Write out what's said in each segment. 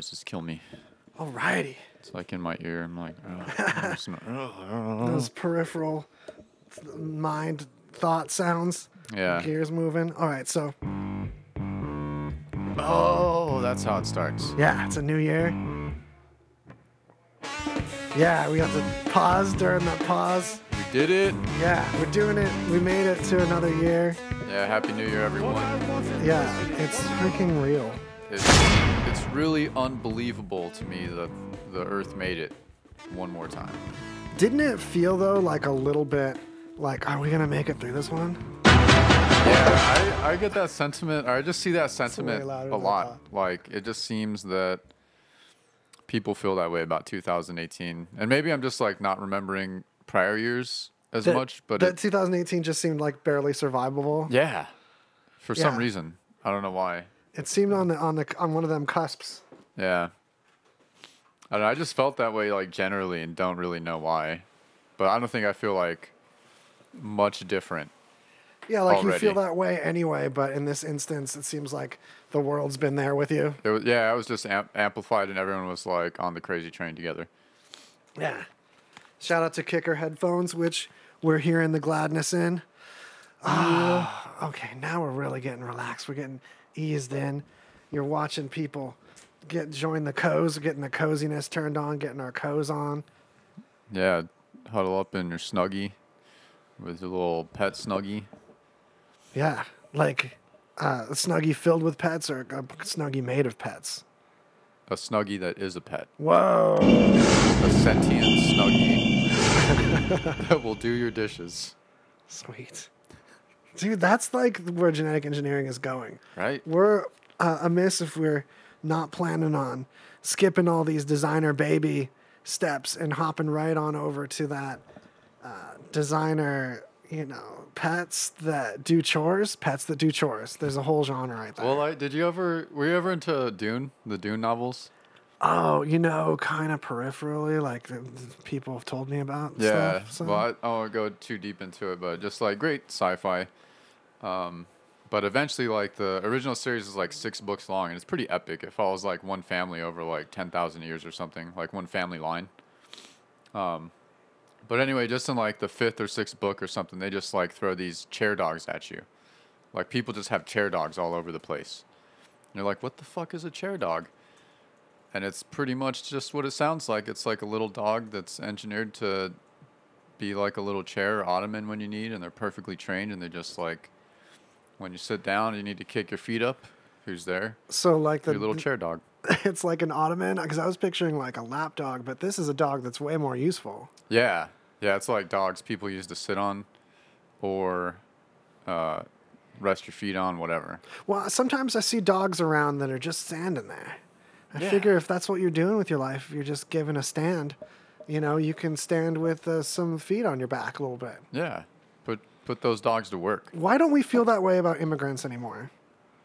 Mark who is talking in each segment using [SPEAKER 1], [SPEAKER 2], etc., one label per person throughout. [SPEAKER 1] just kill me.
[SPEAKER 2] Alrighty.
[SPEAKER 1] It's like in my ear. I'm like, oh, I'm just gonna- Mm.
[SPEAKER 2] Those peripheral th- mind thought sounds.
[SPEAKER 1] yeah. Mm.
[SPEAKER 2] Gears moving. All right, so Mm.
[SPEAKER 1] Oh, that's how it starts.
[SPEAKER 2] yeah, it's a new year. Yeah, we have to pause during that pause.
[SPEAKER 1] We did it.
[SPEAKER 2] Yeah, we're doing it. We made it to another year.
[SPEAKER 1] Yeah. Happy New Year, everyone.
[SPEAKER 2] Yeah, it's freaking real.
[SPEAKER 1] It's it's really unbelievable to me that the Earth made it one more time.
[SPEAKER 2] Didn't it feel though like a little bit like are we gonna make it through this one?
[SPEAKER 1] Yeah, I, I get that sentiment, or I just see that sentiment
[SPEAKER 2] louder
[SPEAKER 1] a
[SPEAKER 2] than I
[SPEAKER 1] lot. Like, it just seems that people feel that way about 2018. And maybe I'm just like not remembering prior years as
[SPEAKER 2] That-
[SPEAKER 1] much, but
[SPEAKER 2] that
[SPEAKER 1] it,
[SPEAKER 2] 2018 just seemed like barely survivable.
[SPEAKER 1] yeah, for some
[SPEAKER 2] Yeah.
[SPEAKER 1] reason. I don't know why.
[SPEAKER 2] It seemed on the on the on one of them cusps.
[SPEAKER 1] Yeah. I don't know. I just felt that way, like, generally, and don't really know why. But I don't think I feel like much different.
[SPEAKER 2] Yeah, like you feel
[SPEAKER 1] Already.
[SPEAKER 2] that way anyway, but in this instance, it seems like the world's been there with you.
[SPEAKER 1] It was, yeah, I was just am- amplified, and everyone was like on the crazy train together.
[SPEAKER 2] Yeah. Shout out to Kicker headphones, which we're hearing the gladness in. Ah, okay, now we're really getting relaxed. We're getting eased in. You're watching people get join the co's, getting the coziness turned on, getting our co's on.
[SPEAKER 1] Yeah, huddle up in your snuggie with your little pet snuggie.
[SPEAKER 2] Yeah, like uh, a snuggie filled with pets or a snuggie made of pets.
[SPEAKER 1] A snuggie that is a pet.
[SPEAKER 2] Whoa!
[SPEAKER 1] A sentient snuggie that will do your dishes.
[SPEAKER 2] Sweet. Dude, that's like where genetic engineering is going.
[SPEAKER 1] Right?
[SPEAKER 2] we're uh, amiss if we're not planning on skipping all these designer baby steps and hopping right on over to that uh, designer, you know, pets that do chores, pets that do chores. There's a whole genre right there.
[SPEAKER 1] Well, I, did you ever, were you ever into Dune, the Dune novels?
[SPEAKER 2] oh, you know, kind of peripherally, like the, the people have told me about.
[SPEAKER 1] Yeah.
[SPEAKER 2] Stuff, so.
[SPEAKER 1] Well, I, I won't go too deep into it, but just like great sci fi. Um, but eventually, like the original series is like six books long and it's pretty epic. It follows like one family over like 10,000 years or something, like one family line. Um, But anyway, just in like the fifth or sixth book or something, they just like throw these chair dogs at you. Like people just have chair dogs all over the place. And you're like, what the fuck is a chair dog? And it's pretty much just what it sounds like. It's like a little dog that's engineered to be like a little chair or ottoman when you need, and they're perfectly trained. And they just like, when you sit down, you need to kick your feet up. Who's there?
[SPEAKER 2] so like the
[SPEAKER 1] Your little chair dog.
[SPEAKER 2] it's like an ottoman because I was picturing like a lap dog, but this is a dog that's way more useful.
[SPEAKER 1] Yeah, yeah, it's like dogs people used to sit on, or uh, rest your feet on, whatever.
[SPEAKER 2] Well, sometimes I see dogs around that are just standing there. I
[SPEAKER 1] Yeah.
[SPEAKER 2] figure if that's what you're doing with your life, you're just giving a stand. You know, you can stand with uh, some feet on your back a little bit.
[SPEAKER 1] Yeah, put put those dogs to work.
[SPEAKER 2] Why don't we feel that way about immigrants anymore?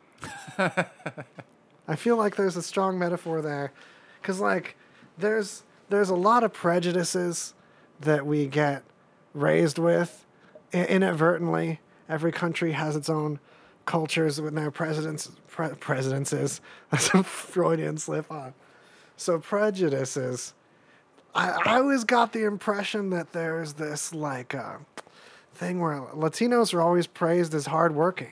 [SPEAKER 2] I feel like there's a strong metaphor there, because like there's there's a lot of prejudices that we get raised with i- inadvertently. Every country has its own cultures with their presidents pre- presidences. That's a Freudian slip on. So prejudices. I, I always got the impression that there's this like uh, thing where Latinos are always praised as hardworking.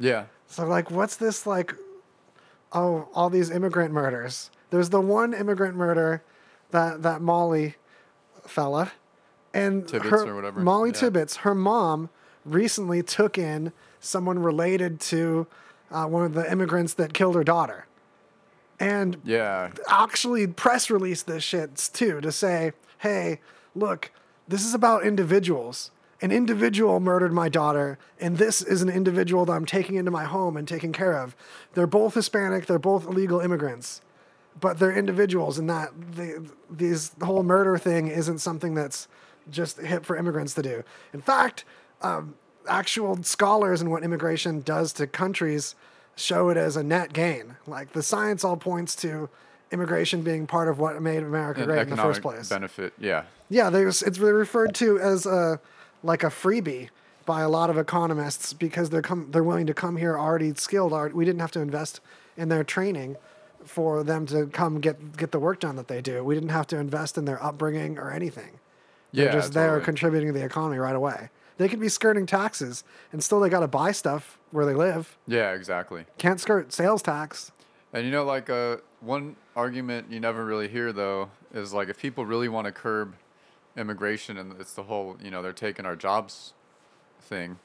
[SPEAKER 1] Yeah,
[SPEAKER 2] So like, what's this like? Oh, all these immigrant murders. There's the one immigrant murder, that that Molly fella, and
[SPEAKER 1] Tibbetts
[SPEAKER 2] her,
[SPEAKER 1] or whatever,
[SPEAKER 2] Molly
[SPEAKER 1] yeah.
[SPEAKER 2] Tibbetts, her mom recently took in someone related to uh, one of the immigrants that killed her daughter, and
[SPEAKER 1] yeah,
[SPEAKER 2] actually press release this shit too to say, hey, look, this is about individuals. An individual murdered my daughter, and this is an individual that I'm taking into my home and taking care of. They're both Hispanic, they're both illegal immigrants, but they're individuals, and that the, these the whole murder thing isn't something that's just hip for immigrants to do. In fact, um, actual scholars and what immigration does to countries show it as a net gain. Like the science all points to immigration being part of what made America
[SPEAKER 1] An
[SPEAKER 2] great in the
[SPEAKER 1] economic
[SPEAKER 2] first place.
[SPEAKER 1] benefit. Yeah,
[SPEAKER 2] Yeah, there's it's really referred to as a like a freebie by a lot of economists because they're come they're willing to come here already skilled. Already, we didn't have to invest in their training for them to come get get the work done that they do. We didn't have to invest in their upbringing or anything.
[SPEAKER 1] Yeah,
[SPEAKER 2] They're just there
[SPEAKER 1] totally.
[SPEAKER 2] contributing to the economy right away. They could be skirting taxes and still they got to buy stuff where they live.
[SPEAKER 1] yeah, exactly.
[SPEAKER 2] Can't skirt sales tax.
[SPEAKER 1] And you know, like uh, one argument you never really hear though is like if people really want to curb immigration and it's the whole you know they're taking our jobs thing,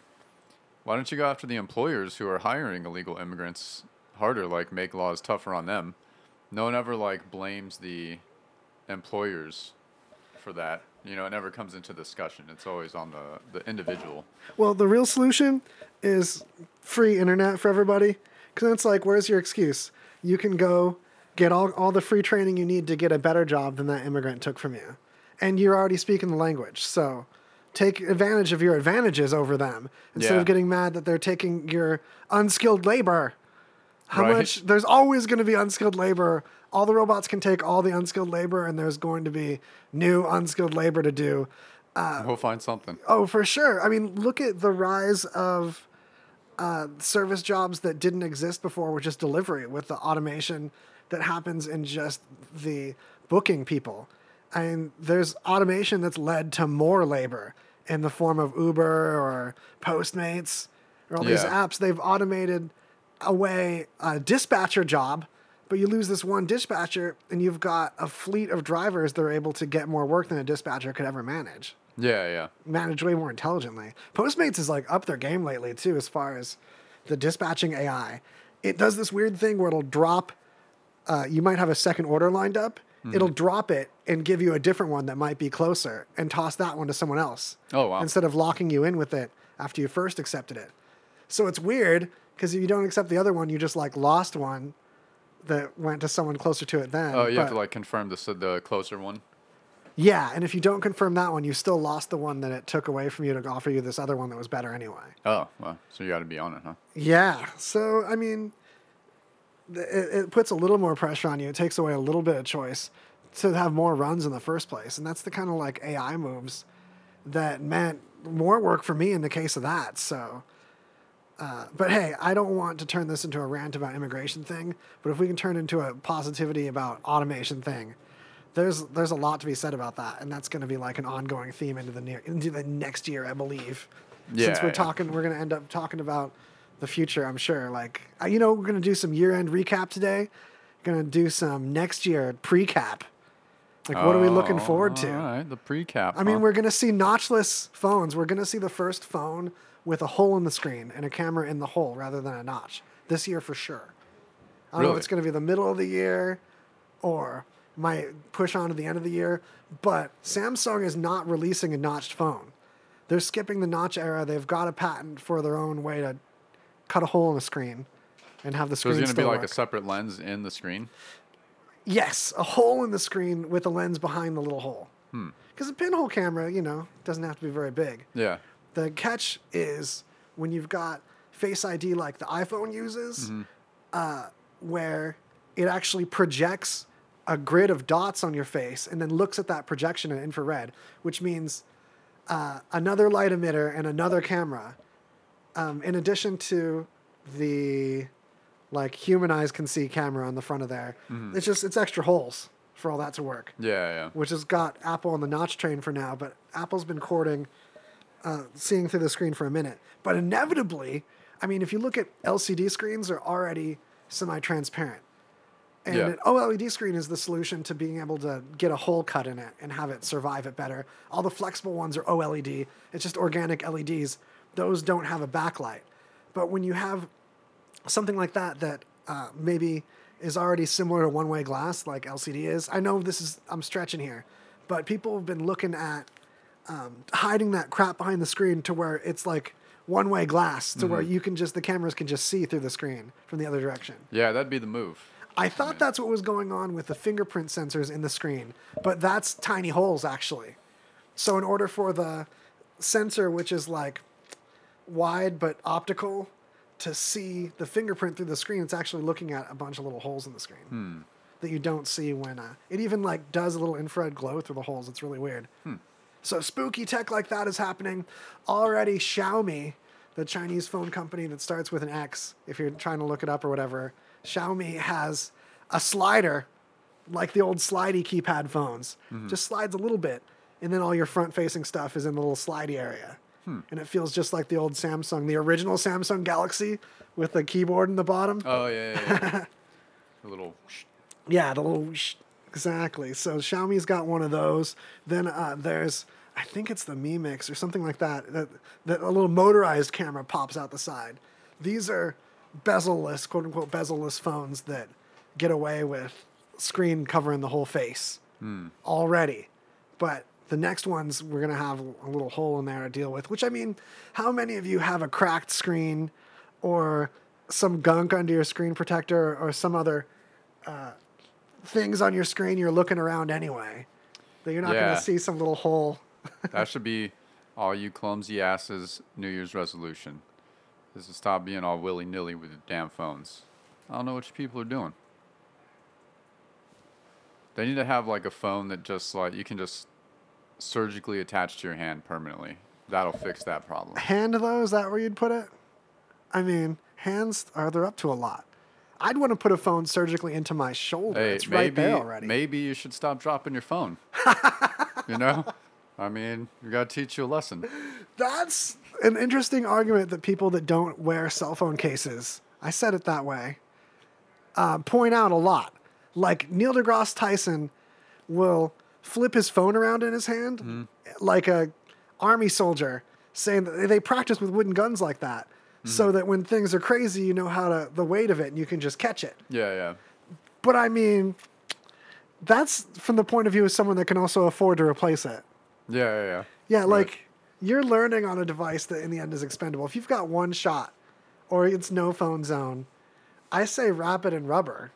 [SPEAKER 1] why don't you go after the employers who are hiring illegal immigrants harder? Like make laws tougher on them. No one ever like blames the employers for that. You know, it never comes into discussion. It's always on the the individual.
[SPEAKER 2] Well, the real solution is free internet for everybody. Because it's like, where's your excuse? You can go get all, all the free training you need to get a better job than that immigrant took from you. And you're already speaking the language. So take advantage of your advantages over them instead
[SPEAKER 1] Yeah.
[SPEAKER 2] of getting mad that they're taking your unskilled labor. How
[SPEAKER 1] Right.
[SPEAKER 2] much? There's always going to be unskilled labor. All the robots can take all the unskilled labor, and there's going to be new unskilled labor to do.
[SPEAKER 1] we'll find something.
[SPEAKER 2] Oh, for sure. I mean, look at the rise of uh, service jobs that didn't exist before, which is delivery, with the automation that happens in just the booking people. And there's automation that's led to more labor in the form of Uber or Postmates or all these
[SPEAKER 1] Yeah.
[SPEAKER 2] apps. They've automated away a dispatcher job, but you lose this one dispatcher, and you've got a fleet of drivers that are able to get more work than a dispatcher could ever manage
[SPEAKER 1] Yeah, yeah.
[SPEAKER 2] managed way more intelligently. Postmates is like up their game lately too, as far as the dispatching AI. It does this weird thing where it'll drop. Uh, you might have a second order lined up.
[SPEAKER 1] Hmm.
[SPEAKER 2] It'll drop it and give you a different one that might be closer, and toss that one to someone else.
[SPEAKER 1] Oh, wow.
[SPEAKER 2] Instead of locking you in with it after you first accepted it. So it's weird because if you don't accept the other one, you just like lost one that went to someone closer to it. Then
[SPEAKER 1] Oh, you have
[SPEAKER 2] But-
[SPEAKER 1] to like confirm the s- the closer one.
[SPEAKER 2] yeah, and if you don't confirm that one, you still lost the one that it took away from you to offer you this other one that was better anyway.
[SPEAKER 1] Oh, well, so you got to be on it, huh?
[SPEAKER 2] Yeah. So, I mean, th- it, it puts a little more pressure on you. It takes away a little bit of choice to have more runs in the first place. And that's the kind of like AI moves that meant more work for me in the case of that. So, uh, but hey, I don't want to turn this into a rant about immigration thing, but if we can turn it into a positivity about automation thing, there's there's a lot to be said about that, and that's going to be like an ongoing theme into the near into the next year, I believe. Since
[SPEAKER 1] Yeah,
[SPEAKER 2] we're
[SPEAKER 1] yeah.
[SPEAKER 2] talking, we're going to end up talking about the future, I'm sure. Like uh, you know, we're going to do some year end recap today. Going to do some next year pre cap. Like what are we looking
[SPEAKER 1] Oh,
[SPEAKER 2] forward to?
[SPEAKER 1] All right, the pre-cap.
[SPEAKER 2] I mean, we're going to see notchless phones. We're going to see the first phone with a hole in the screen and a camera in the hole rather than a notch this year for sure. I don't know if
[SPEAKER 1] Really?
[SPEAKER 2] it's going to be the middle of the year or might push on to the end of the year, but Samsung is not releasing a notched phone. They're skipping the notch era. They've got a patent for their own way to cut a hole in the screen and have the
[SPEAKER 1] so
[SPEAKER 2] screen
[SPEAKER 1] there's going to be
[SPEAKER 2] still
[SPEAKER 1] like
[SPEAKER 2] work.
[SPEAKER 1] a separate lens in the screen.
[SPEAKER 2] Yes, a hole in the screen with a lens behind the little hole.
[SPEAKER 1] Hmm.
[SPEAKER 2] Because a pinhole camera, you know, doesn't have to be very big.
[SPEAKER 1] Yeah.
[SPEAKER 2] The catch is when you've got Face ID like the iPhone uses, uh, where it actually projects a grid of dots on your face and then looks at that projection in infrared, which means uh, another light emitter and another camera, um, in addition to the like human eyes can see camera on the front of there. It's just it's extra holes for all that to work
[SPEAKER 1] Yeah, yeah.
[SPEAKER 2] which has got Apple on the notch train for now, but Apple's been courting uh, seeing through the screen for a minute. But inevitably, I mean, if you look at LCD screens, are already semi transparent. And
[SPEAKER 1] Yeah.
[SPEAKER 2] an OLED screen is the solution to being able to get a hole cut in it and have it survive it better. All the flexible ones are OLED, it's just organic LEDs. Those don't have a backlight. But when you have something like that that uh, maybe is already similar to one way glass like LCD is. I know this is I'm stretching here, but people have been looking at um, hiding that crap behind the screen to where it's like one way glass to where you can just the cameras can just see through the screen from the other direction.
[SPEAKER 1] Yeah, that'd be the move.
[SPEAKER 2] I thought that's what was going on with the fingerprint sensors in the screen, but that's tiny holes actually. So in order for the sensor, which is like wide but optical, to see the fingerprint through the screen, it's actually looking at a bunch of little holes in the screen that you don't see when uh, it even like does a little infrared glow through the holes. It's really weird. So spooky tech like that is happening already. Xiaomi, the Chinese phone company that starts with an X, if you're trying to look it up or whatever, Xiaomi has a slider, like the old slidey keypad phones, just slides a little bit, and then all your front facing stuff is in the little slidey area. And it feels just like the old Samsung, the original Samsung Galaxy with the keyboard in the bottom.
[SPEAKER 1] Oh yeah, yeah, yeah. a little.
[SPEAKER 2] Yeah, the little whoosh. exactly. So Xiaomi's got one of those. Then uh, there's I think it's the Mi Mix or something like that. That that a little motorized camera pops out the side. These are bezelless, quote unquote bezelless phones that get away with screen covering the whole face already. But the next ones we're gonna have a little hole in there to deal with. Which I mean, how many of you have a cracked screen or some gunk under your screen protector or some other uh, things on your screen you're looking around anyway. That you're not
[SPEAKER 1] Yeah.
[SPEAKER 2] gonna see some little hole.
[SPEAKER 1] That should be all you clumsy asses New Year's resolution. Is to stop being all willy nilly with your damn phones. I don't know what you people are doing. They need to have like a phone that just like you can just surgically attach to your hand permanently. That'll fix that problem.
[SPEAKER 2] Hand though, is that where you'd put it? I mean, hands are they're up to a lot. I'd want to put a phone surgically into my shoulder.
[SPEAKER 1] Hey,
[SPEAKER 2] it's
[SPEAKER 1] maybe
[SPEAKER 2] right there already.
[SPEAKER 1] maybe you should stop dropping your phone. you know, I mean, we gotta teach you a lesson.
[SPEAKER 2] That's an interesting argument that people that don't wear cell phone cases, I said it that way, uh, point out a lot. Like Neil deGrasse Tyson will flip his phone around in his hand like a army soldier, saying that they practice with wooden guns like that. So that when things are crazy, you know how to the weight of it, and you can just catch it.
[SPEAKER 1] Yeah, yeah.
[SPEAKER 2] But I mean, that's from the point of view of someone that can also afford to replace it.
[SPEAKER 1] Yeah, yeah, yeah.
[SPEAKER 2] Yeah,
[SPEAKER 1] Right.
[SPEAKER 2] like you're learning on a device that in the end is expendable. If you've got one shot or it's no phone zone, I say wrap it in rubber.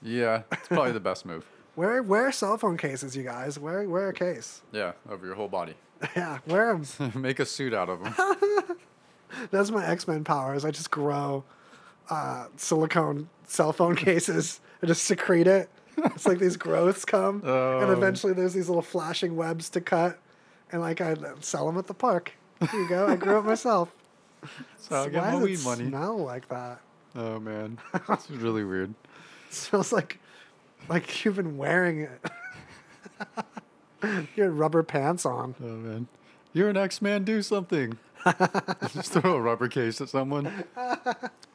[SPEAKER 1] Yeah, it's probably the best move.
[SPEAKER 2] Wear wear cell phone cases, you guys. Wear wear a case.
[SPEAKER 1] Yeah, over your whole body.
[SPEAKER 2] Yeah, wear them.
[SPEAKER 1] Make a suit out of them.
[SPEAKER 2] That's my X Men powers. I just grow uh, silicone cell phone cases. I just secrete it. It's like these growths come, and
[SPEAKER 1] Oh.
[SPEAKER 2] eventually there's these little flashing webs to cut, and like I sell them at the park. Here you go. I grew it myself.
[SPEAKER 1] So I get
[SPEAKER 2] Why
[SPEAKER 1] my
[SPEAKER 2] does it
[SPEAKER 1] weed money.
[SPEAKER 2] smell like that?
[SPEAKER 1] oh man, this is really weird.
[SPEAKER 2] smells like like you've been wearing it. you had rubber pants on.
[SPEAKER 1] Oh man, you're an X man. Do something. Just throw a rubber case at someone.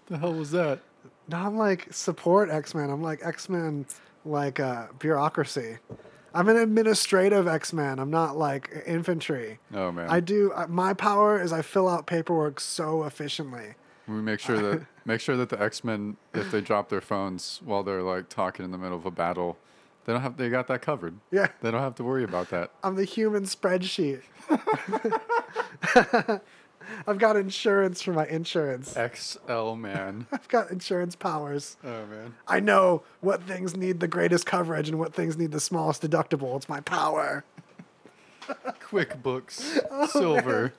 [SPEAKER 1] the hell was that?
[SPEAKER 2] Now I'm like support X Men. I'm like X Men, like uh, bureaucracy. I'm an administrative X Men. I'm not like infantry.
[SPEAKER 1] Oh man.
[SPEAKER 2] I do. Uh, my power is I fill out paperwork so efficiently.
[SPEAKER 1] We make sure that make sure that the X Men, if they drop their phones while they're like talking in the middle of a battle, they don't have they got that covered.
[SPEAKER 2] Yeah.
[SPEAKER 1] They don't have to worry about that.
[SPEAKER 2] I'm the human spreadsheet. I've got insurance for my insurance.
[SPEAKER 1] XL man.
[SPEAKER 2] I've got insurance powers.
[SPEAKER 1] Oh man.
[SPEAKER 2] I know what things need the greatest coverage and what things need the smallest deductible. It's my power.
[SPEAKER 1] QuickBooks
[SPEAKER 2] Oh,
[SPEAKER 1] Silver.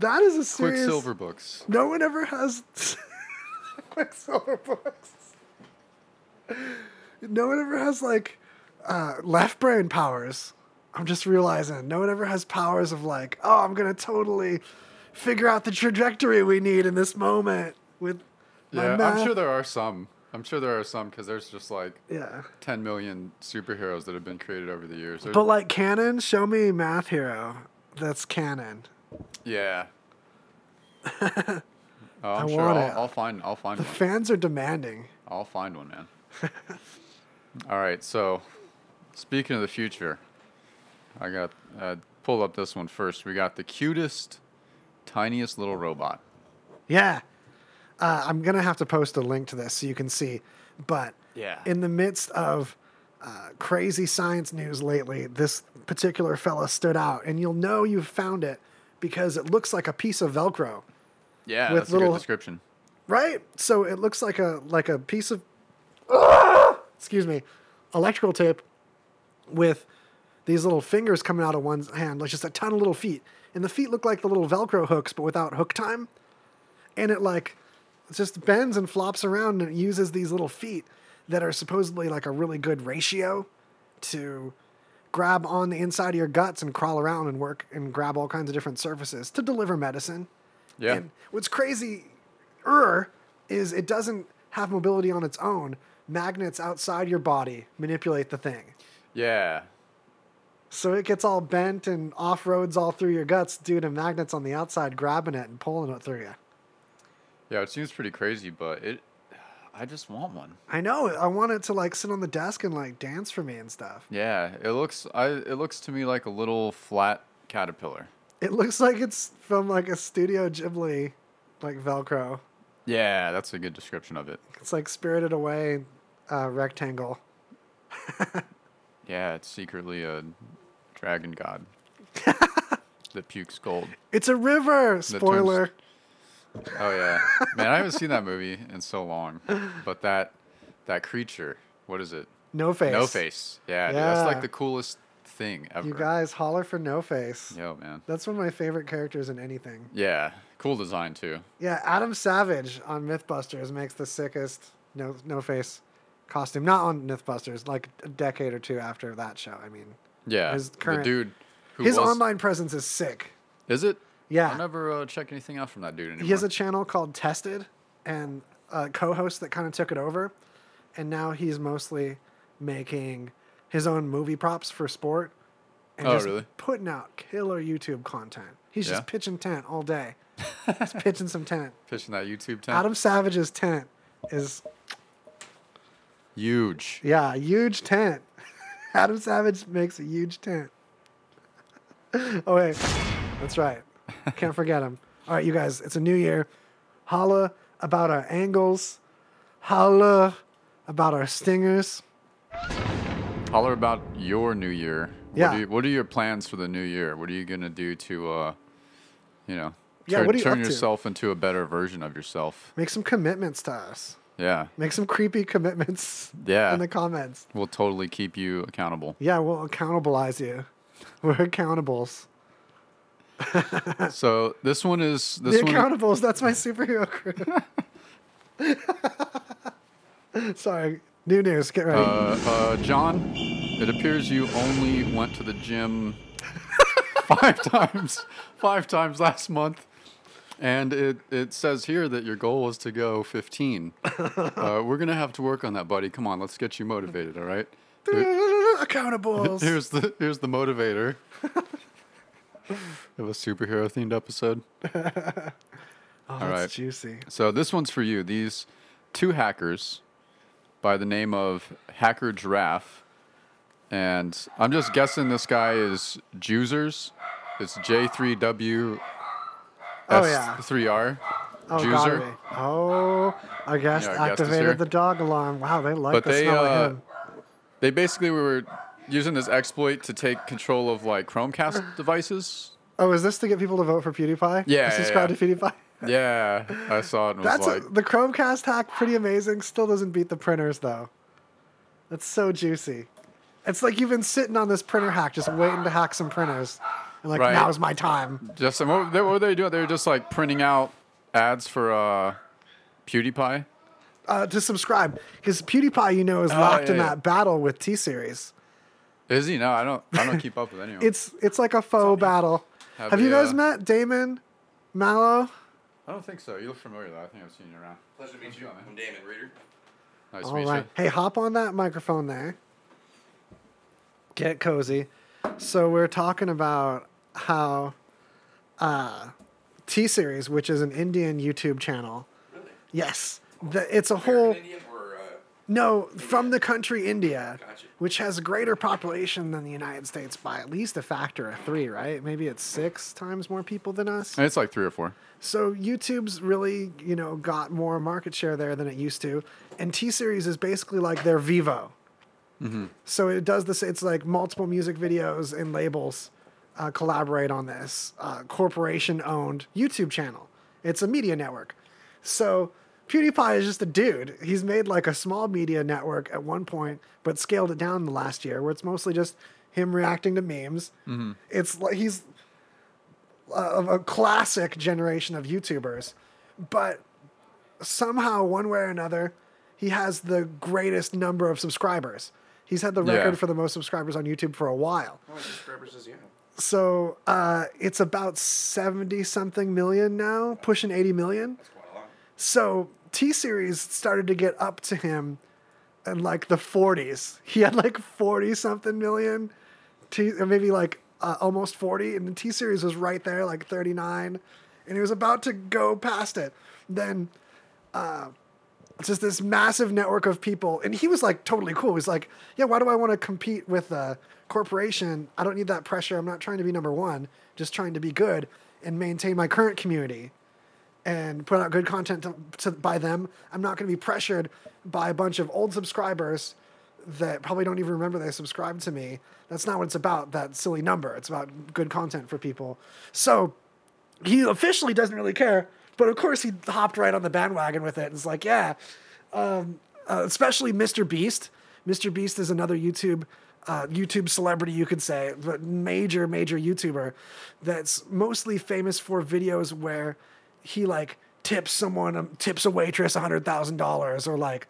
[SPEAKER 2] That is a serious.
[SPEAKER 1] Quicksilver books.
[SPEAKER 2] No one ever has Quicksilver books. No one ever has like uh, left brain powers. I'm just realizing no one ever has powers of like, oh, I'm gonna totally figure out the trajectory we need in this moment with my
[SPEAKER 1] Yeah,
[SPEAKER 2] math.
[SPEAKER 1] I'm sure there are some. I'm sure there are some because there's just like
[SPEAKER 2] yeah.
[SPEAKER 1] 10 million superheroes that have been created over the years. There's-
[SPEAKER 2] But like canon, show me math hero. That's canon.
[SPEAKER 1] yeah. Oh, I'm sure
[SPEAKER 2] want
[SPEAKER 1] I'll,
[SPEAKER 2] it.
[SPEAKER 1] I'll find I'll find
[SPEAKER 2] The
[SPEAKER 1] one.
[SPEAKER 2] fans are demanding.
[SPEAKER 1] I'll find one, man. All right, so speaking of the future, I got uh, pull up this one first. We got the cutest, tiniest little robot.
[SPEAKER 2] Yeah. Uh, I'm going to have to post a link to this so you can see. But
[SPEAKER 1] Yeah.
[SPEAKER 2] in the midst of uh, crazy science news lately, this particular fella stood out. And you'll know you've found it because it looks like a piece of Velcro,
[SPEAKER 1] Yeah,
[SPEAKER 2] With
[SPEAKER 1] that's a
[SPEAKER 2] little-
[SPEAKER 1] good description.
[SPEAKER 2] right? So it looks like a like a piece of excuse me, electrical tape with these little fingers coming out of one's hand, like just a ton of little feet. And the feet look like the little Velcro hooks, but without hook time. And it like just bends and flops around and it uses these little feet that are supposedly like a really good ratio to grab on the inside of your guts and crawl around and work and grab all kinds of different surfaces to deliver medicine.
[SPEAKER 1] Yeah.
[SPEAKER 2] And what's crazy er is it doesn't have mobility on its own, magnets outside your body manipulate the thing.
[SPEAKER 1] Yeah.
[SPEAKER 2] So it gets all bent and off roads all through your guts due to magnets on the outside grabbing it and pulling it through you.
[SPEAKER 1] Yeah, it seems pretty crazy, but it I just want one.
[SPEAKER 2] I know. I want it to like sit on the desk and like dance for me and stuff.
[SPEAKER 1] Yeah, it looks I it looks to me like a little flat caterpillar.
[SPEAKER 2] It looks like it's from like a Studio Ghibli, like Velcro.
[SPEAKER 1] Yeah, that's a good description of it.
[SPEAKER 2] It's like Spirited Away, uh, rectangle.
[SPEAKER 1] Yeah, it's secretly a dragon god that pukes gold.
[SPEAKER 2] It's a river.
[SPEAKER 1] terms-
[SPEAKER 2] Spoiler.
[SPEAKER 1] Oh yeah, man, I haven't seen that movie in so long. But that that creature, what is it?
[SPEAKER 2] No face.
[SPEAKER 1] No face. Yeah, dude, that's
[SPEAKER 2] Yeah.
[SPEAKER 1] like the coolest thing ever.
[SPEAKER 2] You guys holler for no face.
[SPEAKER 1] Yo, man.
[SPEAKER 2] That's one of my favorite characters in anything.
[SPEAKER 1] Yeah, cool design too.
[SPEAKER 2] Yeah, Adam Savage on MythBusters makes the sickest no no face costume. Not on MythBusters, like a decade or two after that show. I mean,
[SPEAKER 1] Yeah,
[SPEAKER 2] His current-
[SPEAKER 1] the dude who
[SPEAKER 2] his
[SPEAKER 1] was
[SPEAKER 2] online presence is sick.
[SPEAKER 1] is it?
[SPEAKER 2] Yeah.
[SPEAKER 1] I never uh, check anything out from that dude anymore.
[SPEAKER 2] He has a channel called Tested and a co-host that kind of took it over, and now he's mostly making his own movie props for sport and
[SPEAKER 1] Oh,
[SPEAKER 2] just
[SPEAKER 1] really?
[SPEAKER 2] putting out killer YouTube content. He's
[SPEAKER 1] Yeah?
[SPEAKER 2] just pitching tent all day. He's pitching some tent.
[SPEAKER 1] pitching that YouTube tent.
[SPEAKER 2] Adam Savage's tent is
[SPEAKER 1] Huge.
[SPEAKER 2] Yeah, huge tent. Adam Savage makes a huge tent. oh wait, that's right. Can't forget him. All right, you guys, it's a new year. Holla about our angles. Holla about our stingers.
[SPEAKER 1] Holler about your new year. What,
[SPEAKER 2] Yeah.
[SPEAKER 1] do you, what are your plans for the new year? What are you gonna do to, uh, you know,
[SPEAKER 2] Yeah,
[SPEAKER 1] turn,
[SPEAKER 2] what are you
[SPEAKER 1] turn
[SPEAKER 2] up to?
[SPEAKER 1] yourself into a better version of yourself?
[SPEAKER 2] Make some commitments to us.
[SPEAKER 1] Yeah,
[SPEAKER 2] Make some creepy commitments
[SPEAKER 1] Yeah.
[SPEAKER 2] in the comments.
[SPEAKER 1] we'll totally keep you accountable.
[SPEAKER 2] Yeah, we'll accountabilize you. We're accountables.
[SPEAKER 1] so this one is
[SPEAKER 2] The
[SPEAKER 1] this one.
[SPEAKER 2] Accountables, that's my superhero crew. Sorry, new news, get ready.
[SPEAKER 1] Uh, uh, John, it appears you only went to the gym five times, five times last month, and it, it says here that your goal was to go 15. Uh, we're gonna have to work on that, buddy. Come on, let's get you motivated. All right. Here-
[SPEAKER 2] Accountables.
[SPEAKER 1] Here's the here's the motivator of a superhero themed episode.
[SPEAKER 2] oh, that's
[SPEAKER 1] right.
[SPEAKER 2] juicy.
[SPEAKER 1] So this one's for you. These two hackers by the name of Hacker Giraffe. And I'm just guessing this guy is Juicers. It's J3W
[SPEAKER 2] Oh, yeah.
[SPEAKER 1] S3R.
[SPEAKER 2] Oh, gotta be. Oh,
[SPEAKER 1] Yeah,
[SPEAKER 2] our guest
[SPEAKER 1] our guest is here.
[SPEAKER 2] activated the dog alarm. Wow, they like
[SPEAKER 1] But
[SPEAKER 2] the
[SPEAKER 1] they
[SPEAKER 2] smell
[SPEAKER 1] uh,
[SPEAKER 2] of him.
[SPEAKER 1] they basically were using this exploit to take control of like Chromecast devices.
[SPEAKER 2] Oh, is this to get people to vote for
[SPEAKER 1] Yeah,
[SPEAKER 2] PewDiePie? To
[SPEAKER 1] yeah,
[SPEAKER 2] subscribe
[SPEAKER 1] yeah.
[SPEAKER 2] to PewDiePie.
[SPEAKER 1] Yeah, I saw it and was
[SPEAKER 2] That's
[SPEAKER 1] like,
[SPEAKER 2] a, the Chromecast hack. Pretty amazing. Still doesn't beat the printers though. That's so juicy. It's like you've been sitting on this printer hack, just waiting to hack some printers, and like
[SPEAKER 1] Right.
[SPEAKER 2] now's my time.
[SPEAKER 1] just and what, they, what were they doing? They were just like printing out ads for uh, PewDiePie.
[SPEAKER 2] Uh, to subscribe, because PewDiePie, you know, is locked
[SPEAKER 1] Oh, yeah,
[SPEAKER 2] in
[SPEAKER 1] yeah.
[SPEAKER 2] that battle with T Series.
[SPEAKER 1] Is he? No, I don't. I don't keep up with anyone.
[SPEAKER 2] It's it's like a faux battle.
[SPEAKER 1] Have
[SPEAKER 2] Have, you
[SPEAKER 1] we,
[SPEAKER 2] guys
[SPEAKER 1] uh,
[SPEAKER 2] met Damon Mallow?
[SPEAKER 1] I don't think so. You look familiar though. I think I've seen you around.
[SPEAKER 3] Pleasure to meet you. I'm Damon Reeder.
[SPEAKER 1] Nice to
[SPEAKER 2] All
[SPEAKER 1] meet
[SPEAKER 2] right. Hey, hop on that microphone there. Get cozy. So we're talking about how uh, T Series, which is an Indian YouTube channel,
[SPEAKER 3] Really?
[SPEAKER 2] yes, the, it's a whole
[SPEAKER 3] American Indian or uh,
[SPEAKER 2] no from the country India,
[SPEAKER 3] Gotcha.
[SPEAKER 2] which has a greater population than the United States by at least a factor of three, right? Maybe it's six times more people than us.
[SPEAKER 1] you. It's like three or four.
[SPEAKER 2] So YouTube's really, you know, got more market share there than it used to, and T Series is basically like their Vivo. So it does this. It's like multiple music videos and labels uh, collaborate on this uh, corporation-owned YouTube channel. It's a media network. So PewDiePie is just a dude. He's made like a small media network at one point, but scaled it down the last year, where it's mostly just him reacting to memes. It's like he's of a classic generation of YouTubers, but somehow, one way or another, he has the greatest number of subscribers. He's had the
[SPEAKER 1] Yeah.
[SPEAKER 2] record for the most subscribers on YouTube for a while.
[SPEAKER 3] how many subscribers does he have?
[SPEAKER 2] So uh, it's about 70 something million now, pushing 80 million.
[SPEAKER 3] That's quite a lot.
[SPEAKER 2] So T Series started to get up to him in like the 40s. He had like 40 something million, T, or maybe like uh, almost 40, and the T series was right there, like 39, and he was about to go past it. Then it's just this massive network of people. And he was like totally cool. He's like, yeah, why do I want to compete with a corporation? I don't need that pressure. I'm not trying to be number one, just trying to be good and maintain my current community and put out good content to, to, by them. I'm not going to be pressured by a bunch of old subscribers that probably don't even remember they subscribed to me. That's not what it's about, that silly number. It's about good content for people. So he officially doesn't really care, but of course he hopped right on the bandwagon with it and it's like, yeah. Um, uh, especially Mr. Beast. Mr. Beast is another YouTube uh, YouTube celebrity, you could say, but major major YouTuber that's mostly famous for videos where he like tips someone um, tips a waitress hundred thousand dollars or like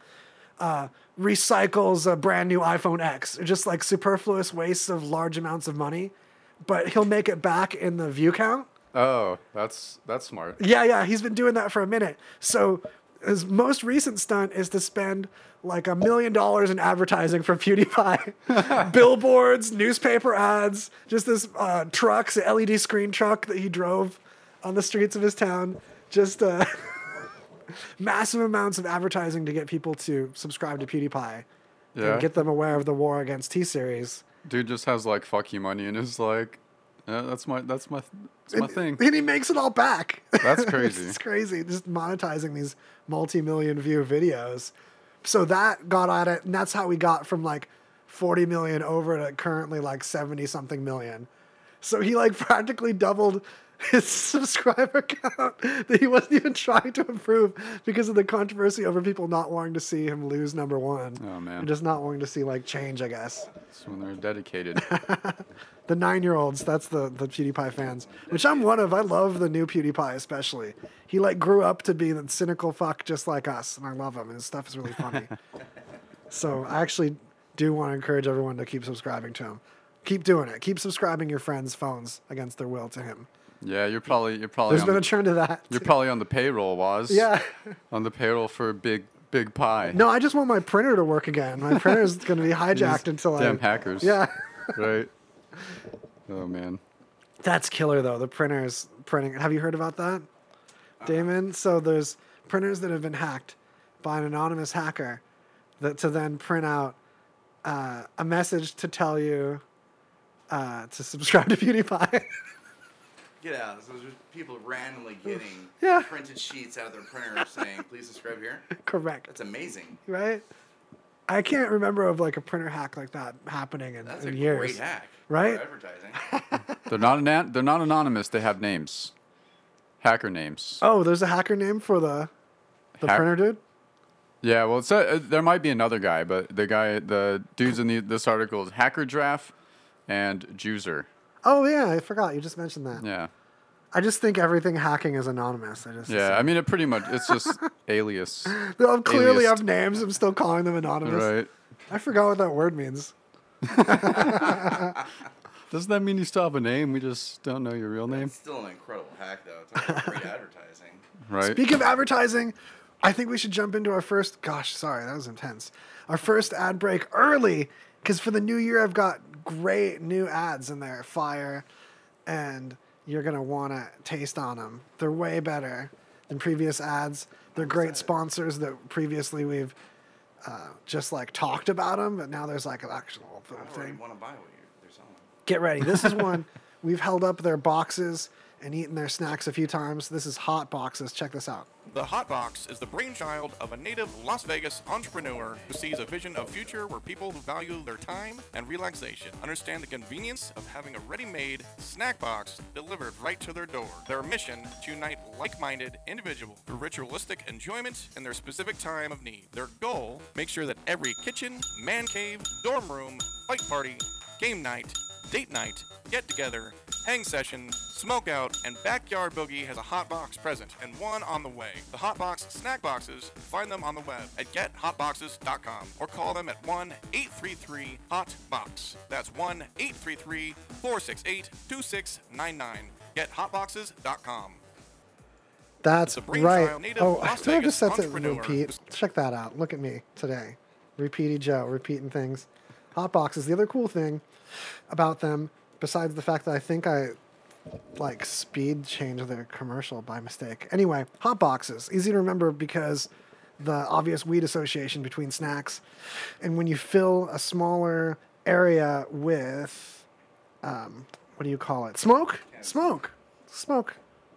[SPEAKER 2] uh, recycles a brand new iPhone X, just like superfluous wastes of large amounts of money, but he'll make it back in the view count.
[SPEAKER 1] Oh, that's that's smart.
[SPEAKER 2] Yeah, yeah, he's been doing that for a minute. So his most recent stunt is to spend like a million dollars in advertising for PewDiePie, billboards, newspaper ads, just this uh, trucks, a LED screen truck that he drove on the streets of his town, just uh, massive amounts of advertising to get people to subscribe to PewDiePie
[SPEAKER 1] Yeah.
[SPEAKER 2] and get them aware of the war against T Series.
[SPEAKER 1] Dude just has like fuck you money and is like, "Yeah, that's my that's my it's my thing.
[SPEAKER 2] And he makes it all back.
[SPEAKER 1] That's crazy.
[SPEAKER 2] it's crazy. Just monetizing these multi million view videos. So that got at it. And that's how we got from like 40 million over to currently like 70 something million. So he like practically doubled his subscriber count that he wasn't even trying to improve because of the controversy over people not wanting to see him lose number one.
[SPEAKER 1] Oh, man.
[SPEAKER 2] And just not wanting to see like change, I guess
[SPEAKER 1] It's when they're dedicated.
[SPEAKER 2] the nine year olds. That's the the PewDiePie fans, which I'm one of. I love the new PewDiePie especially. He like grew up to be the cynical fuck just like us, and I love him. And his stuff is really funny. so I actually do want to encourage everyone to keep subscribing to him. Keep doing it. Keep subscribing your friends' phones against their will to him.
[SPEAKER 1] Yeah, you're probably you're probably
[SPEAKER 2] There's
[SPEAKER 1] on
[SPEAKER 2] been a
[SPEAKER 1] the-
[SPEAKER 2] trend to that.
[SPEAKER 1] you're probably on the payroll, Waz.
[SPEAKER 2] yeah.
[SPEAKER 1] On the payroll for big big pie.
[SPEAKER 2] No, I just want my printer to work again. My printer's going to be hijacked until I.
[SPEAKER 1] Damn hackers.
[SPEAKER 2] Yeah.
[SPEAKER 1] Right. Oh man.
[SPEAKER 2] That's killer though. The printers printing. Have you heard about that,
[SPEAKER 3] Uh-huh.
[SPEAKER 2] Damon? So there's printers that have been hacked by an anonymous hacker that to then print out uh, a message to tell you uh, to subscribe to PewDiePie.
[SPEAKER 3] Get out. So there's just people randomly getting
[SPEAKER 2] Yeah.
[SPEAKER 3] printed sheets out of their printer saying, please subscribe here.
[SPEAKER 2] Correct.
[SPEAKER 3] That's amazing.
[SPEAKER 2] Right. I can't remember of like a printer hack like that happening in,
[SPEAKER 3] That's
[SPEAKER 2] in
[SPEAKER 3] a
[SPEAKER 2] years.
[SPEAKER 3] great hack. for
[SPEAKER 2] Right?
[SPEAKER 3] Advertising.
[SPEAKER 1] They're not anon- they're not anonymous. They have names. Hacker names.
[SPEAKER 2] Oh, there's a hacker name for the the
[SPEAKER 1] Hack-
[SPEAKER 2] printer dude.
[SPEAKER 1] Yeah, well, it's uh there might be another guy, but the guy, the dudes in the, this article is Hacker Draft and Juicer.
[SPEAKER 2] Oh yeah, I forgot. You just mentioned that.
[SPEAKER 1] Yeah,
[SPEAKER 2] I just think everything hacking is anonymous. I just
[SPEAKER 1] yeah. I mean, it pretty much it's just alias,
[SPEAKER 2] They'll clearly
[SPEAKER 1] Aliased.
[SPEAKER 2] have names. I'm still calling them anonymous.
[SPEAKER 1] right?
[SPEAKER 2] I forgot what that word means.
[SPEAKER 1] Doesn't that mean you still have a name? We just don't know your real name,
[SPEAKER 3] It's still an incredible hack, though. It's not great advertising.
[SPEAKER 1] right?
[SPEAKER 2] Speaking of advertising, I think we should jump into our first. Gosh, sorry, that was intense. Our first ad break early because for the new year, I've got great new ads in there, fire, and you're gonna wanna taste on them. They're way better than previous ads. They're great sponsors that previously we've uh, just like talked about them, but now there's like an actual
[SPEAKER 3] I already
[SPEAKER 2] thing.
[SPEAKER 3] want to buy what you're, they're selling.
[SPEAKER 2] Get ready. This is one we've held up their boxes and eaten their snacks a few times. This is hot boxes. Check this out.
[SPEAKER 4] The Hot Box is the brainchild of a native Las Vegas entrepreneur who sees a vision of future where people who value their time and relaxation understand the convenience of having a ready-made snack box delivered right to their door. Their mission to unite like-minded individuals through ritualistic enjoyment in their specific time of need. Their goal: make sure that every kitchen, man cave, dorm room, fight party, game night, date night, get together, hang session, smoke out, and backyard boogie has a hot box present and one on the way. The hot box snack boxes, find them on the web at gethotboxes.com or call them at 1 833 hot box. That's 1 833 468 2699. Gethotboxes.com.
[SPEAKER 2] That's
[SPEAKER 4] It's a brainchild
[SPEAKER 2] right.
[SPEAKER 4] native
[SPEAKER 2] Oh, I
[SPEAKER 4] Las
[SPEAKER 2] think I just
[SPEAKER 4] Vegas
[SPEAKER 2] set that to
[SPEAKER 4] entrepreneur.
[SPEAKER 2] repeat. Check that out. Look at me today. Repeaty Joe, repeating things. Hot boxes. The other cool thing about them, besides the fact that I think I like speed change their commercial by mistake. Anyway, hot boxes easy to remember because the obvious weed association between snacks, and when you fill a smaller area with, um, what do you call it? Smoke, smoke, smoke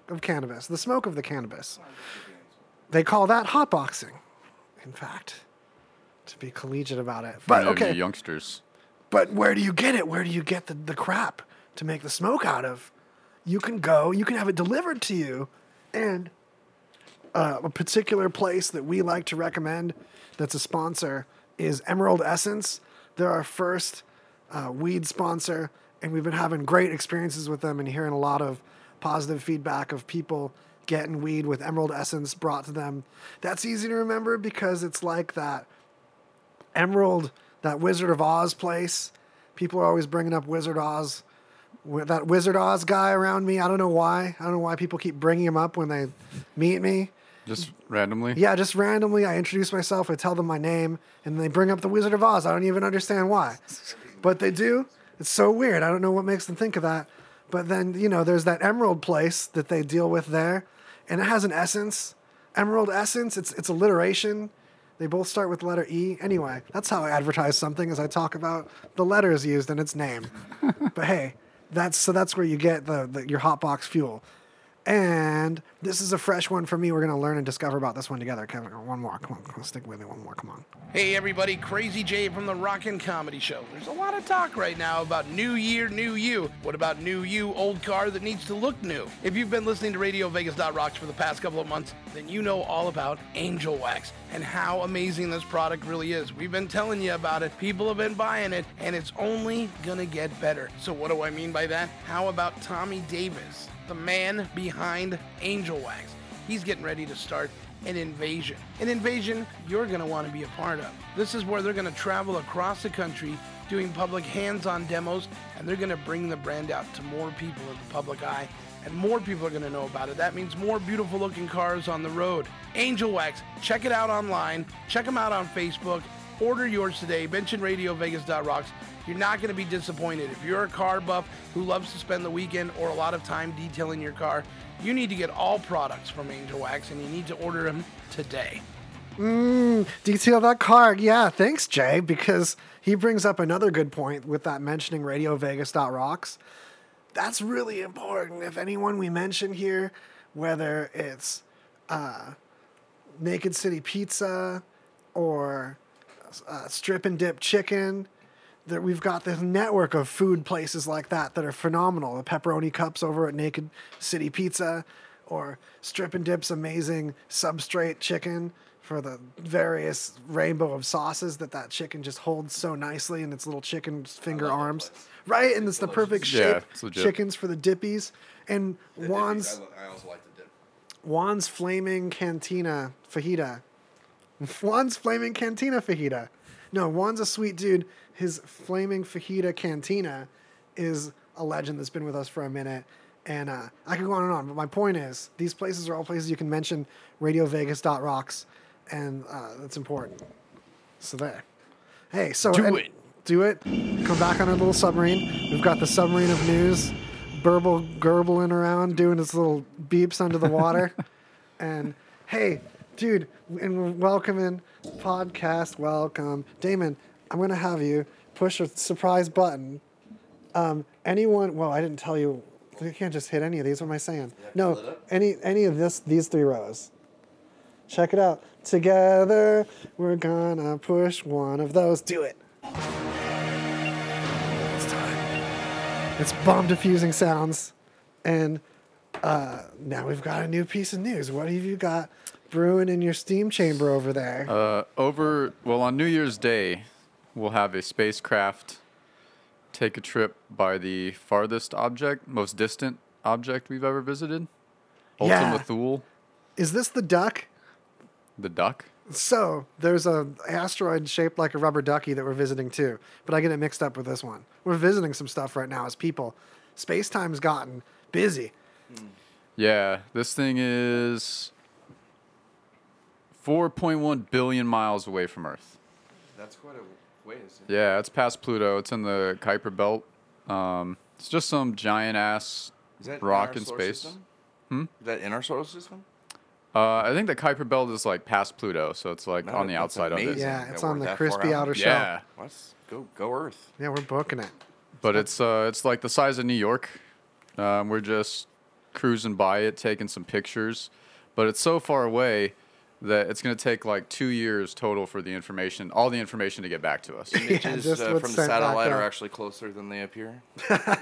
[SPEAKER 2] of cannabis. The smoke of the cannabis. They call that hot boxing. In fact, to be collegiate about it. But
[SPEAKER 1] You know, you
[SPEAKER 2] okay,
[SPEAKER 1] youngsters.
[SPEAKER 2] but where do you get it? Where do you get the, the crap to make the smoke out of? You can go, you can have it delivered to you. And uh, a particular place that we like to recommend that's a sponsor is Emerald Essence. They're our first uh, weed sponsor, and we've been having great experiences with them and hearing a lot of positive feedback of people getting weed with Emerald Essence brought to them. That's easy to remember because it's like that Emerald, that Wizard of Oz place. People are always bringing up Wizard Oz, wi- that Wizard Oz guy around me. I don't know why. I don't know why people keep bringing him up when they meet me.
[SPEAKER 1] Just randomly?
[SPEAKER 2] Yeah, just randomly, I introduce myself, I tell them my name, and they bring up the Wizard of Oz. I don't even understand why, but they do. It's so weird. I don't know what makes them think of that. But then you know, there's that Emerald place that they deal with there, and it has an essence, Emerald essence. It's it's alliteration. They both start with letter E. Anyway, that's how I advertise something is I talk about the letters used in its name. but hey, that's so that's where you get the, the your hot box fuel. And this is a fresh one for me. We're gonna learn and discover about this one together. Come on, one more. Come on, come on, stick with me. One more. Come on.
[SPEAKER 5] Hey everybody, Crazy Jay from the Rockin' Comedy Show. There's a lot of talk right now about new year, new you. What about new you, old car that needs to look new? If you've been listening to Radio Vegas Rocks for the past couple of months, then you know all about Angel Wax and how amazing this product really is. We've been telling you about it. People have been buying it, and it's only gonna get better. So what do I mean by that? How about Tommy Davis, the man behind Angel Wax? He's getting ready to start an invasion. An invasion you're going to want to be a part of. This is where they're going to travel across the country doing public hands on demos, and they're going to bring the brand out to more people in the public eye, and more people are going to know about it. That means more beautiful looking cars on the road. Angel Wax, check it out online, check them out on Facebook. Order yours today. Mention RadioVegas.rocks. You're not going to be disappointed. If you're a car buff who loves to spend the weekend or a lot of time detailing your car, you need to get all products from Angel Wax and you need to order them today.
[SPEAKER 2] Detail that car. Yeah, thanks, Jay, because he brings up another good point with that mentioning RadioVegas.rocks. That's really important. If anyone we mention here, whether it's uh, Naked City Pizza or uh, Strip and Dip Chicken, that we've got this network of food places like that that are phenomenal. The pepperoni cups over at Naked City Pizza, or Strip and Dip's amazing substrate chicken for the various rainbow of sauces that that chicken just holds so nicely in its little chicken finger arms, right? And it's the perfect
[SPEAKER 1] Yeah,
[SPEAKER 2] shape
[SPEAKER 1] it's legit.
[SPEAKER 2] chickens for the dippies and Juan's
[SPEAKER 3] I, also like the dip.
[SPEAKER 2] Juan's Flaming Cantina Fajita. Juan's Flaming Cantina Fajita. No, Juan's a sweet dude. His Flaming Fajita Cantina is a legend that's been with us for a minute. And uh, I could go on and on, but my point is these places are all places you can mention RadioVegas.rocks, and uh, that's important. So there. Hey, so
[SPEAKER 5] Do
[SPEAKER 2] and-
[SPEAKER 5] it.
[SPEAKER 2] Do it. Come back on our little submarine. We've got the submarine of news, burble gurgling around, doing its little beeps under the water. and hey, dude, and we're welcoming podcast. Welcome, Damon. I'm gonna have you push a surprise button. Um, anyone? Well, I didn't tell you. You can't just hit any of these. What am I saying?
[SPEAKER 3] fill it
[SPEAKER 2] No,
[SPEAKER 3] up?
[SPEAKER 2] any any of this these three rows. Check it out. Together, we're gonna push one of those. Do it. It's time. It's bomb diffusing sounds, and uh, now we've got a new piece of news. What have you got brewing in your steam chamber over there?
[SPEAKER 1] Uh, over, well, on New Year's Day, we'll have a spacecraft take a trip by the farthest object, most distant object we've ever visited.
[SPEAKER 2] Yeah.
[SPEAKER 1] Ultima Thule,
[SPEAKER 2] Is this the duck?
[SPEAKER 1] the duck.
[SPEAKER 2] So there's a asteroid shaped like a rubber ducky that we're visiting too, but I get it mixed up with this one. We're visiting some stuff right now as people. Space time's gotten busy.
[SPEAKER 1] Yeah, this thing is 4.1 billion miles away from Earth.
[SPEAKER 3] That's quite a ways.
[SPEAKER 1] Yeah, it's past Pluto. It's in the Kuiper Belt. Um, it's just some giant ass
[SPEAKER 3] Is that
[SPEAKER 1] rock
[SPEAKER 3] in, our
[SPEAKER 1] in
[SPEAKER 3] solar
[SPEAKER 1] space. Hmm?
[SPEAKER 3] System? Is that in our solar system?
[SPEAKER 1] Uh, I think the Kuiper Belt is like past Pluto, so it's like
[SPEAKER 3] No,
[SPEAKER 1] on the
[SPEAKER 3] that's
[SPEAKER 1] outside of it.
[SPEAKER 3] amazing.
[SPEAKER 2] Yeah,
[SPEAKER 3] that
[SPEAKER 2] it's
[SPEAKER 3] we're
[SPEAKER 2] on the
[SPEAKER 3] that far
[SPEAKER 2] crispy
[SPEAKER 3] out.
[SPEAKER 2] outer shell.
[SPEAKER 1] Yeah,
[SPEAKER 3] Let's go go Earth.
[SPEAKER 2] Yeah, we're booking it.
[SPEAKER 1] but it's uh, it's like the size of New York. Um, we're just cruising by it, taking some pictures, but it's so far away that it's gonna take like two years total for the information, all the information to get back to us.
[SPEAKER 3] Images
[SPEAKER 2] just
[SPEAKER 3] uh,
[SPEAKER 2] what's
[SPEAKER 3] from the
[SPEAKER 2] sent back
[SPEAKER 3] satellite are
[SPEAKER 2] up.
[SPEAKER 3] actually closer than they appear.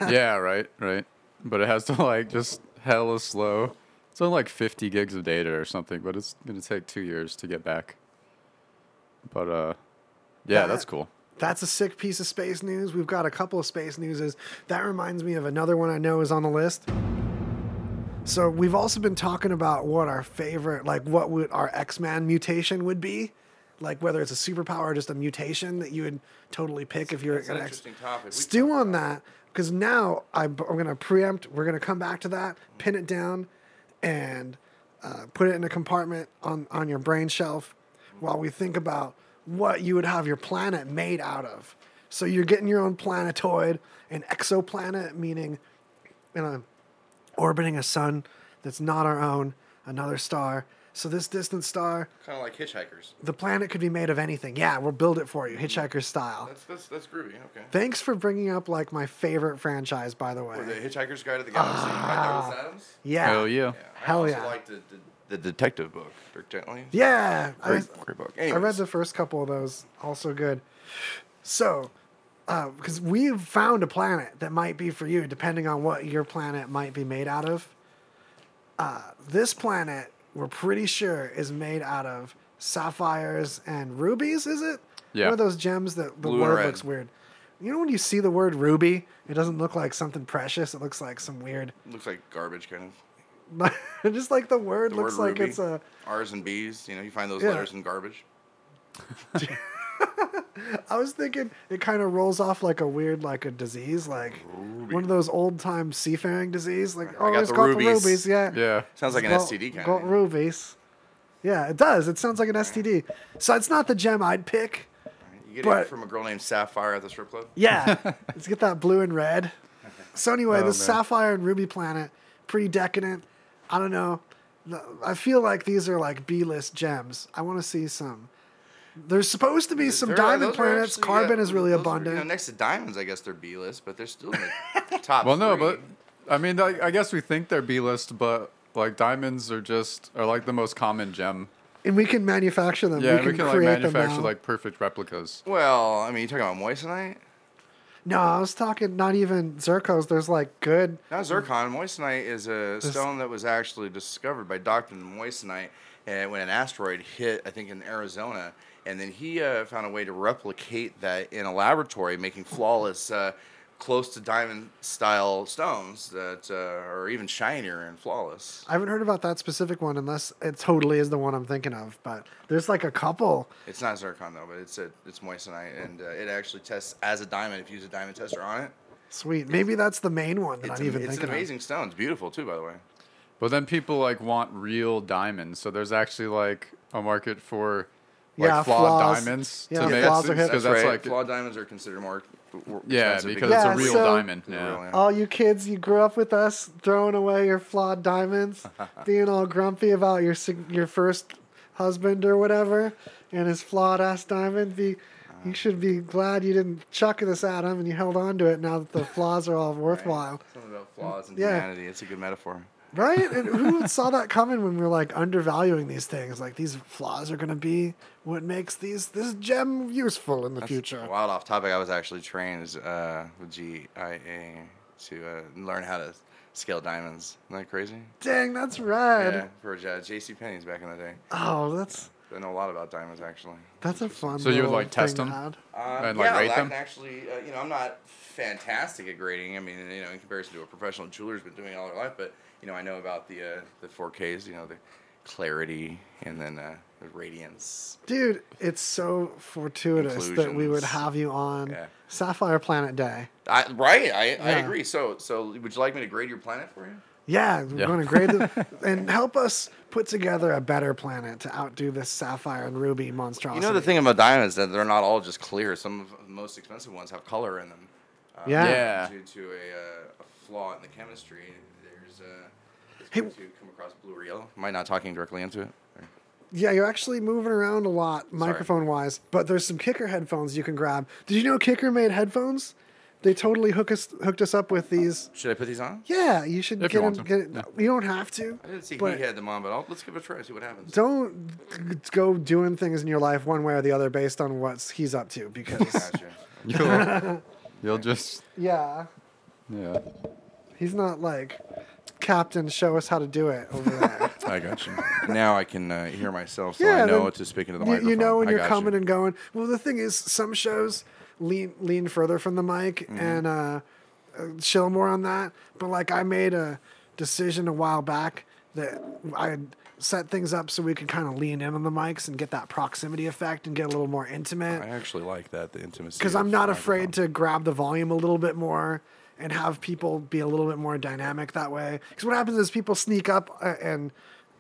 [SPEAKER 1] yeah, right, right. But it has to like just hella slow. It's only like 50 gigs of data or something, but it's gonna take two years to get back. But uh, yeah, that's
[SPEAKER 2] That-
[SPEAKER 1] cool.
[SPEAKER 2] That's a sick piece of space news. We've got a couple of space newses. That reminds me of another one I know is on the list. So we've also been talking about what our favorite, like what would our X-Man mutation would be, like whether it's a superpower or just a mutation that you would totally pick if you're
[SPEAKER 3] That's an
[SPEAKER 2] an X.
[SPEAKER 3] interesting topic. We
[SPEAKER 2] Stew
[SPEAKER 3] talked
[SPEAKER 2] on that because now I, am gonna preempt. We're gonna come back to that, pin it down, and uh, put it in a compartment on on your brain shelf while we think about what you would have your planet made out of. So you're getting your own planetoid, an exoplanet, meaning in a orbiting a sun that's not our own, another star. So this distant star,
[SPEAKER 3] Kind of like hitchhikers.
[SPEAKER 2] the planet could be made of anything. Yeah, we'll build it for you, hitchhiker style.
[SPEAKER 3] That's that's that's groovy. Okay.
[SPEAKER 2] Thanks for bringing up like my favorite franchise, by the
[SPEAKER 3] Or
[SPEAKER 2] way.
[SPEAKER 3] the Hitchhiker's Guide to the Galaxy by Douglas Adams.
[SPEAKER 2] yeah.
[SPEAKER 1] Hell yeah.
[SPEAKER 3] Yeah,
[SPEAKER 2] Ah. Hell
[SPEAKER 3] I also
[SPEAKER 2] yeah.
[SPEAKER 3] liked the, the, the detective book, Dirk Gently.
[SPEAKER 2] Yeah. I-
[SPEAKER 3] Great, great book.
[SPEAKER 2] I read
[SPEAKER 3] Anyways,
[SPEAKER 2] the first couple of those. Also good. So, uh, because we've found a planet that might be for you, depending on what your planet might be made out of. Uh, this planet, we're pretty sure, is made out of sapphires and rubies, is it?
[SPEAKER 1] Yeah.
[SPEAKER 2] One of those gems that the
[SPEAKER 3] Blue and
[SPEAKER 2] word
[SPEAKER 3] red.
[SPEAKER 2] looks weird. You know when you see the word ruby, it doesn't look like something precious. It looks like some weird.
[SPEAKER 3] looks like garbage, kind of.
[SPEAKER 2] just like the word
[SPEAKER 3] The
[SPEAKER 2] looks
[SPEAKER 3] word
[SPEAKER 2] like
[SPEAKER 3] ruby,
[SPEAKER 2] it's a.
[SPEAKER 3] R's and B's. You know, you find those
[SPEAKER 2] Yeah.
[SPEAKER 3] letters in garbage.
[SPEAKER 2] I was thinking it kind of rolls off like a weird, like a disease, like one of those old time seafaring disease. Like, oh,
[SPEAKER 3] got
[SPEAKER 2] it's
[SPEAKER 3] the
[SPEAKER 2] called the
[SPEAKER 3] rubies."
[SPEAKER 2] rubies. Yeah.
[SPEAKER 1] Yeah.
[SPEAKER 3] Sounds like an
[SPEAKER 2] Got-
[SPEAKER 3] STD kind
[SPEAKER 2] got
[SPEAKER 3] of.
[SPEAKER 2] rubies. Yeah, it does. It sounds like an STD. So it's not the gem I'd pick.
[SPEAKER 3] You get
[SPEAKER 2] but-
[SPEAKER 3] it from a girl named Sapphire at the strip club.
[SPEAKER 2] Yeah. Let's get that blue and red. So
[SPEAKER 3] Oh,
[SPEAKER 2] anyway, the
[SPEAKER 1] man.
[SPEAKER 2] sapphire and ruby planet, pretty decadent. I don't know. I feel like these are like B list gems. I want to see some. There's supposed to be some
[SPEAKER 3] There are-
[SPEAKER 2] diamond
[SPEAKER 3] those are
[SPEAKER 2] planets.
[SPEAKER 3] actually,
[SPEAKER 2] Carbon
[SPEAKER 3] yeah,
[SPEAKER 2] is really
[SPEAKER 3] those are,
[SPEAKER 2] abundant.
[SPEAKER 3] you know, next to diamonds, I guess they're B list, but they're still in the top.
[SPEAKER 1] Well, no,
[SPEAKER 3] three.
[SPEAKER 1] but I mean, I, I guess we think they're B list, but like diamonds are just are like the most common gem.
[SPEAKER 2] And we can manufacture them.
[SPEAKER 1] Yeah,
[SPEAKER 2] we can,
[SPEAKER 1] like
[SPEAKER 2] create
[SPEAKER 1] manufacture
[SPEAKER 2] them now.
[SPEAKER 1] like perfect replicas.
[SPEAKER 3] well, I mean, you talking about moissanite?
[SPEAKER 2] No, I was talking not even zircos. There's like good.
[SPEAKER 3] Not zircon. Moissanite is a stone that was actually discovered by Dr. Moissanite uh, when an asteroid hit, I think, in Arizona. And then he uh, found a way to replicate that in a laboratory, making flawless, uh, close to diamond style stones that uh, are even shinier and flawless.
[SPEAKER 2] I haven't heard about that specific one unless it totally is the one I'm thinking of. But there's like a couple.
[SPEAKER 3] It's not zircon, though, but it's a, it's moissanite. And uh, it actually tests as a diamond if you use a diamond tester on it.
[SPEAKER 2] Sweet. Maybe that's the main one that
[SPEAKER 3] It's,
[SPEAKER 2] I'm even
[SPEAKER 3] am- it's an
[SPEAKER 2] thinking
[SPEAKER 3] amazing stone. It's beautiful, too, by the way.
[SPEAKER 1] But then people like want real diamonds, so there's actually like a market for like
[SPEAKER 2] Yeah,
[SPEAKER 1] flawed
[SPEAKER 2] flaws.
[SPEAKER 1] diamonds.
[SPEAKER 2] Yeah,
[SPEAKER 1] make-
[SPEAKER 2] flaws are hip.
[SPEAKER 1] because that's,
[SPEAKER 3] right.
[SPEAKER 1] like
[SPEAKER 3] Flawed diamonds are considered more. e-,
[SPEAKER 1] yeah,
[SPEAKER 3] expensive
[SPEAKER 1] because
[SPEAKER 2] Yeah,
[SPEAKER 1] it's a real
[SPEAKER 2] so-
[SPEAKER 1] diamond.
[SPEAKER 3] It's a
[SPEAKER 1] Yeah.
[SPEAKER 3] real
[SPEAKER 2] of. All you kids, you grew up with us throwing away your flawed diamonds, being all grumpy about your sig- your first husband or whatever, and his flawed ass diamond. Be you should be glad you didn't chuck this at him and you held on to it now that the flaws are all worthwhile.
[SPEAKER 3] Something about flaws and
[SPEAKER 2] Yeah.
[SPEAKER 3] humanity. It's a good metaphor.
[SPEAKER 2] Right? And who saw that coming when we were like undervaluing these things? Like these flaws are going to be what makes these this gem useful in the future.
[SPEAKER 3] Wild off topic. I was actually trained as, uh, with GIA to uh, learn how to scale diamonds. Isn't that crazy?
[SPEAKER 2] Dang, that's rad.
[SPEAKER 3] Yeah, for uh, JC Penney's back in the day.
[SPEAKER 2] Oh, that's
[SPEAKER 3] I know a lot about diamonds actually.
[SPEAKER 2] that's a fun.
[SPEAKER 1] So you would,
[SPEAKER 2] little
[SPEAKER 1] like, test
[SPEAKER 2] thing to
[SPEAKER 1] them?
[SPEAKER 2] add.
[SPEAKER 3] Um,
[SPEAKER 1] And, like,
[SPEAKER 3] yeah,
[SPEAKER 1] rate
[SPEAKER 3] I
[SPEAKER 1] them?
[SPEAKER 3] can actually, uh, you know, I'm not fantastic at grading. I mean, you know, in comparison to a professional jeweler who's been doing it all their life, but you know, I know about the uh, the 4Ks. You know, the clarity and then uh, the radiance.
[SPEAKER 2] Dude, it's so fortuitous that we would
[SPEAKER 3] Inclusions.
[SPEAKER 2] have you on
[SPEAKER 3] Yeah.
[SPEAKER 2] Sapphire Planet Day.
[SPEAKER 3] I, right, I, I
[SPEAKER 2] Yeah.
[SPEAKER 3] agree. So, so would you like me to grade your planet for you?
[SPEAKER 2] Yeah, we're
[SPEAKER 1] Yeah.
[SPEAKER 2] going to grade them and help us put together a better planet to outdo this sapphire and ruby monstrosity.
[SPEAKER 3] You know the thing about diamonds that they're not all just clear. Some of the most expensive ones have color in them. Uh,
[SPEAKER 2] Yeah.
[SPEAKER 1] Yeah.
[SPEAKER 3] Due to a, uh, a flaw in the chemistry, there's uh, it's
[SPEAKER 2] Hey,
[SPEAKER 3] going to come across blue or yellow. Am I not talking directly into it? Or-
[SPEAKER 2] Yeah, you're actually moving around a lot microphone wise, but there's some Kicker headphones you can grab. Did you know Kicker made headphones? They totally hook us hooked us up with these.
[SPEAKER 3] Should I put these on?
[SPEAKER 2] Yeah, you should
[SPEAKER 1] If
[SPEAKER 2] get
[SPEAKER 1] you want
[SPEAKER 2] them.
[SPEAKER 1] to.
[SPEAKER 2] Get it. You don't have to.
[SPEAKER 3] I didn't see
[SPEAKER 2] but
[SPEAKER 3] he had them on, but I'll, let's give it a try. See what happens.
[SPEAKER 2] Don't go doing things in your life one way or the other based on what he's up to because
[SPEAKER 3] Gotcha.
[SPEAKER 1] You'll, you'll just
[SPEAKER 2] yeah,
[SPEAKER 1] yeah.
[SPEAKER 2] he's not like Captain. Show us how to do it over there.
[SPEAKER 1] I got you.
[SPEAKER 3] now I can uh, hear myself, so
[SPEAKER 2] Yeah,
[SPEAKER 3] I know
[SPEAKER 2] then
[SPEAKER 3] what to speak into the
[SPEAKER 2] you,
[SPEAKER 3] microphone.
[SPEAKER 2] you know when
[SPEAKER 3] I
[SPEAKER 2] you're
[SPEAKER 3] got
[SPEAKER 2] coming
[SPEAKER 3] you.
[SPEAKER 2] and going. Well, the thing is, some shows lean lean further from the mic
[SPEAKER 3] Mm-hmm.
[SPEAKER 2] and uh, uh, chill more on that. But like, I made a decision a while back that I set things up so we could kind of lean in on the mics and get that proximity effect and get a little more intimate
[SPEAKER 3] I actually like that the intimacy.
[SPEAKER 2] because I'm not afraid to grab the volume a little bit more and have people be a little bit more dynamic that way. Because what happens is people sneak up uh, and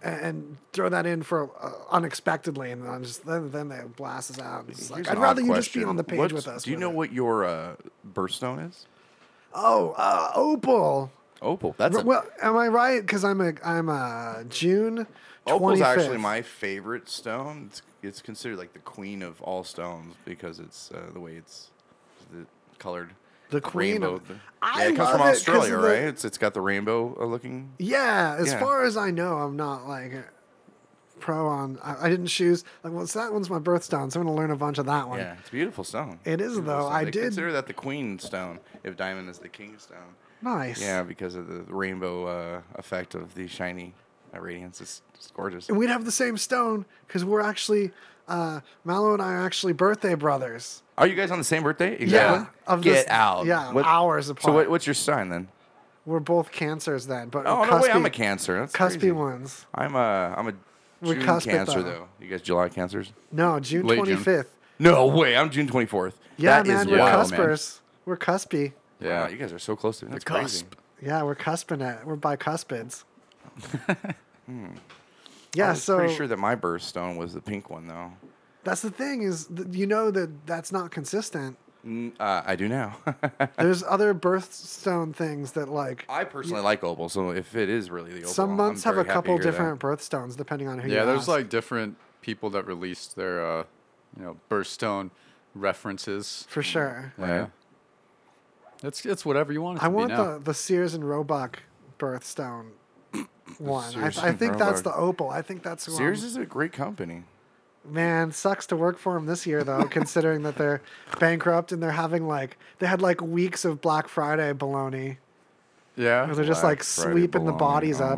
[SPEAKER 2] and throw that in for uh, unexpectedly, and then I'm just then then they blast us out. It's like, I'd rather you just be on the page with us.
[SPEAKER 3] Do you
[SPEAKER 2] with
[SPEAKER 3] know
[SPEAKER 2] it.
[SPEAKER 3] what your uh, birthstone is?
[SPEAKER 2] Oh, uh, Opal.
[SPEAKER 3] Opal. That's a,
[SPEAKER 2] Well, am I right? Because I'm a I'm a June.
[SPEAKER 3] opal's
[SPEAKER 2] 25th.
[SPEAKER 3] actually my favorite stone. It's, it's considered like the queen of all stones because it's uh, the way it's the colored.
[SPEAKER 2] The queen
[SPEAKER 3] rainbow.
[SPEAKER 2] of-
[SPEAKER 3] th-
[SPEAKER 2] I
[SPEAKER 3] yeah, it comes
[SPEAKER 2] love
[SPEAKER 3] from
[SPEAKER 2] it 'cause
[SPEAKER 3] Australia,
[SPEAKER 2] of the-
[SPEAKER 3] right? It's it's got the rainbow uh, looking.
[SPEAKER 2] Yeah, as
[SPEAKER 3] Yeah.
[SPEAKER 2] far as I know, I'm not like pro on. I, I didn't choose like well, it's that one's my birthstone, so I'm gonna learn a bunch of that one.
[SPEAKER 3] Yeah, it's a beautiful stone.
[SPEAKER 2] It is,
[SPEAKER 3] Beautiful
[SPEAKER 2] though.
[SPEAKER 3] stone.
[SPEAKER 2] I
[SPEAKER 3] They
[SPEAKER 2] did-
[SPEAKER 3] consider that the queen stone if diamond is the king stone.
[SPEAKER 2] Nice.
[SPEAKER 3] Yeah, because of the rainbow uh, effect of the shiny uh, radiance. It's, it's gorgeous.
[SPEAKER 2] and we'd have the same stone because we're actually uh, Mallow and I are actually birthday brothers.
[SPEAKER 3] Are you guys on the same birthday?
[SPEAKER 2] Yeah, of
[SPEAKER 3] Get
[SPEAKER 2] this-
[SPEAKER 3] out.
[SPEAKER 2] yeah, hours
[SPEAKER 3] So
[SPEAKER 2] apart.
[SPEAKER 3] what, what's your sign then?
[SPEAKER 2] We're both cancers then, but
[SPEAKER 3] Oh
[SPEAKER 2] we're
[SPEAKER 3] no way!
[SPEAKER 2] cuspy-
[SPEAKER 3] I'm a Cancer. That's
[SPEAKER 2] Cuspy
[SPEAKER 3] crazy.
[SPEAKER 2] ones.
[SPEAKER 3] I'm a I'm a
[SPEAKER 2] We're
[SPEAKER 3] June
[SPEAKER 2] cuspy,
[SPEAKER 3] Cancer
[SPEAKER 2] though.
[SPEAKER 3] though. You guys July Cancers?
[SPEAKER 2] No, June
[SPEAKER 1] Late June.
[SPEAKER 2] twenty fifth.
[SPEAKER 3] No way! I'm June 24th.
[SPEAKER 2] Yeah,
[SPEAKER 3] That is
[SPEAKER 2] man, we're
[SPEAKER 1] wild, cusp-
[SPEAKER 3] wild.
[SPEAKER 1] man.
[SPEAKER 2] cuspers. We're cuspy.
[SPEAKER 3] Yeah,
[SPEAKER 1] Yeah.
[SPEAKER 3] you guys are so close to that's crazy.
[SPEAKER 1] cusp.
[SPEAKER 2] Yeah, we're cusping it. We're bicuspids. Yeah,
[SPEAKER 3] I'm
[SPEAKER 2] so
[SPEAKER 3] Hmm. pretty sure that my birthstone was the pink one though.
[SPEAKER 2] That's the thing is th- you know that that's not consistent.
[SPEAKER 3] Mm, uh, I do now.
[SPEAKER 2] There's other birthstone things that like
[SPEAKER 3] I personally like opal, so if it is really the opal,
[SPEAKER 2] some
[SPEAKER 3] I'm
[SPEAKER 2] months have
[SPEAKER 3] very
[SPEAKER 2] a
[SPEAKER 3] happy to
[SPEAKER 2] couple
[SPEAKER 3] hear that.
[SPEAKER 2] different birthstones depending on who.
[SPEAKER 1] Yeah,
[SPEAKER 2] you
[SPEAKER 1] there's
[SPEAKER 2] ask.
[SPEAKER 1] like different people that released their uh, you know, birthstone references.
[SPEAKER 2] for sure.
[SPEAKER 1] Yeah. It's it's whatever you want it to
[SPEAKER 2] I want
[SPEAKER 1] be now.
[SPEAKER 2] the the Sears and Roebuck birthstone one. I,
[SPEAKER 3] Sears
[SPEAKER 2] I
[SPEAKER 3] and
[SPEAKER 2] think that's
[SPEAKER 3] Roebuck.
[SPEAKER 2] the opal. I think that's who I'm-
[SPEAKER 3] Sears is a great company.
[SPEAKER 2] Man, sucks to work for them this year though, considering that they're bankrupt and they're having like they had like weeks of Black Friday baloney.
[SPEAKER 1] yeah.
[SPEAKER 2] They're just like sweeping the
[SPEAKER 3] Oh
[SPEAKER 2] bodies up.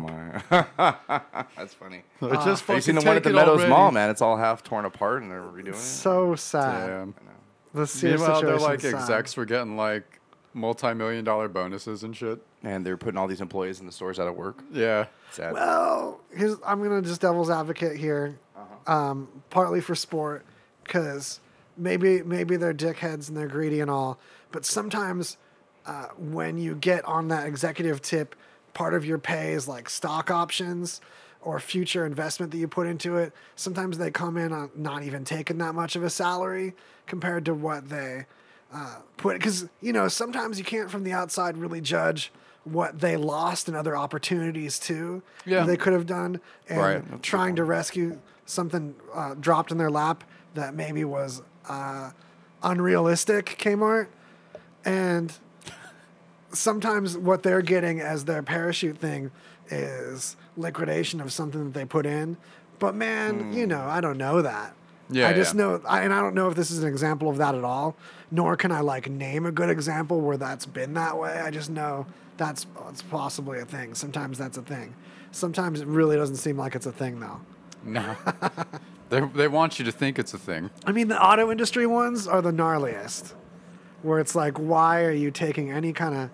[SPEAKER 3] up. That's funny. Have
[SPEAKER 1] They're just
[SPEAKER 3] you
[SPEAKER 1] fucking
[SPEAKER 3] seen the one at the
[SPEAKER 1] take it
[SPEAKER 3] Meadows
[SPEAKER 1] already.
[SPEAKER 3] Mall, man? It's all half torn apart and they're redoing it.
[SPEAKER 2] So sad.
[SPEAKER 1] Damn.
[SPEAKER 2] The Sears
[SPEAKER 1] Meanwhile, they're
[SPEAKER 2] situation.
[SPEAKER 1] like
[SPEAKER 2] sucks.
[SPEAKER 1] execs were getting like multi-million dollar bonuses and shit.
[SPEAKER 3] And they're putting all these employees in the stores out of work.
[SPEAKER 1] Yeah.
[SPEAKER 3] Sad.
[SPEAKER 2] Well, here's, I'm gonna just devil's advocate here, um, partly for sport, because maybe maybe they're dickheads and they're greedy and all, but sometimes uh, when you get on that executive tip, part of your pay is like stock options or future investment that you put into it. Sometimes they come in on not even taking that much of a salary compared to what they uh, put because you know sometimes you can't from the outside really judge what they lost and other opportunities too
[SPEAKER 1] Yeah.
[SPEAKER 2] that they could have done and
[SPEAKER 3] Right, that's a good
[SPEAKER 2] trying to rescue something uh, dropped in their lap that maybe was uh, unrealistic kmart and sometimes what they're getting as their parachute thing is liquidation of something that they put in. But man, you know, I don't know that.
[SPEAKER 1] Hmm. Yeah,
[SPEAKER 2] I just
[SPEAKER 1] yeah.
[SPEAKER 2] know, I, and I don't know if this is an example of that at all. Nor can I like name a good example where that's been that way. I just know that's it's possibly a thing. Sometimes that's a thing. Sometimes it really doesn't seem like it's a thing though.
[SPEAKER 1] No. they they want you to think it's a thing.
[SPEAKER 2] I mean, the auto industry ones are the gnarliest, where it's like, why are you taking any kind of.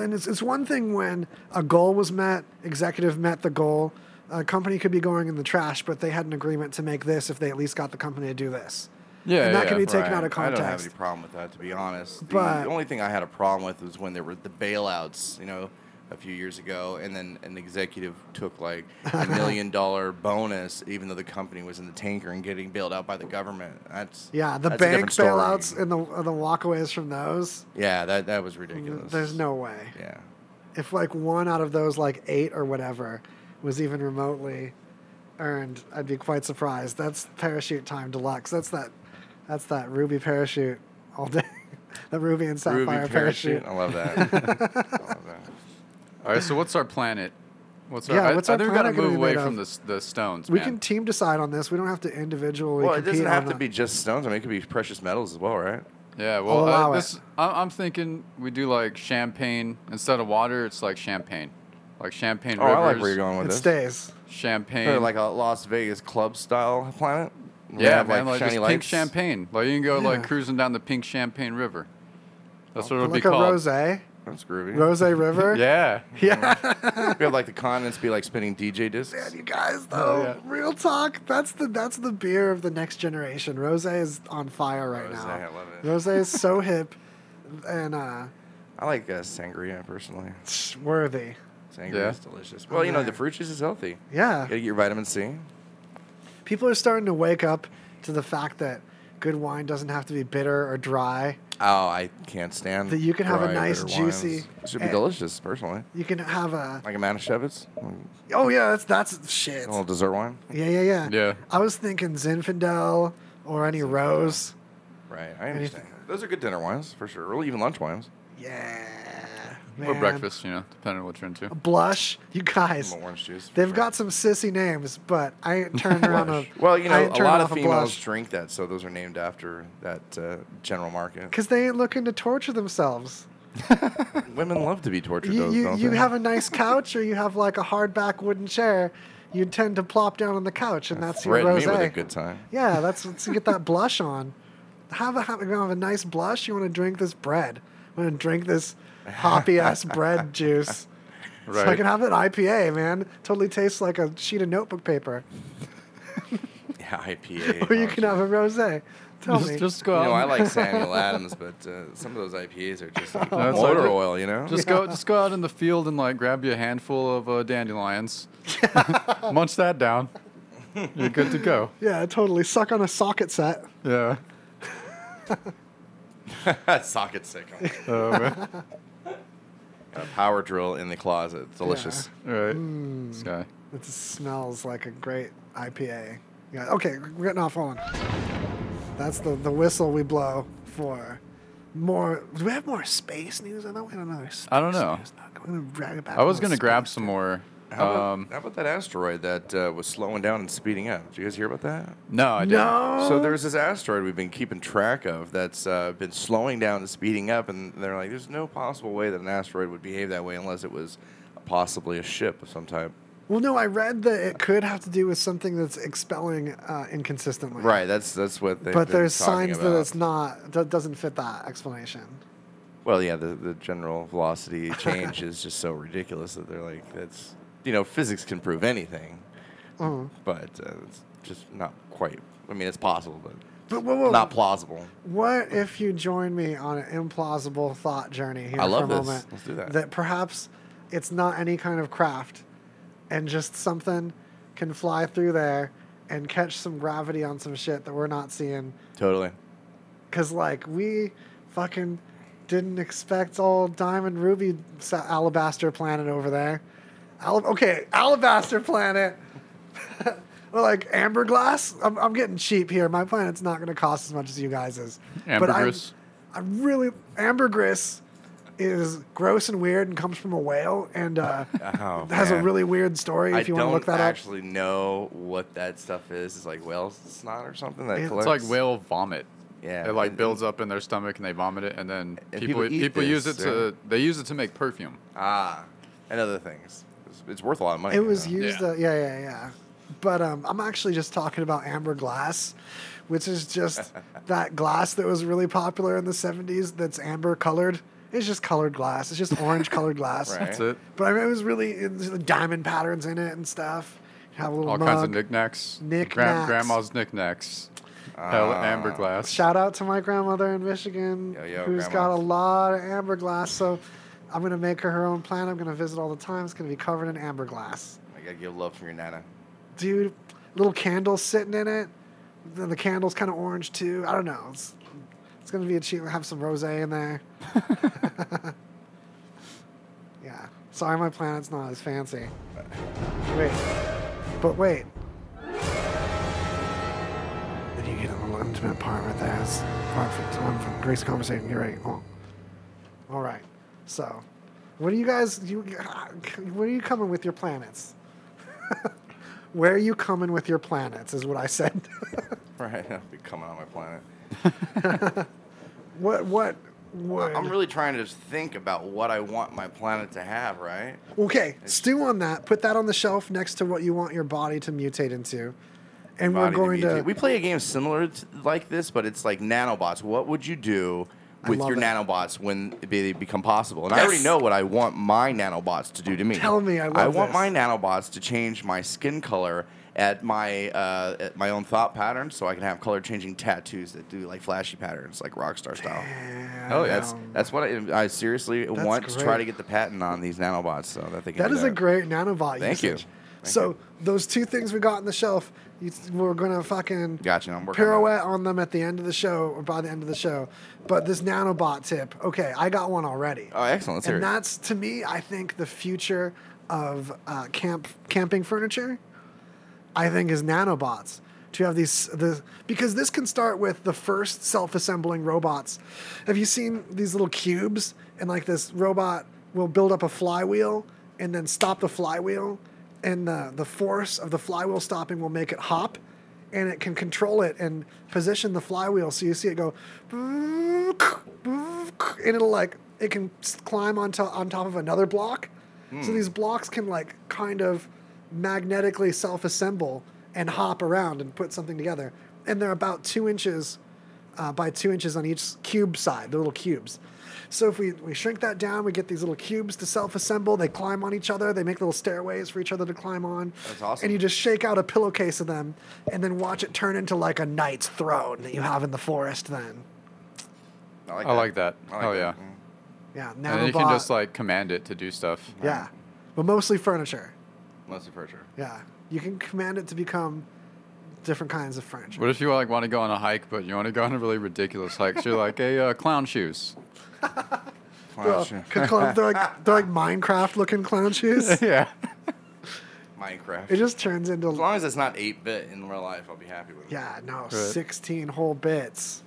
[SPEAKER 2] And it's, it's one thing when a goal was met, executive met the goal, a company could be going in the trash, but they had an agreement to make this if they at least got the company to do this.
[SPEAKER 1] Yeah.
[SPEAKER 2] And that
[SPEAKER 1] yeah.
[SPEAKER 2] can be taken out of
[SPEAKER 3] I don't have
[SPEAKER 2] context.
[SPEAKER 3] any problem with that, to be honest. The
[SPEAKER 2] But-
[SPEAKER 3] only thing I had a problem with was when there were the bailouts. You know, a few years ago, and then an executive took like a million dollar bonus, even though the company was in the tanker and getting bailed out by the government. That's
[SPEAKER 2] Yeah, the
[SPEAKER 3] that's a
[SPEAKER 2] bank
[SPEAKER 3] different story.
[SPEAKER 2] bailouts and the and the walkaways from those.
[SPEAKER 3] Yeah, that that was ridiculous.
[SPEAKER 2] There's no way.
[SPEAKER 3] Yeah.
[SPEAKER 2] If like one out of those like eight or whatever was even remotely earned, I'd be quite surprised. That's parachute time deluxe. That's that. That's that ruby parachute all day. the ruby and sapphire
[SPEAKER 3] Ruby
[SPEAKER 2] parachute.
[SPEAKER 3] parachute. Oh, I love that. I love that.
[SPEAKER 1] All right, so what's our planet? What's
[SPEAKER 2] Yeah,
[SPEAKER 1] our,
[SPEAKER 2] what's
[SPEAKER 1] I,
[SPEAKER 2] our
[SPEAKER 1] I think we gotta
[SPEAKER 2] planet gonna
[SPEAKER 1] move
[SPEAKER 2] be
[SPEAKER 1] away
[SPEAKER 2] made
[SPEAKER 1] from
[SPEAKER 2] of?
[SPEAKER 1] the s- the stones.
[SPEAKER 2] We
[SPEAKER 1] man.
[SPEAKER 2] can team decide on this. We don't have to individually.
[SPEAKER 3] Well, it
[SPEAKER 2] compete
[SPEAKER 3] doesn't have
[SPEAKER 2] on
[SPEAKER 3] to
[SPEAKER 2] a-
[SPEAKER 3] be just stones. I mean, it could be precious metals as well, right?
[SPEAKER 1] Yeah,
[SPEAKER 2] I'll
[SPEAKER 1] well,
[SPEAKER 2] allow
[SPEAKER 1] uh,
[SPEAKER 2] it.
[SPEAKER 1] this, I, I'm thinking we do like champagne instead of water. It's like champagne, like champagne
[SPEAKER 3] Oh,
[SPEAKER 1] rivers.
[SPEAKER 3] I like where you're going with
[SPEAKER 2] It
[SPEAKER 3] this.
[SPEAKER 2] stays.
[SPEAKER 1] Champagne,
[SPEAKER 3] Sort of like a Las Vegas club style planet. They
[SPEAKER 1] yeah,
[SPEAKER 3] have,
[SPEAKER 1] man, like,
[SPEAKER 3] shiny
[SPEAKER 1] just pink
[SPEAKER 3] lights.
[SPEAKER 1] champagne. Like you can go like
[SPEAKER 2] Yeah. Oh,
[SPEAKER 1] cruising down the pink champagne river. That's what it'll
[SPEAKER 2] like
[SPEAKER 1] be
[SPEAKER 2] a
[SPEAKER 1] called.
[SPEAKER 2] rosé,
[SPEAKER 3] That's groovy.
[SPEAKER 2] rosé river.
[SPEAKER 1] Yeah,
[SPEAKER 3] We have like the continents be like spinning DJ discs.
[SPEAKER 2] Man, you guys,
[SPEAKER 3] Oh,
[SPEAKER 2] though,
[SPEAKER 1] yeah.
[SPEAKER 2] real talk. That's the that's the beer of the next generation. Rosé is on fire right
[SPEAKER 3] Rosé,
[SPEAKER 2] now.
[SPEAKER 3] I love it.
[SPEAKER 2] Rosé is so hip and uh,
[SPEAKER 3] I like uh, sangria personally.
[SPEAKER 2] it's worthy.
[SPEAKER 3] Sangria
[SPEAKER 1] Yeah.
[SPEAKER 3] is delicious. Well, you know, the
[SPEAKER 2] Alright.
[SPEAKER 3] fruit juice is healthy.
[SPEAKER 2] Yeah.
[SPEAKER 3] You gotta get your vitamin C.
[SPEAKER 2] People are starting to wake up to the fact that good wine doesn't have to be bitter or dry.
[SPEAKER 3] Oh, I can't stand
[SPEAKER 2] That you can have a
[SPEAKER 3] dry,
[SPEAKER 2] nice,
[SPEAKER 3] bitter wines.
[SPEAKER 2] juicy-
[SPEAKER 3] It should be
[SPEAKER 2] eh.
[SPEAKER 3] delicious, personally.
[SPEAKER 2] You can have a
[SPEAKER 3] Like a Manischewitz, a
[SPEAKER 2] oh yeah, that's that's shit.
[SPEAKER 3] little dessert wine.
[SPEAKER 2] Yeah, yeah, yeah.
[SPEAKER 1] Yeah.
[SPEAKER 2] I was thinking Zinfandel or any rose.
[SPEAKER 3] Right, I understand. Those are good dinner wines for sure, or even lunch wines.
[SPEAKER 2] Yeah.
[SPEAKER 1] or
[SPEAKER 2] man.
[SPEAKER 1] breakfast, you know, depending on what you're into.
[SPEAKER 2] Blush, you guys.
[SPEAKER 3] Some orange juice. for
[SPEAKER 2] They've
[SPEAKER 3] sure.
[SPEAKER 2] got some sissy names, but I ain't turned around a.
[SPEAKER 3] Blush. Well, you know, a lot of females
[SPEAKER 2] females
[SPEAKER 3] drink that, so those are named after that uh, general market.
[SPEAKER 2] because they ain't looking to torture themselves.
[SPEAKER 3] Women love to be tortured,
[SPEAKER 2] You
[SPEAKER 3] those,
[SPEAKER 2] you,
[SPEAKER 3] don't
[SPEAKER 2] you
[SPEAKER 3] they?
[SPEAKER 2] have a nice couch, or you have like a hardback wooden chair. You tend to plop down on the couch, and that's your
[SPEAKER 3] Threaten me
[SPEAKER 2] rosé.
[SPEAKER 3] with a good time.
[SPEAKER 2] Yeah, that's to get that blush on. Have a have, a- have a nice blush. You want to drink this bread. You want to drink this hoppy ass bread juice. So I
[SPEAKER 1] Right.
[SPEAKER 2] can have an IPA, man. Totally tastes like a sheet of notebook paper.
[SPEAKER 3] Yeah, IPA.
[SPEAKER 2] Or you
[SPEAKER 3] oh,
[SPEAKER 2] can have a rosé. Tell me.
[SPEAKER 1] Just, just go
[SPEAKER 3] You
[SPEAKER 1] out.
[SPEAKER 3] know, I
[SPEAKER 1] and-
[SPEAKER 3] like Samuel Adams, but uh, some of those IPAs are just like
[SPEAKER 1] That's
[SPEAKER 3] motor
[SPEAKER 1] like-
[SPEAKER 3] oil, you know?
[SPEAKER 1] Just go, just go out in the field and like grab you a handful of uh, dandelions, munch that down. You're good to go.
[SPEAKER 2] yeah, totally. Suck on a socket set.
[SPEAKER 1] Yeah.
[SPEAKER 3] socket signal.
[SPEAKER 1] Oh, man.
[SPEAKER 3] A power drill in the closet. It's Delicious.
[SPEAKER 1] All right. This guy.
[SPEAKER 2] It just smells like a great IPA. Yeah. Okay, we're getting off on. That's the, the whistle we blow for more. Do we have more space news? I don't. We don't know. There's
[SPEAKER 1] I don't
[SPEAKER 2] space
[SPEAKER 1] know.
[SPEAKER 2] news. Not gonna brag about
[SPEAKER 1] I was
[SPEAKER 2] more
[SPEAKER 1] gonna
[SPEAKER 2] space.
[SPEAKER 1] grab some more.
[SPEAKER 3] How, about,
[SPEAKER 1] Um,
[SPEAKER 3] how about that asteroid that uh, was slowing down and speeding up? Did you guys hear about that?
[SPEAKER 1] no, I didn't.
[SPEAKER 2] No.
[SPEAKER 3] So there's this asteroid we've been keeping track of that's uh, been slowing down and speeding up, and they're like, there's no possible way that an asteroid would behave that way unless it was possibly a ship of some type.
[SPEAKER 2] Well, no, I read that it could have to do with something that's expelling uh, inconsistently.
[SPEAKER 3] Right. That's that's what they.
[SPEAKER 2] But there's signs that it's not. That doesn't fit that explanation.
[SPEAKER 3] Well, yeah, the, the general velocity change is just so ridiculous that they're like, that's you know, physics can prove anything,
[SPEAKER 2] Oh.
[SPEAKER 3] but uh, it's just not quite. I mean, it's possible, but
[SPEAKER 2] But whoa, whoa.
[SPEAKER 3] not plausible.
[SPEAKER 2] What if you join me on an implausible thought journey here
[SPEAKER 3] I love
[SPEAKER 2] for a
[SPEAKER 3] this.
[SPEAKER 2] moment?
[SPEAKER 3] Let's do that.
[SPEAKER 2] perhaps it's not any kind of craft, and just something can fly through there and catch some gravity on some shit that we're not seeing.
[SPEAKER 3] Totally.
[SPEAKER 2] Cause like we fucking didn't expect old diamond ruby sa- alabaster planet over there. Al- okay, alabaster planet. Or like amber glass. I'm, I'm getting cheap here. My planet's not going to cost as much as you guys is.
[SPEAKER 1] Ambergris?
[SPEAKER 2] But I'm, I'm really ambergris is gross and weird and comes from a whale and uh,
[SPEAKER 3] Oh,
[SPEAKER 2] has a
[SPEAKER 3] man.
[SPEAKER 2] really weird story.
[SPEAKER 3] I
[SPEAKER 2] If you want
[SPEAKER 3] don't
[SPEAKER 2] to look that up.
[SPEAKER 3] actually know what that stuff is. It's like whale snot or something that
[SPEAKER 2] It's
[SPEAKER 1] It's
[SPEAKER 3] collects.
[SPEAKER 1] like whale vomit.
[SPEAKER 3] Yeah,
[SPEAKER 1] It like
[SPEAKER 3] and-
[SPEAKER 1] builds up in their stomach and they vomit it, and then
[SPEAKER 3] And
[SPEAKER 1] people
[SPEAKER 3] people
[SPEAKER 1] people,
[SPEAKER 3] eat
[SPEAKER 1] use it
[SPEAKER 3] this,
[SPEAKER 1] to they use it to make perfume.
[SPEAKER 3] Ah, and other things. It's, it's worth a lot of money.
[SPEAKER 2] It
[SPEAKER 3] you
[SPEAKER 2] was
[SPEAKER 3] know?
[SPEAKER 2] used.
[SPEAKER 1] Yeah.
[SPEAKER 2] uh, yeah, yeah, yeah. But um, I'm actually just talking about amber glass, which is just that glass that was really popular in the 70s that's amber colored. It's just colored glass. It's just orange colored glass.
[SPEAKER 3] Right.
[SPEAKER 1] That's it.
[SPEAKER 2] But I mean, it was really it was like diamond patterns in it and stuff. You have a little
[SPEAKER 1] All
[SPEAKER 2] mug.
[SPEAKER 1] kinds of knickknacks.
[SPEAKER 2] Knickknacks.
[SPEAKER 1] grandma's knickknacks. Hell, amber glass.
[SPEAKER 2] Shout out to my grandmother in Migrand,
[SPEAKER 3] Yo, yo,
[SPEAKER 2] who's
[SPEAKER 3] grandma.
[SPEAKER 2] got a lot of amber glass. So I'm gonna make her her own planet. I'm gonna visit all the time. It's gonna be covered in amberglass,
[SPEAKER 3] I gotta give love from your nana.
[SPEAKER 2] dude. Little candle sitting in it. Then the candle's kind of orange too. I don't know. It's it's gonna be a cheat. Have some rosé in there. yeah. Sorry, my planet's not as fancy. Wait, but wait. Then you get a little intimate part with that. It's part from time from Grace conversation. You're right. Oh. All right. So, what are you guys? You, where are you coming with your planets? where are you coming with your planets? Is what I said.
[SPEAKER 3] Right, I'll be coming on my planet.
[SPEAKER 2] what? What? What?
[SPEAKER 3] I'm really trying to just think about what I want my planet to have, right?
[SPEAKER 2] Okay, stew on that. Put that on the shelf next to what you want your body to mutate into, and
[SPEAKER 3] Body to
[SPEAKER 2] we're going
[SPEAKER 3] be-
[SPEAKER 2] to.
[SPEAKER 3] We play a game similar to like this, but it's like nanobots. What would you do
[SPEAKER 2] I
[SPEAKER 3] with
[SPEAKER 2] love
[SPEAKER 3] your
[SPEAKER 2] it.
[SPEAKER 3] nanobots when they become possible? And I already know what I want my nanobots to do to me.
[SPEAKER 2] Tell me, I
[SPEAKER 3] I
[SPEAKER 2] love
[SPEAKER 3] want
[SPEAKER 2] this.
[SPEAKER 3] my nanobots to change my skin color at my uh, at my own thought patterns, so I can have color changing tattoos that do like flashy patterns, like rockstar style.
[SPEAKER 2] Oh,
[SPEAKER 3] that's that's what I, I seriously want to try
[SPEAKER 2] great.
[SPEAKER 3] to get the patent on these nanobots so that they can.
[SPEAKER 2] That
[SPEAKER 3] do
[SPEAKER 2] is a great nanobot.
[SPEAKER 3] Thank you.
[SPEAKER 2] usage.
[SPEAKER 3] Thank
[SPEAKER 2] so
[SPEAKER 3] you.
[SPEAKER 2] those two things we got on the shelf, you, we're gonna fucking
[SPEAKER 3] Gotcha, I'm working on
[SPEAKER 2] pirouette on them at the end of the show or by the end of the show. But this nanobot tip, okay, I got one already.
[SPEAKER 3] Oh, excellent! Let's hear
[SPEAKER 2] and
[SPEAKER 3] it.
[SPEAKER 2] that's to me, I think the future of uh, camp camping furniture. I think is nanobots to have these the because this can start with the first self-assembling robots. Have you seen these little cubes and like this robot will build up a flywheel and then stop the flywheel and uh, the the force of the flywheel stopping will make it hop and it can control it and position the flywheel so you see it go and it'll like it can s- climb on top on top of another block
[SPEAKER 3] Hmm.
[SPEAKER 2] so these blocks can like kind of magnetically self-assemble and hop around and put something together. And they're about two inches uh, by two inches on each cube side. They're little cubes. So if we, we shrink that down, we get these little cubes to self-assemble. They climb on each other. They make little stairways for each other to climb on.
[SPEAKER 3] That's awesome.
[SPEAKER 2] And you just shake out a pillowcase of them, and then watch it turn into like a knight's throne that you have in the forest. Then,
[SPEAKER 3] like
[SPEAKER 1] I like that.
[SPEAKER 3] I like
[SPEAKER 1] oh
[SPEAKER 3] that.
[SPEAKER 1] yeah.
[SPEAKER 3] Mm.
[SPEAKER 2] yeah, nanobot.
[SPEAKER 1] And then you can just like command it to do stuff.
[SPEAKER 2] yeah, but mostly furniture.
[SPEAKER 3] Mostly furniture.
[SPEAKER 2] Yeah, you can command it to become different kinds of furniture.
[SPEAKER 1] What if you like want to go on a hike, but you want to go on a really ridiculous hike? So you're like, hey, uh, clown shoes.
[SPEAKER 2] Well,
[SPEAKER 3] Clown shoe.
[SPEAKER 2] c- clown- they're like they're like Minecraft looking clown shoes. It
[SPEAKER 1] yeah.
[SPEAKER 3] Minecraft.
[SPEAKER 2] just turns
[SPEAKER 3] as
[SPEAKER 2] into
[SPEAKER 3] long as it's not eight bit in real life, I'll be happy with it.
[SPEAKER 2] yeah, no,
[SPEAKER 1] Right.
[SPEAKER 2] sixteen whole bits.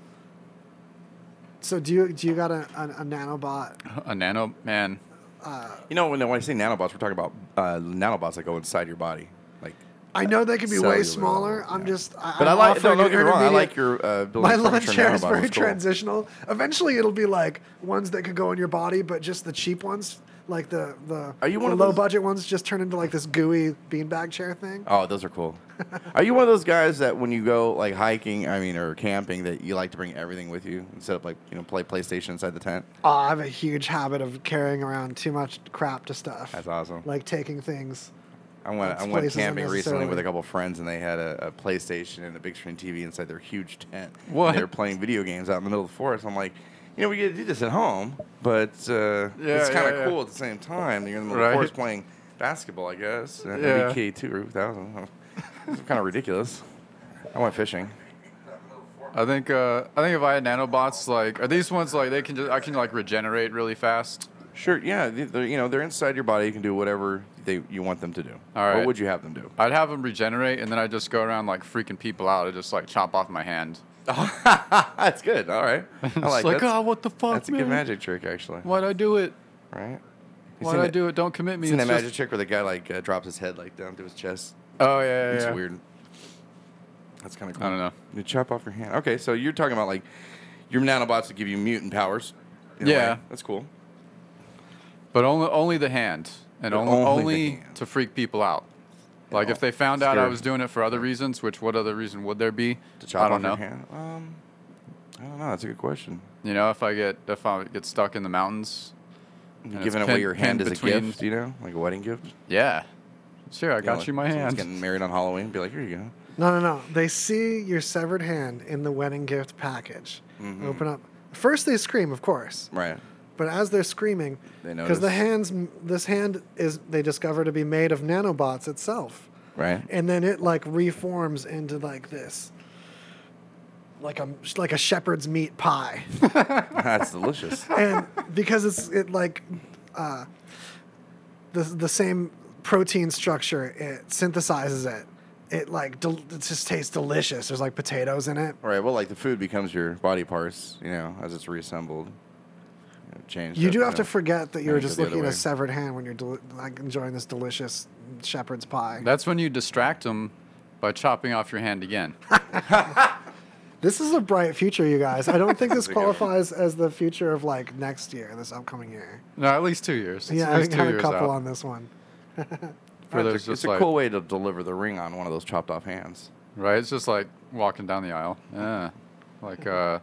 [SPEAKER 2] So do you do you got a, a, a nanobot?
[SPEAKER 1] A nano man.
[SPEAKER 3] You know, when, when I say nanobots, we're talking about uh, nanobots that go inside your body. Like,
[SPEAKER 2] I know they can be
[SPEAKER 3] Cellular
[SPEAKER 2] way
[SPEAKER 3] level,
[SPEAKER 2] smaller. I'm
[SPEAKER 3] yeah.
[SPEAKER 2] just I,
[SPEAKER 3] but
[SPEAKER 2] I'm
[SPEAKER 3] I like. No,
[SPEAKER 2] offering
[SPEAKER 3] don't
[SPEAKER 2] an
[SPEAKER 3] get me wrong. I
[SPEAKER 2] intermediate-
[SPEAKER 3] like your uh, building.
[SPEAKER 2] My lawn
[SPEAKER 3] furniture
[SPEAKER 2] chair is
[SPEAKER 3] nanobot
[SPEAKER 2] very
[SPEAKER 3] was cool.
[SPEAKER 2] transitional. Eventually, it'll be like ones that could go in your body, but just the cheap ones, like the the,
[SPEAKER 3] Are you
[SPEAKER 2] the
[SPEAKER 3] one of
[SPEAKER 2] low
[SPEAKER 3] those-
[SPEAKER 2] budget ones, just turn into like this gooey beanbag chair thing.
[SPEAKER 3] Oh, those are cool. are you one of those guys that when you go like hiking, I mean, or camping, that you like to bring everything with you instead of like you know play PlayStation inside the tent?
[SPEAKER 2] Oh, I have a huge habit of carrying around too much crap to stuff.
[SPEAKER 3] That's awesome.
[SPEAKER 2] Like taking things.
[SPEAKER 3] I went
[SPEAKER 2] That's
[SPEAKER 3] I went
[SPEAKER 2] places
[SPEAKER 3] camping recently with
[SPEAKER 2] unnecessarily.
[SPEAKER 3] a couple friends, and they had a, a PlayStation and a big screen TV inside their huge tent. And
[SPEAKER 1] What?
[SPEAKER 3] They were playing video games out in the middle of the forest. I'm like, you know, we get to do this at home, but uh,
[SPEAKER 1] Yeah,
[SPEAKER 3] it's kind of
[SPEAKER 1] yeah, yeah.
[SPEAKER 3] cool at the same time. You're in the middle of
[SPEAKER 1] Right.
[SPEAKER 3] the forest playing basketball, I guess. Uh,
[SPEAKER 1] Yeah.
[SPEAKER 3] MBK two or thousand. it's kind of ridiculous. I went fishing.
[SPEAKER 1] I think uh, I think if I had nanobots, like are these ones like they can just I can like regenerate really fast.
[SPEAKER 3] Sure, yeah, they- they're, you know they're inside your body. You can do whatever they you want them to do.
[SPEAKER 1] All right.
[SPEAKER 3] What would you have them do?
[SPEAKER 1] I'd have them regenerate, and then I would just go around like freaking people out. I just like chop off my hand.
[SPEAKER 3] That's good. All right, I
[SPEAKER 1] It's like,
[SPEAKER 3] that.
[SPEAKER 1] oh, what the fuck,
[SPEAKER 3] That's a good
[SPEAKER 1] man?
[SPEAKER 3] magic trick, actually.
[SPEAKER 1] Why'd I do it?
[SPEAKER 3] Right? You
[SPEAKER 1] Why'd
[SPEAKER 3] seen
[SPEAKER 1] I
[SPEAKER 3] it-
[SPEAKER 1] do it? Don't commit me.
[SPEAKER 3] Seen that
[SPEAKER 1] It's
[SPEAKER 3] magic
[SPEAKER 1] just-
[SPEAKER 3] trick where the guy like uh, drops his head like down to his chest?
[SPEAKER 1] Oh yeah, yeah.
[SPEAKER 3] It's
[SPEAKER 1] yeah.
[SPEAKER 3] weird. That's kind of cool.
[SPEAKER 1] I don't know.
[SPEAKER 3] You chop off your hand. Okay, so you're talking about like your nanobots that give you mutant powers. in a
[SPEAKER 1] Yeah.
[SPEAKER 3] way. that's cool.
[SPEAKER 1] But only only the hand, and
[SPEAKER 3] But
[SPEAKER 1] only
[SPEAKER 3] only the
[SPEAKER 1] only
[SPEAKER 3] hand.
[SPEAKER 1] to freak people out. Like
[SPEAKER 3] Yeah. oh,
[SPEAKER 1] if they found out I
[SPEAKER 3] Scary.
[SPEAKER 1] was doing it for other reasons, which what other reason would there be?
[SPEAKER 3] To chop
[SPEAKER 1] I don't
[SPEAKER 3] off
[SPEAKER 1] know.
[SPEAKER 3] your hand. Um, I don't know. That's a good question.
[SPEAKER 1] You know, if I get if I get stuck in the mountains, it's
[SPEAKER 3] Giving away
[SPEAKER 1] pinned-
[SPEAKER 3] your hand as
[SPEAKER 1] pinned
[SPEAKER 3] a
[SPEAKER 1] between-
[SPEAKER 3] gift, you know, like a wedding gift.
[SPEAKER 1] yeah, sure, I got
[SPEAKER 3] know,
[SPEAKER 1] you my
[SPEAKER 3] someone's
[SPEAKER 1] hand.
[SPEAKER 3] Getting married on Halloween, be like, here you go.
[SPEAKER 2] No, no, no. They see your severed
[SPEAKER 3] Mm-hmm.
[SPEAKER 2] hand in the wedding gift package. Open up. First, they scream, of course.
[SPEAKER 3] Right.
[SPEAKER 2] But as they're screaming,
[SPEAKER 3] They
[SPEAKER 2] because the
[SPEAKER 3] notice.
[SPEAKER 2] hands, this hand is they discover to be made of nanobots itself,
[SPEAKER 3] Right.
[SPEAKER 2] and then it like reforms into like this, like a like a shepherd's meat pie,
[SPEAKER 3] That's delicious.
[SPEAKER 2] and because it's it like, uh, the the same protein structure, it synthesizes it. It like del- it just tastes delicious. There's like potatoes in it.
[SPEAKER 3] All right. Well, like the food becomes your body parts, you know, as it's reassembled, you know, changed.
[SPEAKER 2] You
[SPEAKER 3] up,
[SPEAKER 2] do have to
[SPEAKER 3] know.
[SPEAKER 2] forget that you were
[SPEAKER 3] Hands
[SPEAKER 2] just
[SPEAKER 3] go the
[SPEAKER 2] looking at
[SPEAKER 3] other
[SPEAKER 2] a
[SPEAKER 3] way.
[SPEAKER 2] severed hand when you're deli- like enjoying this delicious shepherd's pie.
[SPEAKER 1] That's when you distract them by chopping off your hand again.
[SPEAKER 2] This is a bright future, you guys. I don't think this
[SPEAKER 3] a good one.
[SPEAKER 2] qualifies as the future of like next year, this upcoming year.
[SPEAKER 1] no, at least two years. It's
[SPEAKER 2] yeah,
[SPEAKER 1] at
[SPEAKER 2] I
[SPEAKER 1] least two
[SPEAKER 2] got a
[SPEAKER 1] years
[SPEAKER 2] couple
[SPEAKER 1] out.
[SPEAKER 2] on this one.
[SPEAKER 1] For those
[SPEAKER 3] It's, a-
[SPEAKER 1] just
[SPEAKER 3] it's a
[SPEAKER 1] like,
[SPEAKER 3] cool way to deliver the ring on one of those chopped off hands.
[SPEAKER 1] right? It's just like walking down the aisle. Yeah. Like, uh,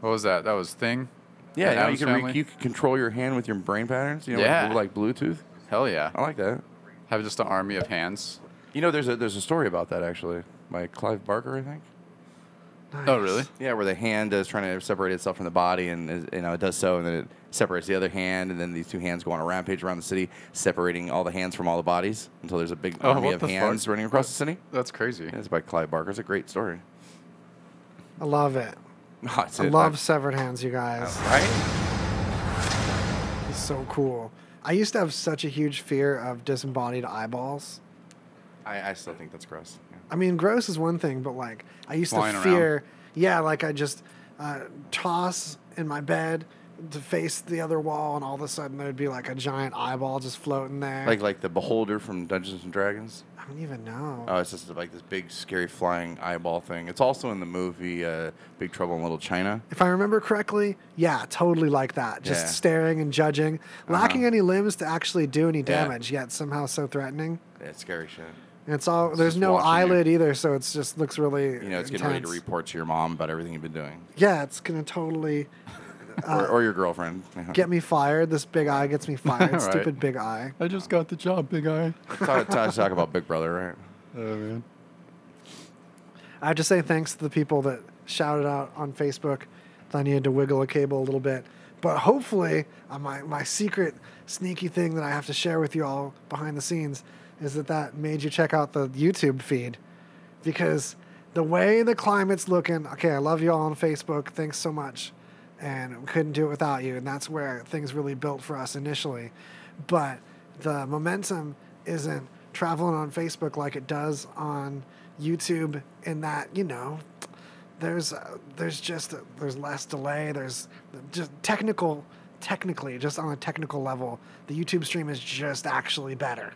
[SPEAKER 1] what was that? That was Thing?
[SPEAKER 3] Yeah,
[SPEAKER 1] That
[SPEAKER 3] you, know, you
[SPEAKER 1] Addams
[SPEAKER 3] can re-
[SPEAKER 1] Family?
[SPEAKER 3] you can control your hand with your brain patterns. You know,
[SPEAKER 1] Yeah.
[SPEAKER 3] like, like Bluetooth.
[SPEAKER 1] Hell yeah.
[SPEAKER 3] I like that.
[SPEAKER 1] Have just an army of hands.
[SPEAKER 3] You know, there's a there's a story about that actually by Clive Barker, I think.
[SPEAKER 2] Nice.
[SPEAKER 1] Oh, really?
[SPEAKER 3] Yeah, where the hand is trying to separate itself from the body, and is- you know it does so, and then it separates the other hand, and then these two hands go on a rampage around the city, separating all the hands from all the bodies until there's a big
[SPEAKER 1] Oh,
[SPEAKER 3] army
[SPEAKER 1] what
[SPEAKER 3] of
[SPEAKER 1] the fuck?
[SPEAKER 3] hands running across the city.
[SPEAKER 1] That's crazy.
[SPEAKER 3] Yeah, it's by Clive Barker. It's a great story.
[SPEAKER 2] I love it.
[SPEAKER 3] Oh, it's
[SPEAKER 2] I
[SPEAKER 3] it.
[SPEAKER 2] love severed hands, you guys.
[SPEAKER 3] right?
[SPEAKER 2] It's so cool. I used to have such a huge fear of disembodied eyeballs.
[SPEAKER 3] I, I still think that's gross. Yeah.
[SPEAKER 2] I mean, gross is one thing, but like I used
[SPEAKER 1] Flying
[SPEAKER 2] to
[SPEAKER 1] around.
[SPEAKER 2] fear. Yeah, like I just uh, toss in my bed to face the other wall, and all of a sudden there'd be like a giant eyeball just floating there.
[SPEAKER 3] Like like the Beholder from Dungeons and Dragons.
[SPEAKER 2] I don't even know.
[SPEAKER 3] Oh, it's just like this big scary flying eyeball thing. It's also in the movie uh, Big Trouble in Little China.
[SPEAKER 2] if I remember correctly, yeah, totally like that. Just
[SPEAKER 3] Yeah. Uh-huh.
[SPEAKER 2] staring and judging, lacking any limbs to actually do any
[SPEAKER 3] Yeah.
[SPEAKER 2] damage, yet somehow so threatening.
[SPEAKER 3] Yeah, it's scary shit.
[SPEAKER 2] And it's all there's
[SPEAKER 3] just
[SPEAKER 2] no
[SPEAKER 3] watching you.
[SPEAKER 2] eyelid either, so it's just looks really
[SPEAKER 3] You know, it's getting ready to
[SPEAKER 2] intense.
[SPEAKER 3] report to your mom about everything you've been doing,
[SPEAKER 2] Yeah, it's gonna totally
[SPEAKER 3] or, or your girlfriend.
[SPEAKER 2] Uh, get me fired. This big eye gets me fired.
[SPEAKER 1] Right.
[SPEAKER 2] Stupid big eye.
[SPEAKER 1] I just got the job, big eye.
[SPEAKER 3] talk, talk, talk about Big Brother, right?
[SPEAKER 1] Oh, man.
[SPEAKER 2] I have to say thanks to the people that shouted out on Facebook that I needed to wiggle a cable a little bit. But hopefully, uh, my, my secret sneaky thing that I have to share with you all behind the scenes is that that made you check out the YouTube feed because the way the climate's looking, okay, I love you all on Facebook. Thanks so much. And we couldn't do it without you. And that's where things really built for us initially. But the momentum isn't traveling on Facebook like it does on YouTube, in that, you know, there's uh, there's just there's less delay. There's just technical, technically, just on a technical level, the YouTube stream is just actually better.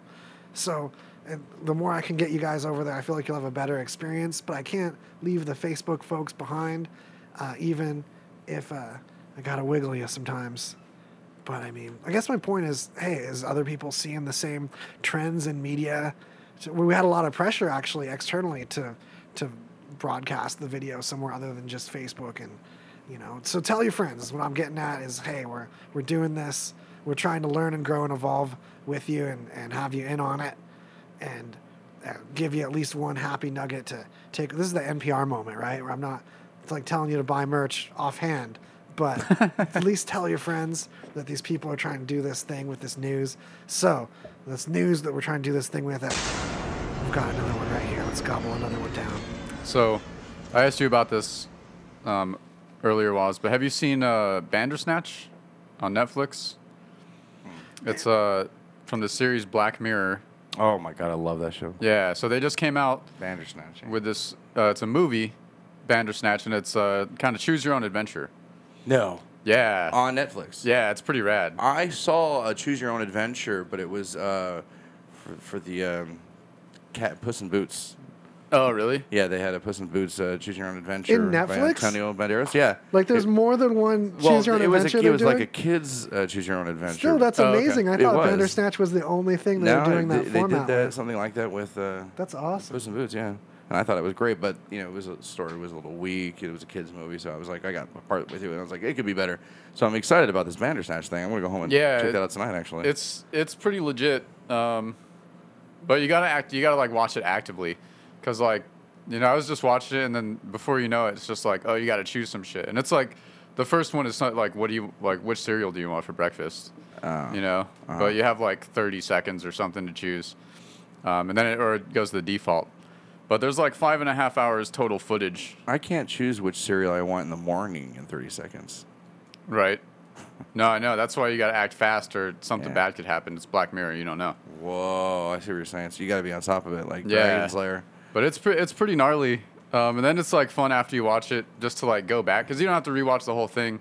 [SPEAKER 2] So, and the more I can get you guys over there, I feel like you'll have a better experience. But I can't leave the Facebook folks behind, uh, even if uh, I gotta wiggle you sometimes. But I mean, I guess my point is, hey, is other people seeing the same trends in media? So we had a lot of pressure actually externally to to broadcast the video somewhere other than just Facebook and you know. So tell your friends. What I'm getting at is, hey, we're we're doing this. We're trying to learn and grow and evolve with you and and have you in on it and uh, give you at least one happy nugget to take. This is the NPR moment, right? Where I'm not, it's like telling you to buy merch offhand, but at least tell your friends that these people are trying to do this thing with this news. So, this news that we're trying to do this thing with, uh, we've got another one right here. Let's gobble another one down.
[SPEAKER 1] So, I asked you about this um, earlier, Waz, but have you seen uh, Bandersnatch on Netflix? It's uh, from the series Black Mirror.
[SPEAKER 3] Oh my god, I love that show.
[SPEAKER 1] Yeah, so they just came out
[SPEAKER 3] Bandersnatch.
[SPEAKER 1] with this. Uh, it's a movie, Bandersnatch, and it's uh, kind of choose your own adventure.
[SPEAKER 3] no
[SPEAKER 1] Yeah,
[SPEAKER 3] on Netflix.
[SPEAKER 1] yeah, it's pretty rad.
[SPEAKER 3] I saw a Choose Your Own Adventure, but it was uh, for, for the um, cat Puss in Boots.
[SPEAKER 1] Oh, really?
[SPEAKER 3] Yeah, they had a Puss in Boots uh, Choose Your Own Adventure by
[SPEAKER 2] Netflix?
[SPEAKER 3] Antonio Banderas. Yeah,
[SPEAKER 2] Like, there's
[SPEAKER 3] It-
[SPEAKER 2] more than one
[SPEAKER 3] well,
[SPEAKER 2] choose your own
[SPEAKER 3] it was
[SPEAKER 2] adventure.
[SPEAKER 3] a, it
[SPEAKER 2] they're
[SPEAKER 3] was
[SPEAKER 2] doing?
[SPEAKER 3] like a kids uh, Choose Your Own Adventure.
[SPEAKER 2] Still, that's
[SPEAKER 1] Oh, okay.
[SPEAKER 2] amazing. I
[SPEAKER 3] It
[SPEAKER 2] thought
[SPEAKER 3] was.
[SPEAKER 2] Bandersnatch was the only thing they were doing
[SPEAKER 3] they,
[SPEAKER 2] that
[SPEAKER 3] they
[SPEAKER 2] format.
[SPEAKER 3] did that
[SPEAKER 2] with.
[SPEAKER 3] something like that with uh,
[SPEAKER 2] That's awesome.
[SPEAKER 3] Puss in Boots. Yeah, and I thought it was great, but you know, it was a story was a little weak. It was a kids movie, so I was like, I got part way through, and I was like, it could be better. So I'm excited about this Bandersnatch thing. I'm gonna go home and
[SPEAKER 1] Yeah,
[SPEAKER 3] check
[SPEAKER 1] it-
[SPEAKER 3] that out tonight. Actually,
[SPEAKER 1] It's it's pretty legit. Um, but you gotta act. You gotta like watch it actively, cause like you know I was just watching it and then before you know it, it's just like oh you gotta choose some shit and it's like the first one is not like what do you like which cereal do you want for breakfast? you know, but you have like 30 seconds or something to choose, um, and then it or it goes to the default. But there's like five and a half hours total footage,
[SPEAKER 3] I can't choose which cereal I want in the morning in 30 seconds.
[SPEAKER 1] right? No, I know. That's why you got to act fast, or something
[SPEAKER 3] Yeah.
[SPEAKER 1] bad could happen. It's Black Mirror. You don't know.
[SPEAKER 3] Whoa, I see what you're saying. So you got to be on top of it, like
[SPEAKER 1] Yeah.
[SPEAKER 3] Dragon Slayer.
[SPEAKER 1] But it's pre- it's pretty gnarly. Um, and then it's like fun after you watch it just to like go back because you don't have to rewatch the whole thing.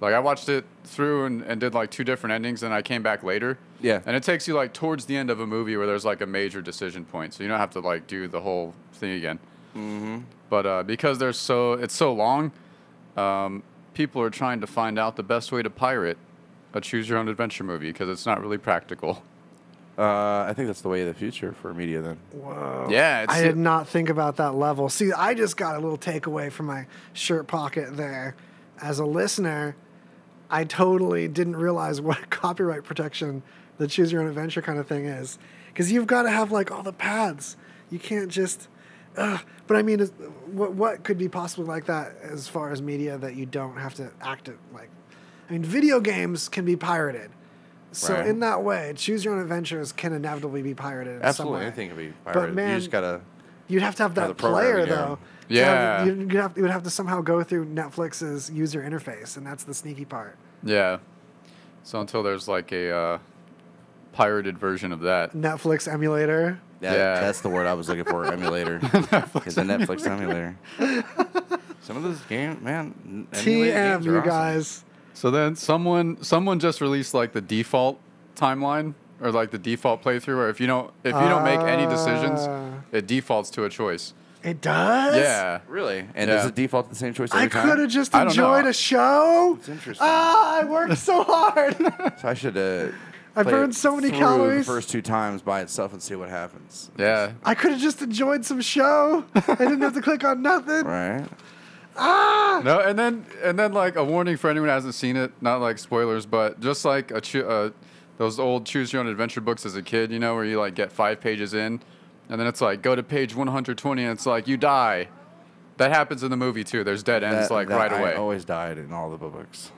[SPEAKER 1] Like I watched it through and, and did like two different endings, and I came back later.
[SPEAKER 3] Yeah.
[SPEAKER 1] And it takes you like towards the end of a movie where there's like a major decision point, so you don't have to like do the whole thing again. Mm-hmm. But uh, because there's so it's so long, um, people are trying to find out the best way to pirate a choose-your-own-adventure movie because it's not really practical.
[SPEAKER 3] Uh, I think that's the way of the future for media. Then
[SPEAKER 2] Whoa.
[SPEAKER 1] Yeah, it's,
[SPEAKER 2] I did not think about that level. See, I just got a little takeaway from my shirt pocket there. As a listener, I totally didn't realize what copyright protection, the choose your own adventure kind of thing is. Because you've got to have like all the paths. You can't just. Ugh. But I mean, is- what, what could be possibly like that as far as media that you don't have to act it like? I mean, video games can be pirated. So,
[SPEAKER 3] Right.
[SPEAKER 2] in that way, choose your own adventures can inevitably be pirated. in some
[SPEAKER 3] absolutely
[SPEAKER 2] way.
[SPEAKER 3] anything can be
[SPEAKER 2] But
[SPEAKER 3] pirated. you
[SPEAKER 2] man-
[SPEAKER 3] just gotta.
[SPEAKER 2] You'd have to have
[SPEAKER 3] Or
[SPEAKER 2] that
[SPEAKER 3] the
[SPEAKER 2] player
[SPEAKER 3] programming
[SPEAKER 2] though.
[SPEAKER 1] error.
[SPEAKER 2] To
[SPEAKER 1] Yeah.
[SPEAKER 2] have- you'd have, you would have to somehow go through Netflix's user interface, and that's the sneaky part.
[SPEAKER 1] Yeah. So until there's like a uh, pirated version of that.
[SPEAKER 2] Netflix emulator.
[SPEAKER 3] That,
[SPEAKER 1] Yeah.
[SPEAKER 3] that's the word I was looking for. Emulator. It's a Netflix emulator. Some of those games, man. n- emulated
[SPEAKER 2] TM,
[SPEAKER 3] games are
[SPEAKER 2] you
[SPEAKER 3] awesome.
[SPEAKER 2] guys.
[SPEAKER 1] So then someone someone just released like the default timeline or like the default playthrough where if you don't if you don't make any decisions,
[SPEAKER 2] Ah.
[SPEAKER 1] it defaults to a choice.
[SPEAKER 2] It does.
[SPEAKER 1] Yeah.
[SPEAKER 3] Really? And
[SPEAKER 1] Yeah.
[SPEAKER 3] does it default to the same choice every
[SPEAKER 2] I
[SPEAKER 3] time?
[SPEAKER 2] could have just
[SPEAKER 1] I don't know.
[SPEAKER 2] enjoyed a show.
[SPEAKER 3] It's interesting.
[SPEAKER 2] Ah, I worked so hard.
[SPEAKER 3] so I should. Uh,
[SPEAKER 2] I
[SPEAKER 3] play
[SPEAKER 2] burned
[SPEAKER 3] it
[SPEAKER 2] so many
[SPEAKER 3] through
[SPEAKER 2] calories.
[SPEAKER 3] The first two times by itself and see what happens.
[SPEAKER 1] Yeah.
[SPEAKER 2] I could have just enjoyed some show. I didn't have to click on nothing.
[SPEAKER 3] Right.
[SPEAKER 1] No, and then and then like a warning for anyone who hasn't seen it, not like spoilers, but just like a choo- uh, those old choose your own adventure books as a kid, you know, where you like get five pages in, and then it's like go to page 120, and it's like you die. That happens in the movie too. There's dead ends like
[SPEAKER 3] that
[SPEAKER 1] right
[SPEAKER 3] I
[SPEAKER 1] away.
[SPEAKER 3] always died in all the books.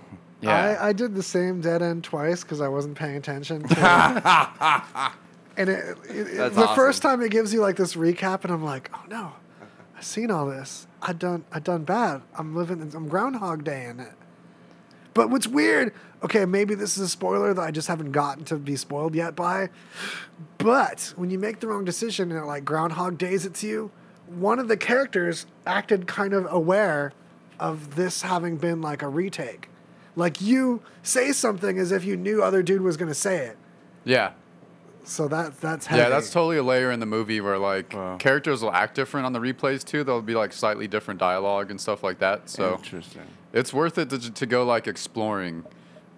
[SPEAKER 2] I, I did the same dead end twice because I wasn't paying attention. To and it, it- it-
[SPEAKER 3] That's
[SPEAKER 2] the
[SPEAKER 3] awesome.
[SPEAKER 2] first time it gives you like this recap, and I'm like, oh no, I've seen all this. I done I done bad. I'm living. in- I'm Groundhog Day in it. But what's weird? Okay, maybe this is a spoiler that I just haven't gotten to be spoiled yet by. But when you make the wrong decision and it like Groundhog Days it to you, one of the characters acted kind of aware of this having been like a retake. Like you say something as if you knew other dude was gonna say it.
[SPEAKER 1] yeah.
[SPEAKER 2] So that that's heavy.
[SPEAKER 1] Yeah, that's totally a layer in the movie where like
[SPEAKER 3] Wow.
[SPEAKER 1] characters will act different on the replays too. There'll be like slightly different dialogue and stuff like that. So
[SPEAKER 3] Interesting.
[SPEAKER 1] it's worth it to, to go like exploring,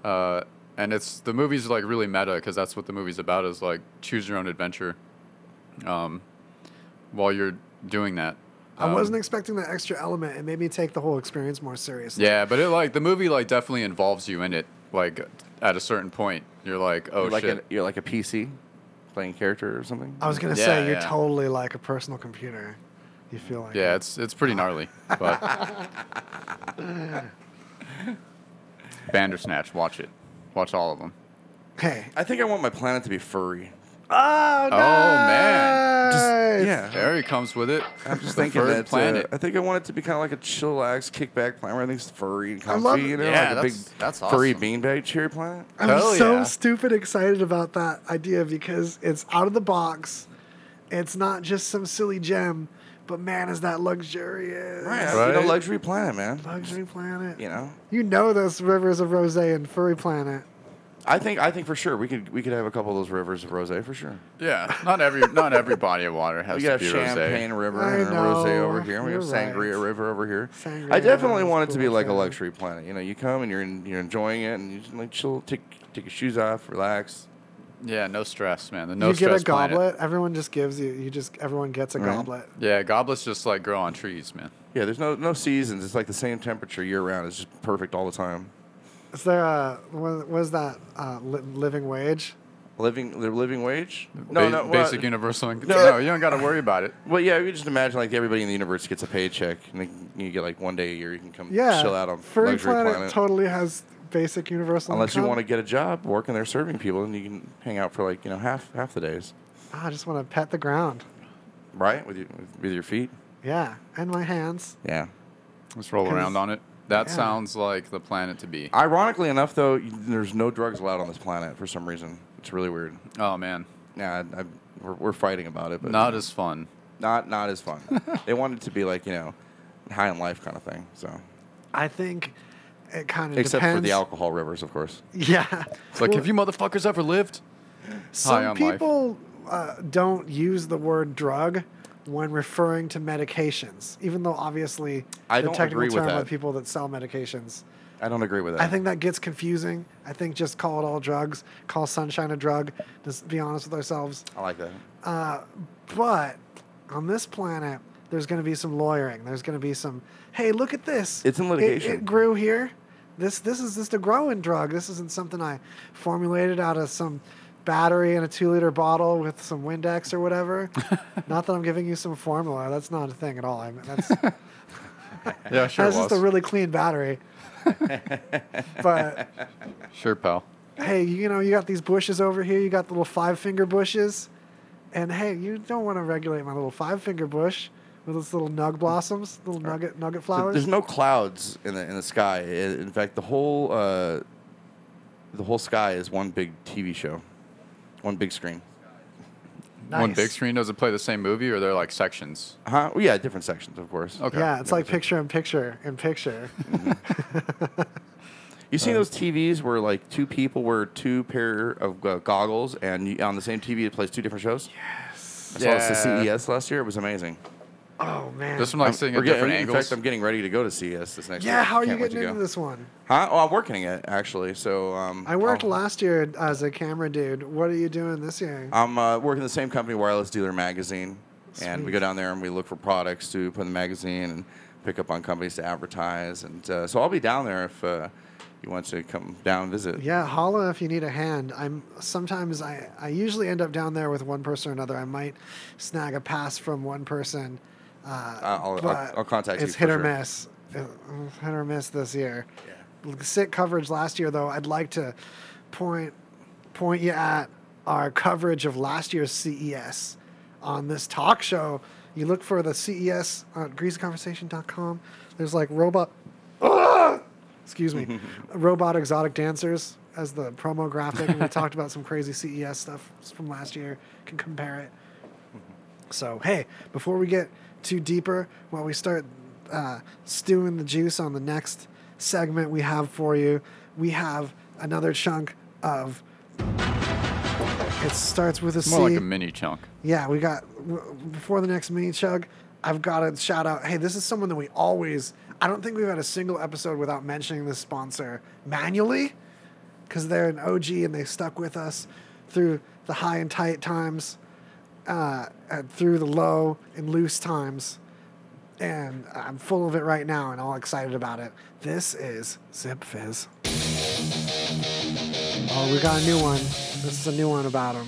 [SPEAKER 1] uh, and it's the movie's like really meta because that's what the movie's about is like choose your own adventure, um, while you're doing that.
[SPEAKER 2] I
[SPEAKER 1] Um,
[SPEAKER 2] wasn't expecting that extra element. It made me take the whole experience more seriously.
[SPEAKER 1] Yeah, but it like the movie like definitely involves you in it. Like at a certain point, you're like, oh
[SPEAKER 3] you're like
[SPEAKER 1] shit.
[SPEAKER 3] A, you're like a PC playing character or something.
[SPEAKER 2] I was gonna
[SPEAKER 1] Yeah,
[SPEAKER 2] say you're
[SPEAKER 1] yeah.
[SPEAKER 2] totally like a personal computer. You feel like
[SPEAKER 1] yeah, it's it's pretty gnarly, but Bandersnatch, watch it, watch all of them.
[SPEAKER 2] Hey.
[SPEAKER 3] I think I want my planet to be furry.
[SPEAKER 2] Oh no.
[SPEAKER 1] man.
[SPEAKER 3] yeah.
[SPEAKER 1] There he comes with it.
[SPEAKER 3] Uh-huh. I'm just
[SPEAKER 1] The
[SPEAKER 3] thinking
[SPEAKER 1] furry
[SPEAKER 3] that. uh,
[SPEAKER 1] planet.
[SPEAKER 3] I think I want it to be kind of like a chillax kickback planet where everything's furry and comfy.
[SPEAKER 2] love-
[SPEAKER 3] you know,
[SPEAKER 1] Yeah,
[SPEAKER 3] like a big
[SPEAKER 1] that's- that's
[SPEAKER 3] furry
[SPEAKER 1] awesome.
[SPEAKER 3] beanbag chair planet.
[SPEAKER 2] I'm
[SPEAKER 1] Hell
[SPEAKER 2] so
[SPEAKER 1] yeah.
[SPEAKER 2] stupid excited about that idea because it's out of the box. It's not just some silly gem, but man, is that luxurious.
[SPEAKER 3] Right.
[SPEAKER 1] Right.
[SPEAKER 3] You know, luxury planet, man.
[SPEAKER 2] Luxury planet.
[SPEAKER 3] You know,
[SPEAKER 2] You know those rivers of rose and furry planet.
[SPEAKER 3] I think I think for sure we could we could have a couple of those rivers of rosé for sure.
[SPEAKER 1] Yeah, not every not every body of water has
[SPEAKER 3] We
[SPEAKER 1] to
[SPEAKER 3] got a
[SPEAKER 1] be
[SPEAKER 3] champagne
[SPEAKER 1] rosé.
[SPEAKER 3] river
[SPEAKER 2] I
[SPEAKER 3] and a rosé
[SPEAKER 2] know.
[SPEAKER 3] over here. and We
[SPEAKER 2] You're
[SPEAKER 3] have sangria
[SPEAKER 2] right.
[SPEAKER 3] river over here. I
[SPEAKER 2] Sangria
[SPEAKER 3] definitely
[SPEAKER 2] is
[SPEAKER 3] want it to be
[SPEAKER 2] cool,
[SPEAKER 3] like a
[SPEAKER 2] yeah.
[SPEAKER 3] luxury planet. You know, you come and you're in, you're enjoying it and you just like chill, take take your shoes off, relax.
[SPEAKER 1] Yeah, no stress, man. The no
[SPEAKER 2] you get
[SPEAKER 1] stress
[SPEAKER 2] a
[SPEAKER 1] planet. Mm-hmm.
[SPEAKER 2] goblet. Everyone just gives you. You just everyone gets a
[SPEAKER 3] Right.
[SPEAKER 2] goblet.
[SPEAKER 1] Yeah, goblets just like grow on trees, man.
[SPEAKER 3] Yeah, there's no no seasons. It's like the same temperature year round. It's just perfect all the time.
[SPEAKER 2] Is there a what was that uh, li- living wage?
[SPEAKER 3] Living their living wage?
[SPEAKER 1] Ba-
[SPEAKER 3] No, no, well,
[SPEAKER 1] basic universal income.
[SPEAKER 3] No.
[SPEAKER 1] No, you don't got to worry about it.
[SPEAKER 3] Well, yeah, you just imagine like everybody in the universe gets a paycheck, and then you get like one day a year you can come
[SPEAKER 2] Yeah.
[SPEAKER 3] chill out on
[SPEAKER 2] Furry
[SPEAKER 3] luxury
[SPEAKER 2] Planet,
[SPEAKER 3] planet.
[SPEAKER 2] totally has basic universal
[SPEAKER 3] Unless you
[SPEAKER 2] income.
[SPEAKER 3] want to get a job working there serving people, and you can hang out for like you know half half the days,
[SPEAKER 2] Ah, I just want to pet the ground.
[SPEAKER 3] right? With your with your feet.
[SPEAKER 2] Yeah, and my hands.
[SPEAKER 3] Yeah.
[SPEAKER 1] Let's roll
[SPEAKER 2] 'Cause-
[SPEAKER 1] around on it. That
[SPEAKER 2] yeah.
[SPEAKER 1] sounds like the planet to be.
[SPEAKER 3] Ironically enough, though, y- there's no drugs allowed on this planet for some reason. It's really weird.
[SPEAKER 1] Oh man,
[SPEAKER 3] Yeah, I, I, we're, we're fighting about it, but
[SPEAKER 1] not as fun.
[SPEAKER 3] not not as fun. they want it to be like you know, high in life kind of thing. So
[SPEAKER 2] I think it kind of
[SPEAKER 3] except
[SPEAKER 2] depends.
[SPEAKER 3] for the alcohol rivers, of course.
[SPEAKER 2] Yeah.
[SPEAKER 1] It's like, have you motherfuckers ever lived?
[SPEAKER 2] Some
[SPEAKER 1] on life.
[SPEAKER 2] people uh, don't use the word drug when referring to medications, even though obviously
[SPEAKER 3] I
[SPEAKER 2] the
[SPEAKER 3] don't
[SPEAKER 2] technical
[SPEAKER 3] agree with
[SPEAKER 2] term of
[SPEAKER 3] that.
[SPEAKER 2] people that sell medications.
[SPEAKER 3] I don't agree with that.
[SPEAKER 2] I think that gets confusing. I think just call it all drugs, call sunshine a drug, just be honest with ourselves.
[SPEAKER 3] I like that.
[SPEAKER 2] But on this planet, there's going to be some lawyering. There's going to be some, hey, look at this.
[SPEAKER 3] It's in
[SPEAKER 2] It-
[SPEAKER 3] litigation.
[SPEAKER 2] It, grew here. This this is just a growing drug. This isn't something I formulated out of some battery in a two liter bottle with some Windex or whatever. not that I'm giving you some formula. That's not a thing at all. I mean, that's
[SPEAKER 1] Yeah, sure was.
[SPEAKER 2] that's just a really clean battery. but
[SPEAKER 1] sure, pal.
[SPEAKER 2] hey, you know, you got these bushes over here. You got the little five finger bushes. And hey, you don't want to regulate my little five finger bush with its little nug blossoms, little nugget nugget
[SPEAKER 3] Th-
[SPEAKER 2] flowers.
[SPEAKER 3] There's no clouds in the in the sky. I- In fact, the whole uh, the whole sky is one big TV show, one big screen.
[SPEAKER 1] One
[SPEAKER 2] Nice.
[SPEAKER 1] big screen does it play the same movie, or they're like sections?
[SPEAKER 3] Huh? Well, yeah, different sections, of course.
[SPEAKER 1] Okay.
[SPEAKER 2] Yeah, it's like picture in picture in picture.
[SPEAKER 3] You
[SPEAKER 2] Uh-huh.
[SPEAKER 3] seen those TVs where like two people wear two pair of uh, goggles, and you, on the same TV it plays two different shows. Yes. I saw this
[SPEAKER 1] Yeah.
[SPEAKER 3] at CES last year. It was amazing.
[SPEAKER 2] Oh man.
[SPEAKER 1] This one like
[SPEAKER 3] I'm-
[SPEAKER 1] sitting
[SPEAKER 3] we're
[SPEAKER 1] at
[SPEAKER 3] getting-
[SPEAKER 1] different
[SPEAKER 3] in
[SPEAKER 1] angles.
[SPEAKER 3] fact, I'm getting ready to go to CES this next year.
[SPEAKER 2] yeah, how are you
[SPEAKER 3] Can't wait
[SPEAKER 2] getting
[SPEAKER 3] to
[SPEAKER 2] into
[SPEAKER 3] go.
[SPEAKER 2] this one?
[SPEAKER 3] Huh? Oh, I'm working it actually. So um,
[SPEAKER 2] I worked
[SPEAKER 3] I'll-
[SPEAKER 2] last year as a camera dude. What are you doing this year?
[SPEAKER 3] I'm uh, working at the same company, Wireless Dealer Magazine, and we
[SPEAKER 2] Sweet.
[SPEAKER 3] go down there and we look for products to put in the magazine and pick up on companies to advertise. And uh, so I'll be down there if uh, you want to come down and visit.
[SPEAKER 2] Yeah, holla if you need a hand. I'm sometimes I, I usually end up down there with one person or another. I might snag a pass from one person. Uh,
[SPEAKER 3] I'll- I'll-
[SPEAKER 2] but
[SPEAKER 3] I'll contact you
[SPEAKER 2] It's
[SPEAKER 3] for
[SPEAKER 2] hit or
[SPEAKER 3] sure.
[SPEAKER 2] miss. Uh, hit or miss this year. Yeah. Sick coverage last year though. I'd like to point point you at our coverage of last year's CES on this talk show. You look for the CES on greasyconversation.com. There's like robot ah, excuse me, robot exotic dancers as the promo graphic, and we talked about some crazy CES stuff from last year. Can compare it. So hey, before we get too deeper, while we start uh, stewing the juice on the next segment we have for you, we have another chunk of. It starts with a C.
[SPEAKER 1] More like a mini chunk.
[SPEAKER 2] Yeah, we got w- before the next mini chug. I've got to shout out. Hey, this is someone that we always. I don't think we've had a single episode without mentioning this sponsor manually, because they're an OG and they stuck with us through the high and tight times, uh, and through the low and loose times, and I'm full of it right now and all excited about it. This is Zip Fizz. Oh, we got a new one. This is a new one about them.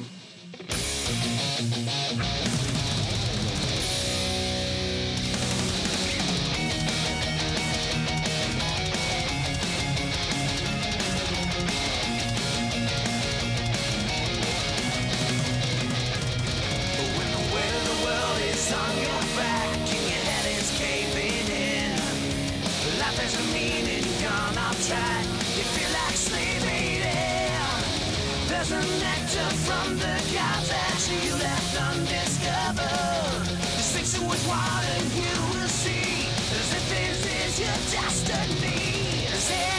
[SPEAKER 6] There's a nectar from the gods that you left undiscovered. Just fix it with water and you will see. As if this is your destiny. Zip it,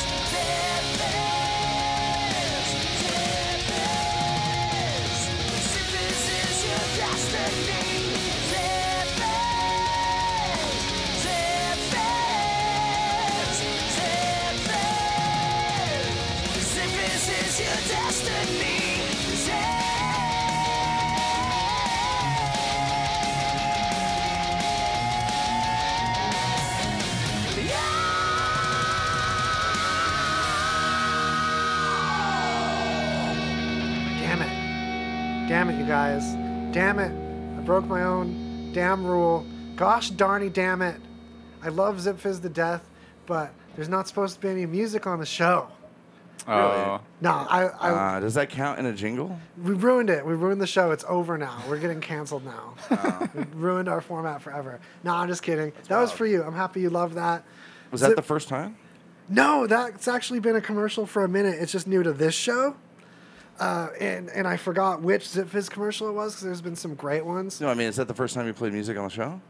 [SPEAKER 6] zip it, zip it. As if this is your destiny. Zip it, zip it, zip it. As if this is your destiny. Yeah!
[SPEAKER 2] Damn it, you guys. Damn it. I broke my own damn rule. Gosh darny damn it. I love Zip Fizz to death, but there's not supposed to be any music on the show.
[SPEAKER 1] Oh,
[SPEAKER 2] No, I, I
[SPEAKER 3] Uh, does that count in a jingle?
[SPEAKER 2] we ruined it. We ruined the show. It's over now. We're getting canceled now. we ruined our format forever. No, I'm just kidding. that was for you. I'm happy you loved that.
[SPEAKER 3] Was
[SPEAKER 2] Zip-
[SPEAKER 3] that the first time?
[SPEAKER 2] No, that's actually been a commercial for a minute. It's just new to this show. Uh, and, and I forgot which Zip Fizz commercial it was because there's been some great ones.
[SPEAKER 3] No, I mean, is that the first time you played music on the show?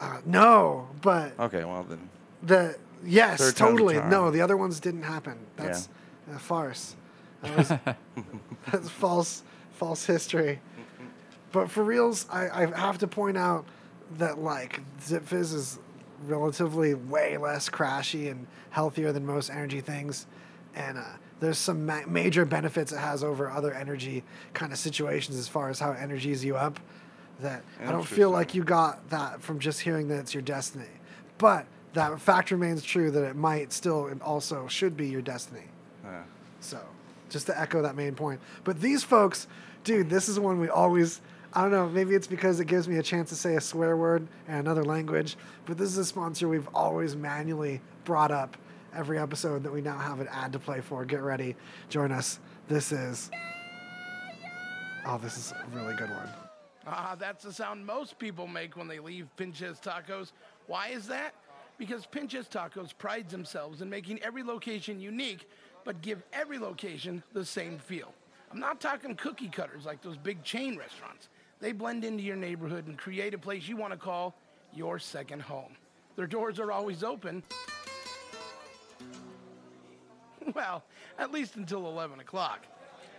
[SPEAKER 2] Uh, no, but
[SPEAKER 3] Okay, well then.
[SPEAKER 2] the yes,
[SPEAKER 3] Uh, Third time's a
[SPEAKER 2] totally.
[SPEAKER 3] charm.
[SPEAKER 2] No, the other ones didn't happen. That's a farce. That was, that's false, false history. But for reals, I, I have to point out that like Zip Fizz is relatively way less crashy and healthier than most energy things, and uh, there's some ma- major benefits it has over other energy kind of situations as far as how it energies you up. That I don't feel like you got that from just hearing that it's your destiny, but that fact remains true that it might still and also should be your destiny. So, just to echo that main point. But these folks, dude, this is one we always. I don't know. Maybe it's because it gives me a chance to say a swear word in another language. But this is a sponsor we've always manually brought up every episode that we now have an ad to play for. Get ready, join us. This is. Oh, this is a really good one.
[SPEAKER 5] Ah, that's the sound most people make when they leave Pinches Tacos. Why is that? Because Pinches Tacos prides themselves in making every location unique, but give every location the same feel. I'm not talking cookie cutters like those big chain restaurants. They blend into your neighborhood and create a place you want to call your second home. Their doors are always open. Well, at least until 11 o'clock.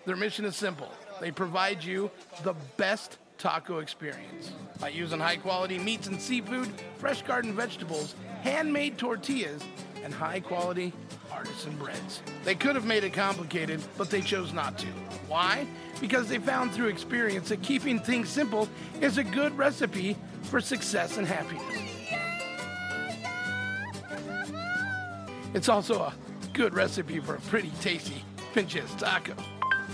[SPEAKER 5] Their mission is simple they provide you the best taco experience by using high quality meats and seafood, fresh garden vegetables, handmade tortillas, and high quality artisan breads. They could have made it complicated, but they chose not to. Why? Because they found through experience that keeping things simple is a good recipe for success and happiness. It's also a good recipe for a pretty tasty pinches taco.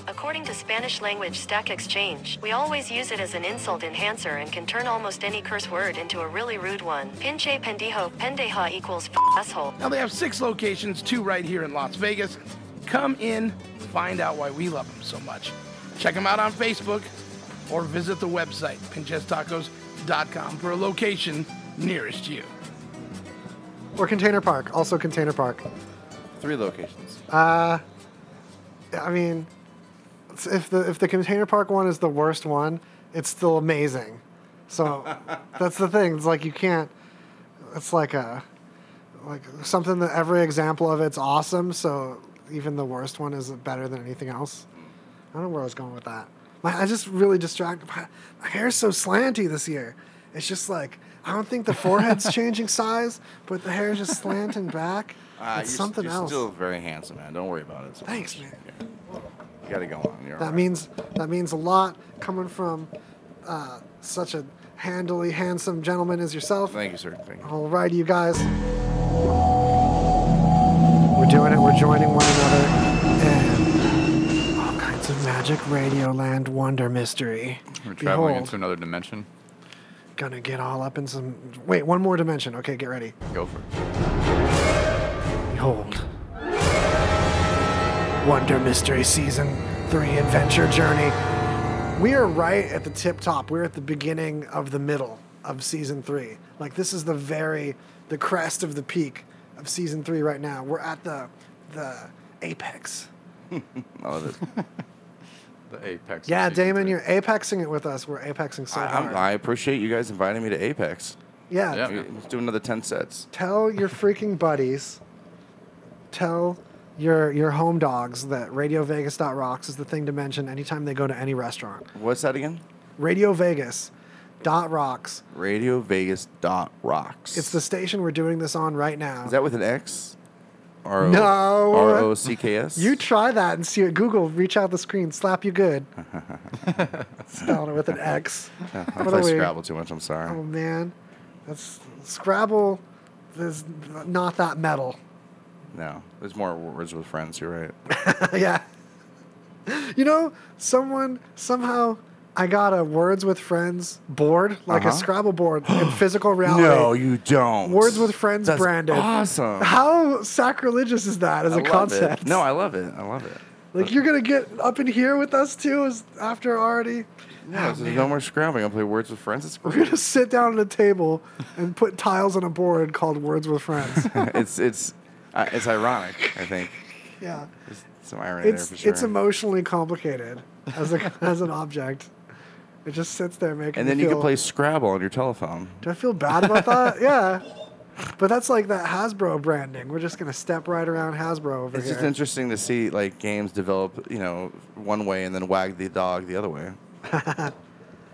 [SPEAKER 7] According to Spanish language Stack Exchange, we always use it as an insult enhancer and can turn almost any curse word into a really rude one. Pinche pendejo, pendeja equals f- asshole.
[SPEAKER 5] Now they have six locations, two right here in Las Vegas. Come in, find out why we love them so much. Check them out on Facebook or visit the website pinchestacos.com for a location nearest you.
[SPEAKER 2] Or Container Park, also Container Park.
[SPEAKER 3] Three locations.
[SPEAKER 2] Uh, I mean, it's- if the if the container park one is the worst one, it's still amazing. So that's the thing. It's like you can't. It's like a like something that every example of it's awesome. So even the worst one is better than anything else. I don't know where I was going with that. My, I just really distracted. My, my hair's so slanty this year. It's just like I don't think the forehead's changing size, but the hair's just slanting back.
[SPEAKER 3] Ah,
[SPEAKER 2] it's
[SPEAKER 3] you're,
[SPEAKER 2] something
[SPEAKER 3] you're
[SPEAKER 2] else.
[SPEAKER 3] still very handsome, man. Don't worry about it.
[SPEAKER 2] Thanks, man.
[SPEAKER 3] You gotta go on. You're all
[SPEAKER 2] That
[SPEAKER 3] right.
[SPEAKER 2] means that means a lot coming from uh, such a handily handsome gentleman as yourself.
[SPEAKER 3] Thank you, sir. Thank you.
[SPEAKER 2] All right, you guys. We're doing it. We're joining one another, and all kinds of magic, Radioland wonder mystery.
[SPEAKER 1] we're traveling
[SPEAKER 2] Behold,
[SPEAKER 1] into another dimension.
[SPEAKER 2] gonna get all up in some. Wait, one more dimension. Okay, get ready.
[SPEAKER 1] Go for it.
[SPEAKER 2] Behold. Wonder Mystery Season 3 Adventure Journey. We are right at the tip top. We're at the beginning of the middle of season 3. Like this is the very the crest of the peak of season 3 right now. We're at the the apex. Oh,
[SPEAKER 3] I love it.
[SPEAKER 1] The apex. of E
[SPEAKER 2] Yeah,
[SPEAKER 1] season
[SPEAKER 2] Damon,
[SPEAKER 1] three.
[SPEAKER 2] you're apexing it with us. We're apexing so
[SPEAKER 3] I,
[SPEAKER 2] hard.
[SPEAKER 3] I'm- I appreciate you guys inviting me to Apex.
[SPEAKER 2] yeah.
[SPEAKER 1] Yeah.
[SPEAKER 3] Let's do another ten sets.
[SPEAKER 2] Tell your freaking buddies. Tell your your home dogs that RadioVegas.rocks is the thing to mention anytime they go to any restaurant.
[SPEAKER 3] What's that again?
[SPEAKER 2] Radio Vegas dot rocks.
[SPEAKER 3] Radio Vegas dot rocks.
[SPEAKER 2] It's the station we're doing this on right now.
[SPEAKER 3] Is that with an X? R O-
[SPEAKER 2] No.
[SPEAKER 3] R O C K S.
[SPEAKER 2] you try that and see it. Google, reach out the screen, slap you good. Spelling it with an X.
[SPEAKER 3] I
[SPEAKER 2] What are
[SPEAKER 3] play
[SPEAKER 2] we-
[SPEAKER 3] Scrabble too much. I'm sorry.
[SPEAKER 2] Oh man, that's Scrabble is not that metal.
[SPEAKER 3] No, there's more words with friends. You're right.
[SPEAKER 2] yeah. You know, someone somehow I got a Words with Friends board, like
[SPEAKER 3] Uh-huh.
[SPEAKER 2] a Scrabble board in physical reality.
[SPEAKER 3] No, you don't.
[SPEAKER 2] Words with Friends
[SPEAKER 3] That's
[SPEAKER 2] branded.
[SPEAKER 3] Awesome.
[SPEAKER 2] How sacrilegious is that as a
[SPEAKER 3] I love it.
[SPEAKER 2] concept? Ah,
[SPEAKER 3] No, I love it. I love it.
[SPEAKER 2] like you're gonna get up in here with us too, is after already.
[SPEAKER 3] Yeah, this is no more scrambling. I'll play Words with Friends. It's
[SPEAKER 2] We're
[SPEAKER 3] great.
[SPEAKER 2] gonna sit down at a table and put tiles on a board called Words with Friends.
[SPEAKER 3] it's it's uh, it's ironic. I think
[SPEAKER 2] yeah,
[SPEAKER 3] There's some irony
[SPEAKER 2] it's
[SPEAKER 3] there for sure.
[SPEAKER 2] it's emotionally complicated as a as an object. It just sits there making.
[SPEAKER 3] and
[SPEAKER 2] me
[SPEAKER 3] then you can
[SPEAKER 2] feel-
[SPEAKER 3] play Scrabble on your telephone.
[SPEAKER 2] Do I feel bad about that? yeah. But that's like that Hasbro branding. We're just gonna step right around Hasbro over
[SPEAKER 3] It's
[SPEAKER 2] here.
[SPEAKER 3] just interesting to see like games develop, you know, one way and then wag the dog the other way.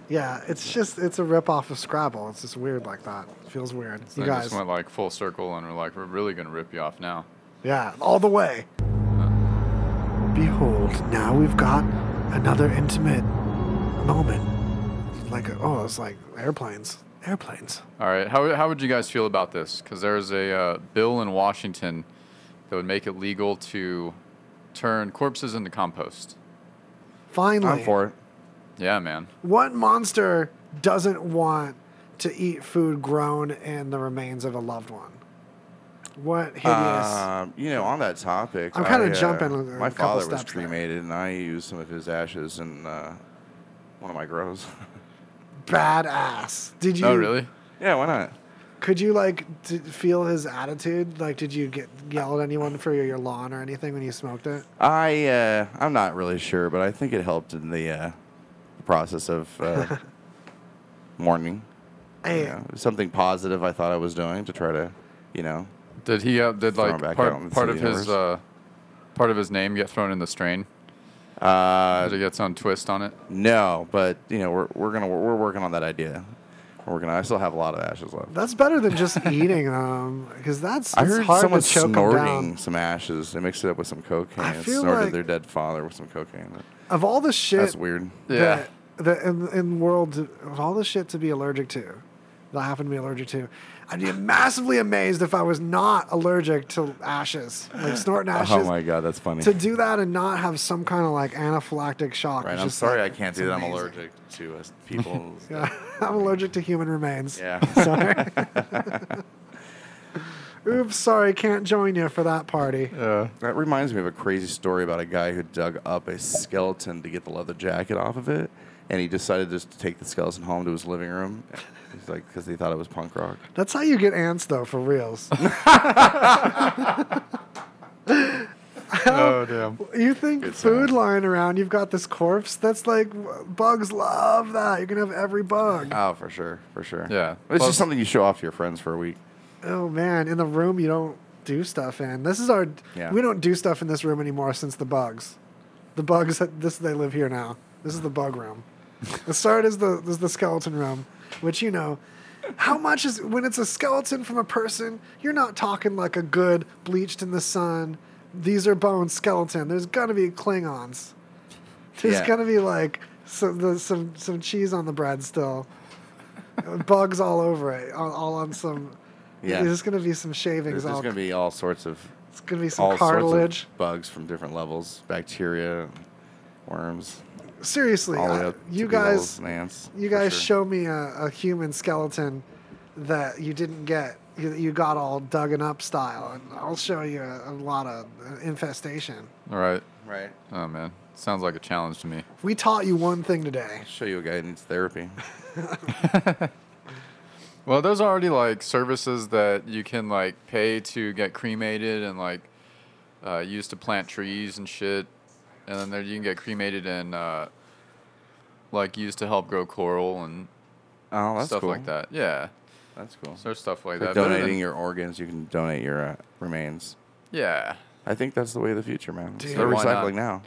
[SPEAKER 2] yeah, it's just it's a rip off of Scrabble. It's just weird like that. It feels weird. you
[SPEAKER 1] They
[SPEAKER 2] guys,
[SPEAKER 1] just went like full circle and were like, we're really gonna rip you off now.
[SPEAKER 2] yeah, all the way. Behold, now we've got another intimate moment. Like oh, it's like airplanes, airplanes.
[SPEAKER 1] All right, how, how would you guys feel about this? Because there is a uh, bill in Washington that would make it legal to turn corpses into compost.
[SPEAKER 2] Finally,
[SPEAKER 3] I'm for it.
[SPEAKER 1] Yeah, man.
[SPEAKER 2] What monster doesn't want to eat food grown in the remains of a loved one? What hideous.
[SPEAKER 3] Um, you know, on that topic,
[SPEAKER 2] I'm kinda
[SPEAKER 3] I, uh,
[SPEAKER 2] jumping a- a
[SPEAKER 3] My
[SPEAKER 2] couple
[SPEAKER 3] father was
[SPEAKER 2] steps there.
[SPEAKER 3] cremated, and I used some of his ashes in uh, one of my grows.
[SPEAKER 2] badass. Did you?
[SPEAKER 1] Oh, really?
[SPEAKER 3] yeah, why not?
[SPEAKER 2] Could you like d- feel his attitude? Like, did you get yell at anyone for your, your lawn or anything when you smoked it?
[SPEAKER 3] I uh, I'm not really sure, but I think it helped in the uh, process of uh, mourning.
[SPEAKER 2] Hey,
[SPEAKER 3] You know, something positive I thought I was doing to try to, you know,
[SPEAKER 1] Did he uh, did
[SPEAKER 3] Throw
[SPEAKER 1] like
[SPEAKER 3] him back out
[SPEAKER 1] part,
[SPEAKER 3] into
[SPEAKER 1] part
[SPEAKER 3] the
[SPEAKER 1] of his
[SPEAKER 3] universe.
[SPEAKER 1] uh, part of his name get thrown in the strain?
[SPEAKER 3] uh,
[SPEAKER 1] Did he get its own twist on it?
[SPEAKER 3] no, but you know, we're we're gonna we're working on that idea. We're working. On, I still have a lot of ashes left.
[SPEAKER 2] that's better than just eating them because that's
[SPEAKER 3] I
[SPEAKER 2] it's
[SPEAKER 3] heard
[SPEAKER 2] hard
[SPEAKER 3] someone
[SPEAKER 2] to choke 'em
[SPEAKER 3] snorting
[SPEAKER 2] down.
[SPEAKER 3] some ashes. They mixed it up with some cocaine.
[SPEAKER 2] I
[SPEAKER 3] and
[SPEAKER 2] feel
[SPEAKER 3] snorted
[SPEAKER 2] like-
[SPEAKER 3] their dead father with some cocaine.
[SPEAKER 2] Of all the shit,
[SPEAKER 3] That's weird.
[SPEAKER 1] Yeah.
[SPEAKER 2] that, that in, in world of all the shit to be allergic to that I happen to be allergic to, I'd be massively amazed if I was not allergic to ashes, like snorting ashes.
[SPEAKER 3] Oh my god, that's funny.
[SPEAKER 2] To do that and not have some kind of like anaphylactic shock.
[SPEAKER 3] Right,
[SPEAKER 2] is
[SPEAKER 3] I'm
[SPEAKER 2] just,
[SPEAKER 3] sorry I
[SPEAKER 2] like,
[SPEAKER 3] can't
[SPEAKER 2] it's
[SPEAKER 3] do that. I'm
[SPEAKER 2] amazing.
[SPEAKER 3] allergic to us people.
[SPEAKER 2] Yeah, I'm allergic to human remains.
[SPEAKER 3] yeah.
[SPEAKER 2] Sorry. Oops, sorry, can't join you for that party.
[SPEAKER 3] That reminds me of a crazy story about a guy who dug up a skeleton to get the leather jacket off of it, and he decided just to take the skeleton home to his living room. He's like, because he thought it was punk rock.
[SPEAKER 2] That's how you get ants, though, for reals.
[SPEAKER 1] Oh damn.
[SPEAKER 2] You think food lying around, you've got this corpse. That's like w- bugs love that. You can have every bug.
[SPEAKER 3] Oh, for sure, for sure.
[SPEAKER 1] Yeah.
[SPEAKER 3] it's
[SPEAKER 1] Plus-
[SPEAKER 3] just something you show off to your friends for a week.
[SPEAKER 2] Oh man, in the room you don't do stuff in. This is our
[SPEAKER 3] Yeah.
[SPEAKER 2] we don't do stuff in this room anymore since the bugs. The bugs this they live here now. This is the bug room. it started as the as the skeleton room, which you know, how much is when it's a skeleton from a person, you're not talking like a good bleached in the sun. These are bones skeleton. There's gonna be Klingons. There's
[SPEAKER 3] Yeah.
[SPEAKER 2] gonna be like some the, some some cheese on the bread still, bugs all over it, all, all on some.
[SPEAKER 3] Yeah.
[SPEAKER 2] there's gonna be some shavings.
[SPEAKER 3] There's, there's
[SPEAKER 2] all,
[SPEAKER 3] going to be all sorts of
[SPEAKER 2] it's gonna be some
[SPEAKER 3] all
[SPEAKER 2] cartilage.
[SPEAKER 3] sorts of bugs from different levels, bacteria, worms,
[SPEAKER 2] Seriously,
[SPEAKER 3] all
[SPEAKER 2] I-
[SPEAKER 3] the way up.
[SPEAKER 2] you
[SPEAKER 3] to beetles
[SPEAKER 2] guys,
[SPEAKER 3] and ants.
[SPEAKER 2] you
[SPEAKER 3] for
[SPEAKER 2] guys
[SPEAKER 3] sure.
[SPEAKER 2] show me a, a human skeleton that you didn't get. You, you got all dug and up style, and I'll show you a, a lot of uh, infestation.
[SPEAKER 1] All right.
[SPEAKER 3] right.
[SPEAKER 1] Oh man, sounds like a challenge to me.
[SPEAKER 2] We taught you one thing today.
[SPEAKER 3] Show you a guy who needs therapy.
[SPEAKER 1] Well, there's already like services that you can like pay to get cremated and like uh, used to plant trees and shit, and then there you can get cremated and uh, like used to help grow coral and
[SPEAKER 3] Oh, that's
[SPEAKER 1] stuff
[SPEAKER 3] cool.
[SPEAKER 1] like that. Yeah,
[SPEAKER 3] That's cool.
[SPEAKER 1] so there's stuff like
[SPEAKER 3] Like
[SPEAKER 1] that. Better than-
[SPEAKER 3] donating your organs, you can donate your uh, remains.
[SPEAKER 1] yeah,
[SPEAKER 3] I think that's the way of the future, man.
[SPEAKER 2] Dude.
[SPEAKER 3] They're
[SPEAKER 1] Why not?
[SPEAKER 3] recycling now.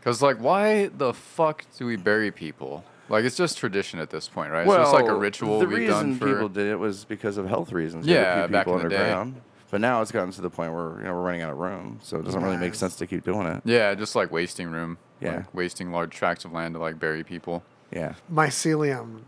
[SPEAKER 1] because like why the fuck do we bury people? Like it's just tradition at this point, right? It's just like a ritual
[SPEAKER 3] The
[SPEAKER 1] we've
[SPEAKER 3] reason
[SPEAKER 1] done for.
[SPEAKER 3] people did it was because of health reasons.
[SPEAKER 1] Yeah,
[SPEAKER 3] to keep
[SPEAKER 1] back
[SPEAKER 3] people
[SPEAKER 1] in the day.
[SPEAKER 3] underground. But now it's gotten to the point where you know we're running out of room, so it doesn't really make
[SPEAKER 2] Nice.
[SPEAKER 3] sense to keep doing it.
[SPEAKER 1] yeah, just like wasting room.
[SPEAKER 3] Yeah.
[SPEAKER 1] like, wasting large tracts of land to like bury people.
[SPEAKER 3] Yeah,
[SPEAKER 2] mycelium.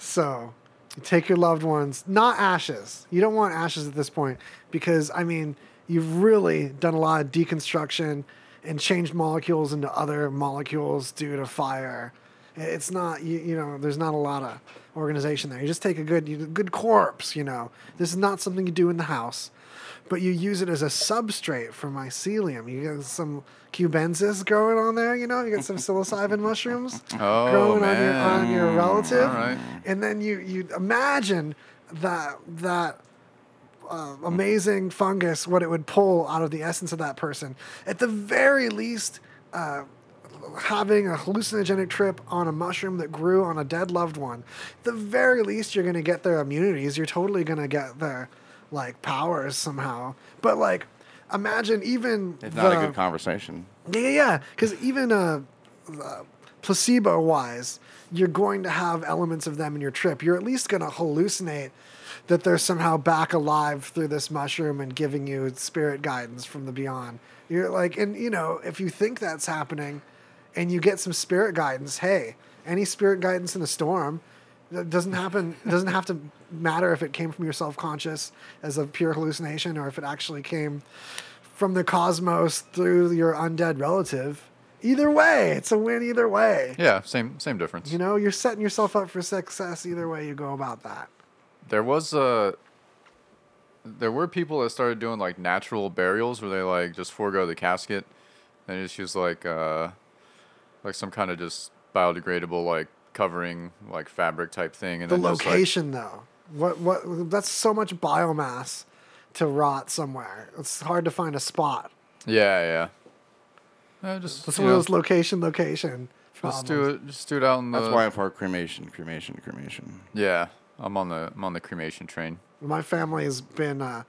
[SPEAKER 2] So you take your loved ones, not ashes. You don't want ashes at this point because, I mean, you've really done a lot of deconstruction and changed molecules into other molecules due to fire. I- It's not you, you know. There's not a lot of organization there. You just take a good you, good corpse. You know, this is not something you do in the house, but you use it as a substrate for mycelium. You got some cubensis growing on there. You know, you got some psilocybin mushrooms
[SPEAKER 1] Oh,
[SPEAKER 2] growing
[SPEAKER 1] man.
[SPEAKER 2] on your on
[SPEAKER 3] Mm,
[SPEAKER 2] your relative,
[SPEAKER 1] all right.
[SPEAKER 2] and then you you imagine that that uh, amazing fungus what it would pull out of the essence of that person. At the very least, uh, having a hallucinogenic trip on a mushroom that grew on a dead loved one, the very least you're going to get their immunities. You're totally going to get their like powers somehow. But like, imagine even
[SPEAKER 3] It's not
[SPEAKER 2] the-
[SPEAKER 3] a good conversation.
[SPEAKER 2] yeah, yeah, yeah. Because even uh, uh, placebo wise, you're going to have elements of them in your trip. You're at least going to hallucinate that they're somehow back alive through this mushroom and giving you spirit guidance from the beyond. You're like, and you know, if you think that's happening and you get some spirit guidance, hey, any spirit guidance in a storm. That doesn't happen. Doesn't have to matter if it came from your subconscious as a pure hallucination, or if it actually came from the cosmos through your undead relative. Either way, it's a win either way.
[SPEAKER 1] Yeah, same same difference.
[SPEAKER 2] You know, you're setting yourself up for success either way you go about that.
[SPEAKER 1] There was uh there were people that started doing like natural burials where they like just forego the casket and just use like uh like some kind of just biodegradable like covering like fabric type thing and
[SPEAKER 2] The
[SPEAKER 1] then just, like-
[SPEAKER 2] location though. What what that's so much biomass to rot somewhere. It's hard to find a spot.
[SPEAKER 1] yeah yeah Uh, just
[SPEAKER 2] It's
[SPEAKER 1] you
[SPEAKER 2] one
[SPEAKER 1] know,
[SPEAKER 2] of those location location
[SPEAKER 1] just
[SPEAKER 2] problems.
[SPEAKER 1] do it just do it out in the
[SPEAKER 3] That's why I'm for cremation, cremation, cremation.
[SPEAKER 1] yeah I'm on the I'm on the cremation train
[SPEAKER 2] My family has been uh,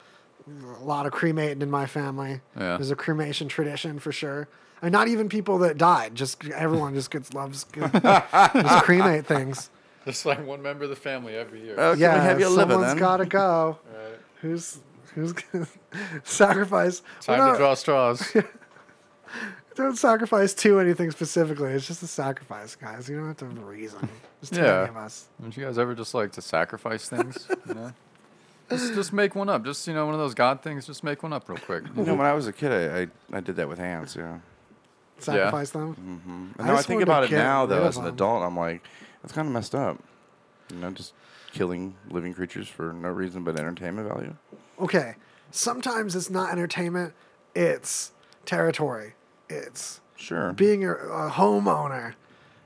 [SPEAKER 2] a lot of cremating in my family.
[SPEAKER 1] Yeah.
[SPEAKER 2] There's a cremation tradition for sure. And not even people that died, just everyone just gets loves just cremate things.
[SPEAKER 1] just like one member of the family every year
[SPEAKER 3] Okay,
[SPEAKER 2] yeah,
[SPEAKER 3] we have your liver
[SPEAKER 2] someone's
[SPEAKER 3] then.
[SPEAKER 2] gotta go. Who's who's gonna sacrifice? Well,
[SPEAKER 1] time
[SPEAKER 2] no,
[SPEAKER 1] to draw straws
[SPEAKER 2] Don't sacrifice to anything specifically. It's just a sacrifice, guys. You don't have to have a reason. Just to
[SPEAKER 1] Yeah.
[SPEAKER 2] any of us.
[SPEAKER 1] Don't you guys ever just like to sacrifice things? You know? just, just make one up. Just you know, one of those God things. Just make one up real quick.
[SPEAKER 3] You know, when I was a kid, I, I, I did that with hands, yeah.
[SPEAKER 2] Sacrifice them. I
[SPEAKER 3] And now I
[SPEAKER 2] just
[SPEAKER 3] think
[SPEAKER 2] wanted to
[SPEAKER 3] about it
[SPEAKER 2] get
[SPEAKER 3] now,
[SPEAKER 2] rid
[SPEAKER 3] though,
[SPEAKER 2] of
[SPEAKER 3] as an
[SPEAKER 2] them.
[SPEAKER 3] adult, I'm like, that's kind of messed up. You know, just killing living creatures for no reason but entertainment value.
[SPEAKER 2] Okay. Sometimes it's not entertainment. It's territory. It's
[SPEAKER 3] Sure.
[SPEAKER 2] being a, a homeowner.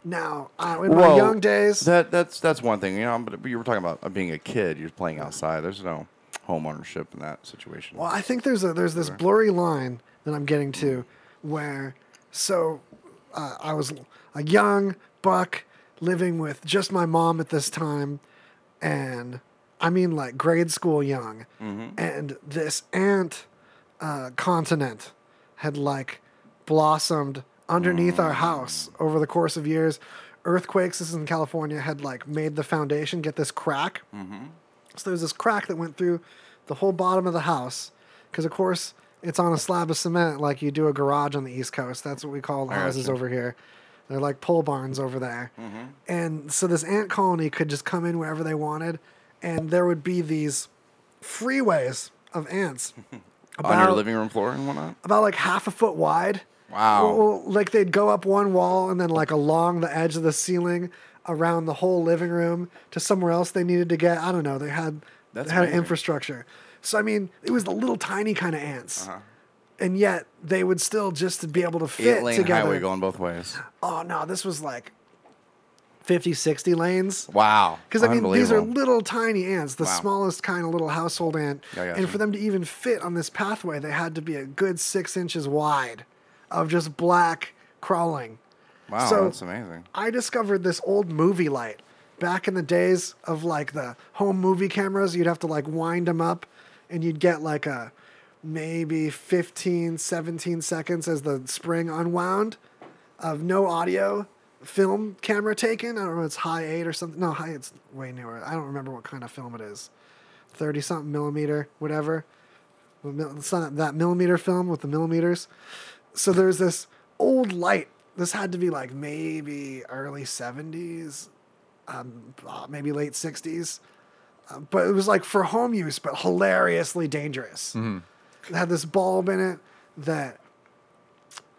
[SPEAKER 2] Now, I, in my
[SPEAKER 3] Well,
[SPEAKER 2] young days,
[SPEAKER 3] That that's that's one thing. You know, but you were talking about uh, being a kid. You're playing outside. There's no home ownership in that situation.
[SPEAKER 2] Well, I think there's a there's this blurry line that I'm getting to where so uh, I was a young buck living with just my mom at this time and I mean like grade school young and this ant uh, continent had like blossomed underneath our house over the course of years. Earthquakes, this is in California, had like made the foundation get this crack. So there was this crack that went through the whole bottom of the house because, of course, it's on a slab of cement like you do a garage on the East Coast. That's what we call houses over here. They're like pole barns over there. And so this ant colony could just come in wherever they wanted, and there would be these freeways of ants.
[SPEAKER 3] on your living room floor and whatnot.
[SPEAKER 2] about like half a foot wide.
[SPEAKER 3] Wow.
[SPEAKER 2] Well, well, like they'd go up one wall and then like along the edge of the ceiling, around the whole living room to somewhere else they needed to get. I don't know. They had
[SPEAKER 3] That's
[SPEAKER 2] they had
[SPEAKER 3] amazing.
[SPEAKER 2] infrastructure. So I mean, it was the little tiny kind of ants. And yet they would still just be able to fit
[SPEAKER 3] Uh-huh. Eight lane
[SPEAKER 2] together.
[SPEAKER 3] highway going both ways.
[SPEAKER 2] Oh no, this was like 50, 60 lanes.
[SPEAKER 3] Wow.
[SPEAKER 2] Because I mean, these are
[SPEAKER 3] Unbelievable.
[SPEAKER 2] little tiny ants, the
[SPEAKER 3] Wow.
[SPEAKER 2] smallest kind of little household ant.
[SPEAKER 3] Yeah, I got
[SPEAKER 2] and
[SPEAKER 3] you.
[SPEAKER 2] for them to even fit on this pathway, they had to be a good six inches wide of just black crawling.
[SPEAKER 3] wow.
[SPEAKER 2] so-
[SPEAKER 3] that's amazing.
[SPEAKER 2] I discovered this old movie light back in the days of like the home movie cameras. You'd have to like wind them up and you'd get like a maybe 15, 17 seconds as the spring unwound of no audio film camera taken. I don't know, it's high eight or something. No, high eight's way newer. I don't remember what kind of film it is. 30 something millimeter, whatever. Well, mil- It's not that millimeter film with the millimeters. So there's this old light. This had to be like maybe early 70s, um, uh, maybe late 60s. Uh, but it was like for home use, but
[SPEAKER 3] Mm-hmm.
[SPEAKER 2] hilariously dangerous. It had this bulb in it that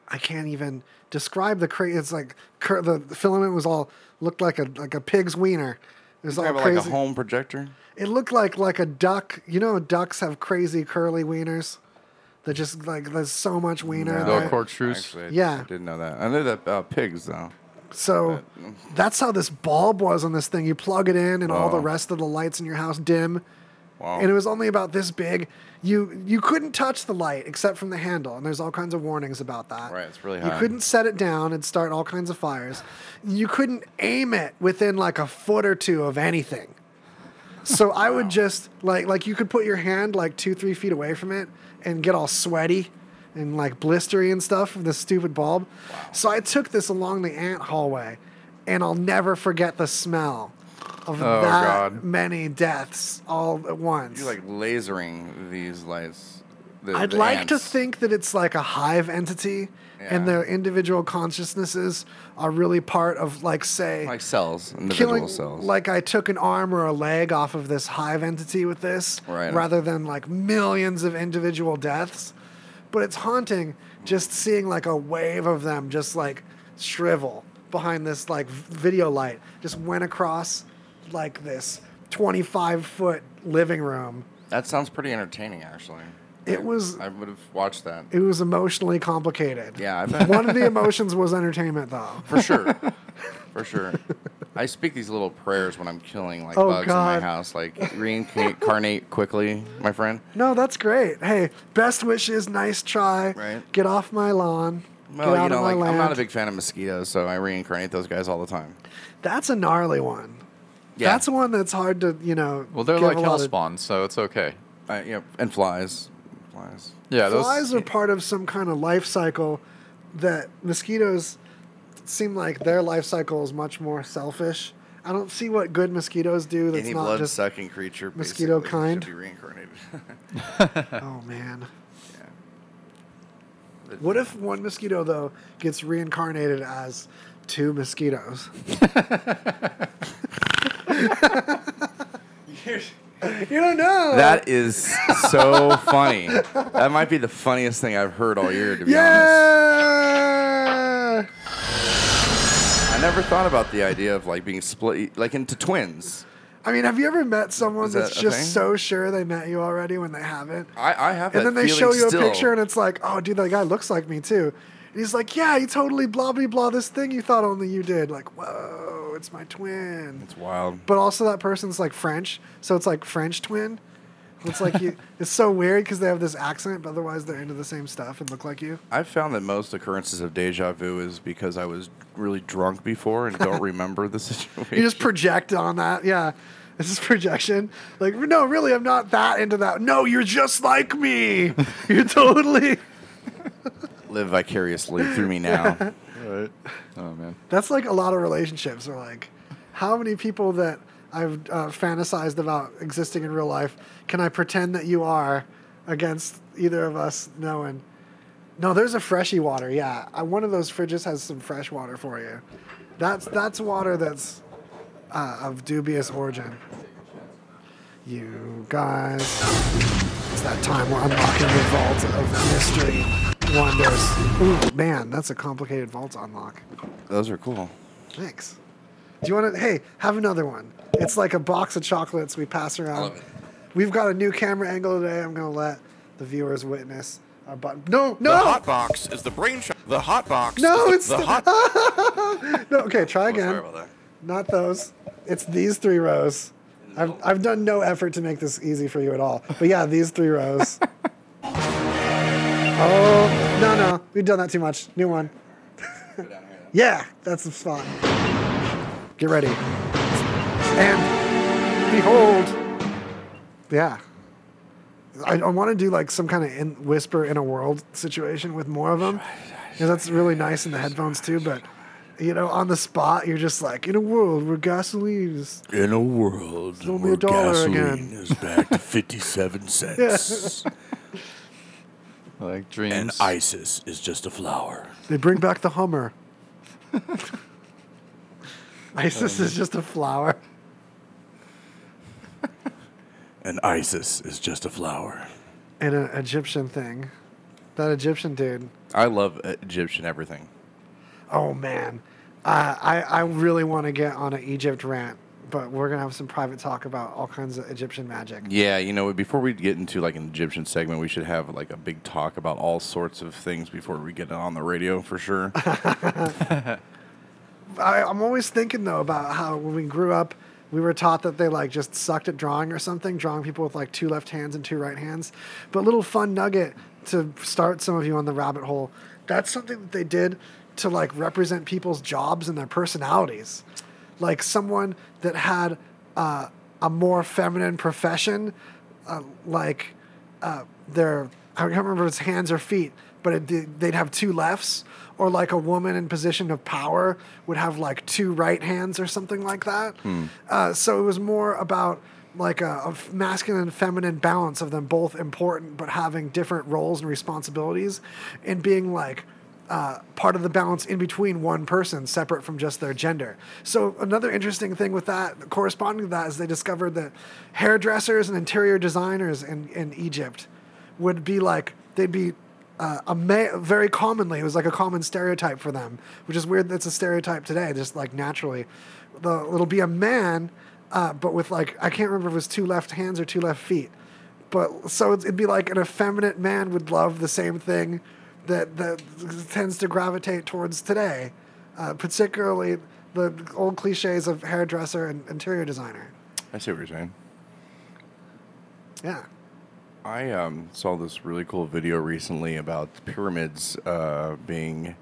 [SPEAKER 2] I can't even describe the crazy. It's like cur- the, the filament was all looked like a like a pig's wiener. It was all
[SPEAKER 3] Probably
[SPEAKER 2] crazy.
[SPEAKER 3] like a home projector.
[SPEAKER 2] It looked like like a duck. You know, ducks have crazy curly wieners. That just like there's so much wiener.
[SPEAKER 3] No.
[SPEAKER 2] there.
[SPEAKER 1] The corkscrews.
[SPEAKER 3] Actually, I
[SPEAKER 2] Yeah.
[SPEAKER 3] didn't know that. I knew that about pigs though.
[SPEAKER 2] So that's how this bulb was on this thing. You plug it in, and all the
[SPEAKER 3] Wow.
[SPEAKER 2] rest of the lights in your house dim.
[SPEAKER 3] Wow.
[SPEAKER 2] And it was only about this big. You you couldn't touch the light except from the handle, and there's all kinds of warnings about that.
[SPEAKER 3] Right, it's really
[SPEAKER 2] You
[SPEAKER 3] high.
[SPEAKER 2] couldn't set it down and start all kinds of fires. You couldn't aim it within like a foot or two of anything. So I would just like like you could put your hand like two three feet away from it and get all sweaty and like blistery and stuff from this stupid bulb. So I took this along the ant hallway, and I'll never forget the smell of
[SPEAKER 1] Oh,
[SPEAKER 2] that
[SPEAKER 1] God.
[SPEAKER 2] many deaths all at once.
[SPEAKER 3] You're like lasering these lights. The,
[SPEAKER 2] I'd
[SPEAKER 3] the
[SPEAKER 2] like to
[SPEAKER 3] ants.
[SPEAKER 2] think that it's like a hive entity, and
[SPEAKER 3] Yeah.
[SPEAKER 2] their individual consciousnesses are really part of like say
[SPEAKER 3] like cells, individual
[SPEAKER 2] killing
[SPEAKER 3] cells.
[SPEAKER 2] like I took an arm or a leg off of this hive entity with this
[SPEAKER 3] Right.
[SPEAKER 2] rather than like millions of individual deaths. But it's haunting just seeing like a wave of them just like shrivel behind this like v- video light just went across like this 25 foot living room.
[SPEAKER 3] that sounds pretty entertaining, actually.
[SPEAKER 2] It
[SPEAKER 3] I-
[SPEAKER 2] was-
[SPEAKER 3] I would have watched that.
[SPEAKER 2] It was emotionally complicated.
[SPEAKER 3] yeah, I bet.
[SPEAKER 2] One of the emotions was entertainment though.
[SPEAKER 3] for sure, for sure. I speak these little prayers when I'm killing like
[SPEAKER 2] Oh,
[SPEAKER 3] bugs
[SPEAKER 2] God.
[SPEAKER 3] in my house, like reincarnate quickly, my friend.
[SPEAKER 2] No, that's great. Hey, best wishes, nice try.
[SPEAKER 3] Right.
[SPEAKER 2] Get off my lawn.
[SPEAKER 3] Well,
[SPEAKER 2] Get out
[SPEAKER 3] you know,
[SPEAKER 2] of my
[SPEAKER 3] like
[SPEAKER 2] land.
[SPEAKER 3] I'm not a big fan of mosquitoes, so I reincarnate those guys all the time.
[SPEAKER 2] That's a gnarly one.
[SPEAKER 3] Yeah.
[SPEAKER 2] That's one that's hard to, you know.
[SPEAKER 1] Well, they're
[SPEAKER 2] give
[SPEAKER 1] like
[SPEAKER 2] a lot
[SPEAKER 1] hell
[SPEAKER 2] of-
[SPEAKER 1] spawns, so it's okay.
[SPEAKER 3] I, yeah, Uh, and flies, flies.
[SPEAKER 1] Yeah, those.
[SPEAKER 2] Flies are part of some kind of life cycle that mosquitoes seem like their life cycle is much more selfish. I don't see what good mosquitoes do that's
[SPEAKER 3] Any
[SPEAKER 2] not
[SPEAKER 3] blood
[SPEAKER 2] just.
[SPEAKER 3] sucking creature,
[SPEAKER 2] mosquito
[SPEAKER 3] basically,
[SPEAKER 2] kind?
[SPEAKER 3] should be reincarnated.
[SPEAKER 2] Oh, man. What if one mosquito, though, gets reincarnated as two mosquitoes? you don't know.
[SPEAKER 3] That is so funny. That might be the funniest thing I've heard all year, to be
[SPEAKER 2] yeah!
[SPEAKER 3] honest. I never thought about the idea of like being split, like into twins.
[SPEAKER 2] I mean, have you ever met someone
[SPEAKER 3] Is that
[SPEAKER 2] that's
[SPEAKER 3] a
[SPEAKER 2] just
[SPEAKER 3] thing?
[SPEAKER 2] so sure they met you already when they haven't?
[SPEAKER 3] I, I have
[SPEAKER 2] And
[SPEAKER 3] that
[SPEAKER 2] then they show
[SPEAKER 3] feeling
[SPEAKER 2] you a
[SPEAKER 3] still.
[SPEAKER 2] picture and it's like, oh, dude, that guy looks like me too. And he's like, yeah, you totally blah, blah, blah, this thing you thought only you did. Like, whoa, it's my twin.
[SPEAKER 3] it's wild.
[SPEAKER 2] But also, that person's like French. So it's like French twin. It's like you, it's so weird because they have this accent, but otherwise they're into the same stuff and look like you.
[SPEAKER 3] I've found that most occurrences of deja vu is because I was really drunk before and don't remember the situation.
[SPEAKER 2] You just project on that. Yeah. This is projection. Like, no, really, I'm not that into that. No, you're just like me. You're totally.
[SPEAKER 3] live vicariously through me now.
[SPEAKER 1] oh man.
[SPEAKER 2] That's like a lot of relationships are like, how many people that I've uh, fantasized about existing in real life can I pretend that you are against either of us knowing? No, there's a freshy water. Yeah, I, one of those fridges has some fresh water for you. That's that's water that's uh, of dubious origin. You guys, it's that time we're unlocking the vault of mystery wonders. Ooh, man, that's a complicated vault to unlock.
[SPEAKER 3] Those are cool.
[SPEAKER 2] Thanks. Do you want to? Hey, have another one. It's like a box of chocolates we pass around.
[SPEAKER 3] love it.
[SPEAKER 2] We've got a new camera angle today. I'm gonna let the viewers witness our button. No,
[SPEAKER 4] The
[SPEAKER 2] no,
[SPEAKER 4] hot box is the brain child. The hot box.
[SPEAKER 2] No,
[SPEAKER 4] is
[SPEAKER 2] it's
[SPEAKER 4] the,
[SPEAKER 2] the-
[SPEAKER 4] hot.
[SPEAKER 2] no. Okay, try
[SPEAKER 3] Oh, sorry
[SPEAKER 2] again.
[SPEAKER 3] about that.
[SPEAKER 2] Not those. It's these three rows. I've I've done no effort to make this easy for you at all. But yeah, these three rows. oh no no, we've done that too much. New one. yeah, that's the spot. Get ready. And behold, yeah. I, I want to do like some kind of in, whisper in a world situation with more of them. Yeah, that's really nice in the headphones too, but you know, on the spot, you're just like, in a world where gasoline is
[SPEAKER 8] In a world
[SPEAKER 2] only
[SPEAKER 8] where
[SPEAKER 2] a dollar
[SPEAKER 8] gasoline
[SPEAKER 2] again.
[SPEAKER 8] is back to 57 cents
[SPEAKER 1] Like dreams.
[SPEAKER 8] and ISIS is just a flower.
[SPEAKER 2] They bring back the Hummer. ISIS is just a flower.
[SPEAKER 8] And ISIS is just a flower.
[SPEAKER 2] And an Egyptian thing. That Egyptian dude.
[SPEAKER 3] I love uh, Egyptian everything.
[SPEAKER 2] Oh man, uh, I I really want to get on an Egypt rant, but we're gonna have some private talk about all kinds of Egyptian magic.
[SPEAKER 3] Yeah, you know, before we get into like an Egyptian segment, we should have like a big talk about all sorts of things before we get it on the radio for sure.
[SPEAKER 2] I, I'm always thinking though about how when we grew up, we were taught that they like just sucked at drawing or something, drawing people with like two left hands and two right hands. But little fun nugget to start some of you on the rabbit hole. That's something that they did to like represent people's jobs and their personalities. Like someone that had uh, a more feminine profession, uh, like uh, their I can't remember if it's hands or feet, but it, they'd have two lefts, or like a woman in position of power would have like two right hands or something like that. Uh, so it was more about like a, a f- masculine and feminine balance of them both important but having different roles and responsibilities, and being like uh, part of the balance in between one person, separate from just their gender. So another interesting thing with that, corresponding to that, is they discovered that hairdressers and interior designers in, in Egypt would be like they'd be uh, a ma- very commonly it was like a common stereotype for them, which is weird. That's a stereotype today, just like naturally, the, it'll be a man, uh, but with like I can't remember if it was two left hands or two left feet but so it's- it'd be like an effeminate man would love the same thing that that tends to gravitate towards today, uh, particularly the old cliches of hairdresser and interior designer.
[SPEAKER 3] I see what you're saying.
[SPEAKER 2] Yeah,
[SPEAKER 3] I um, saw this really cool video recently about the pyramids uh, being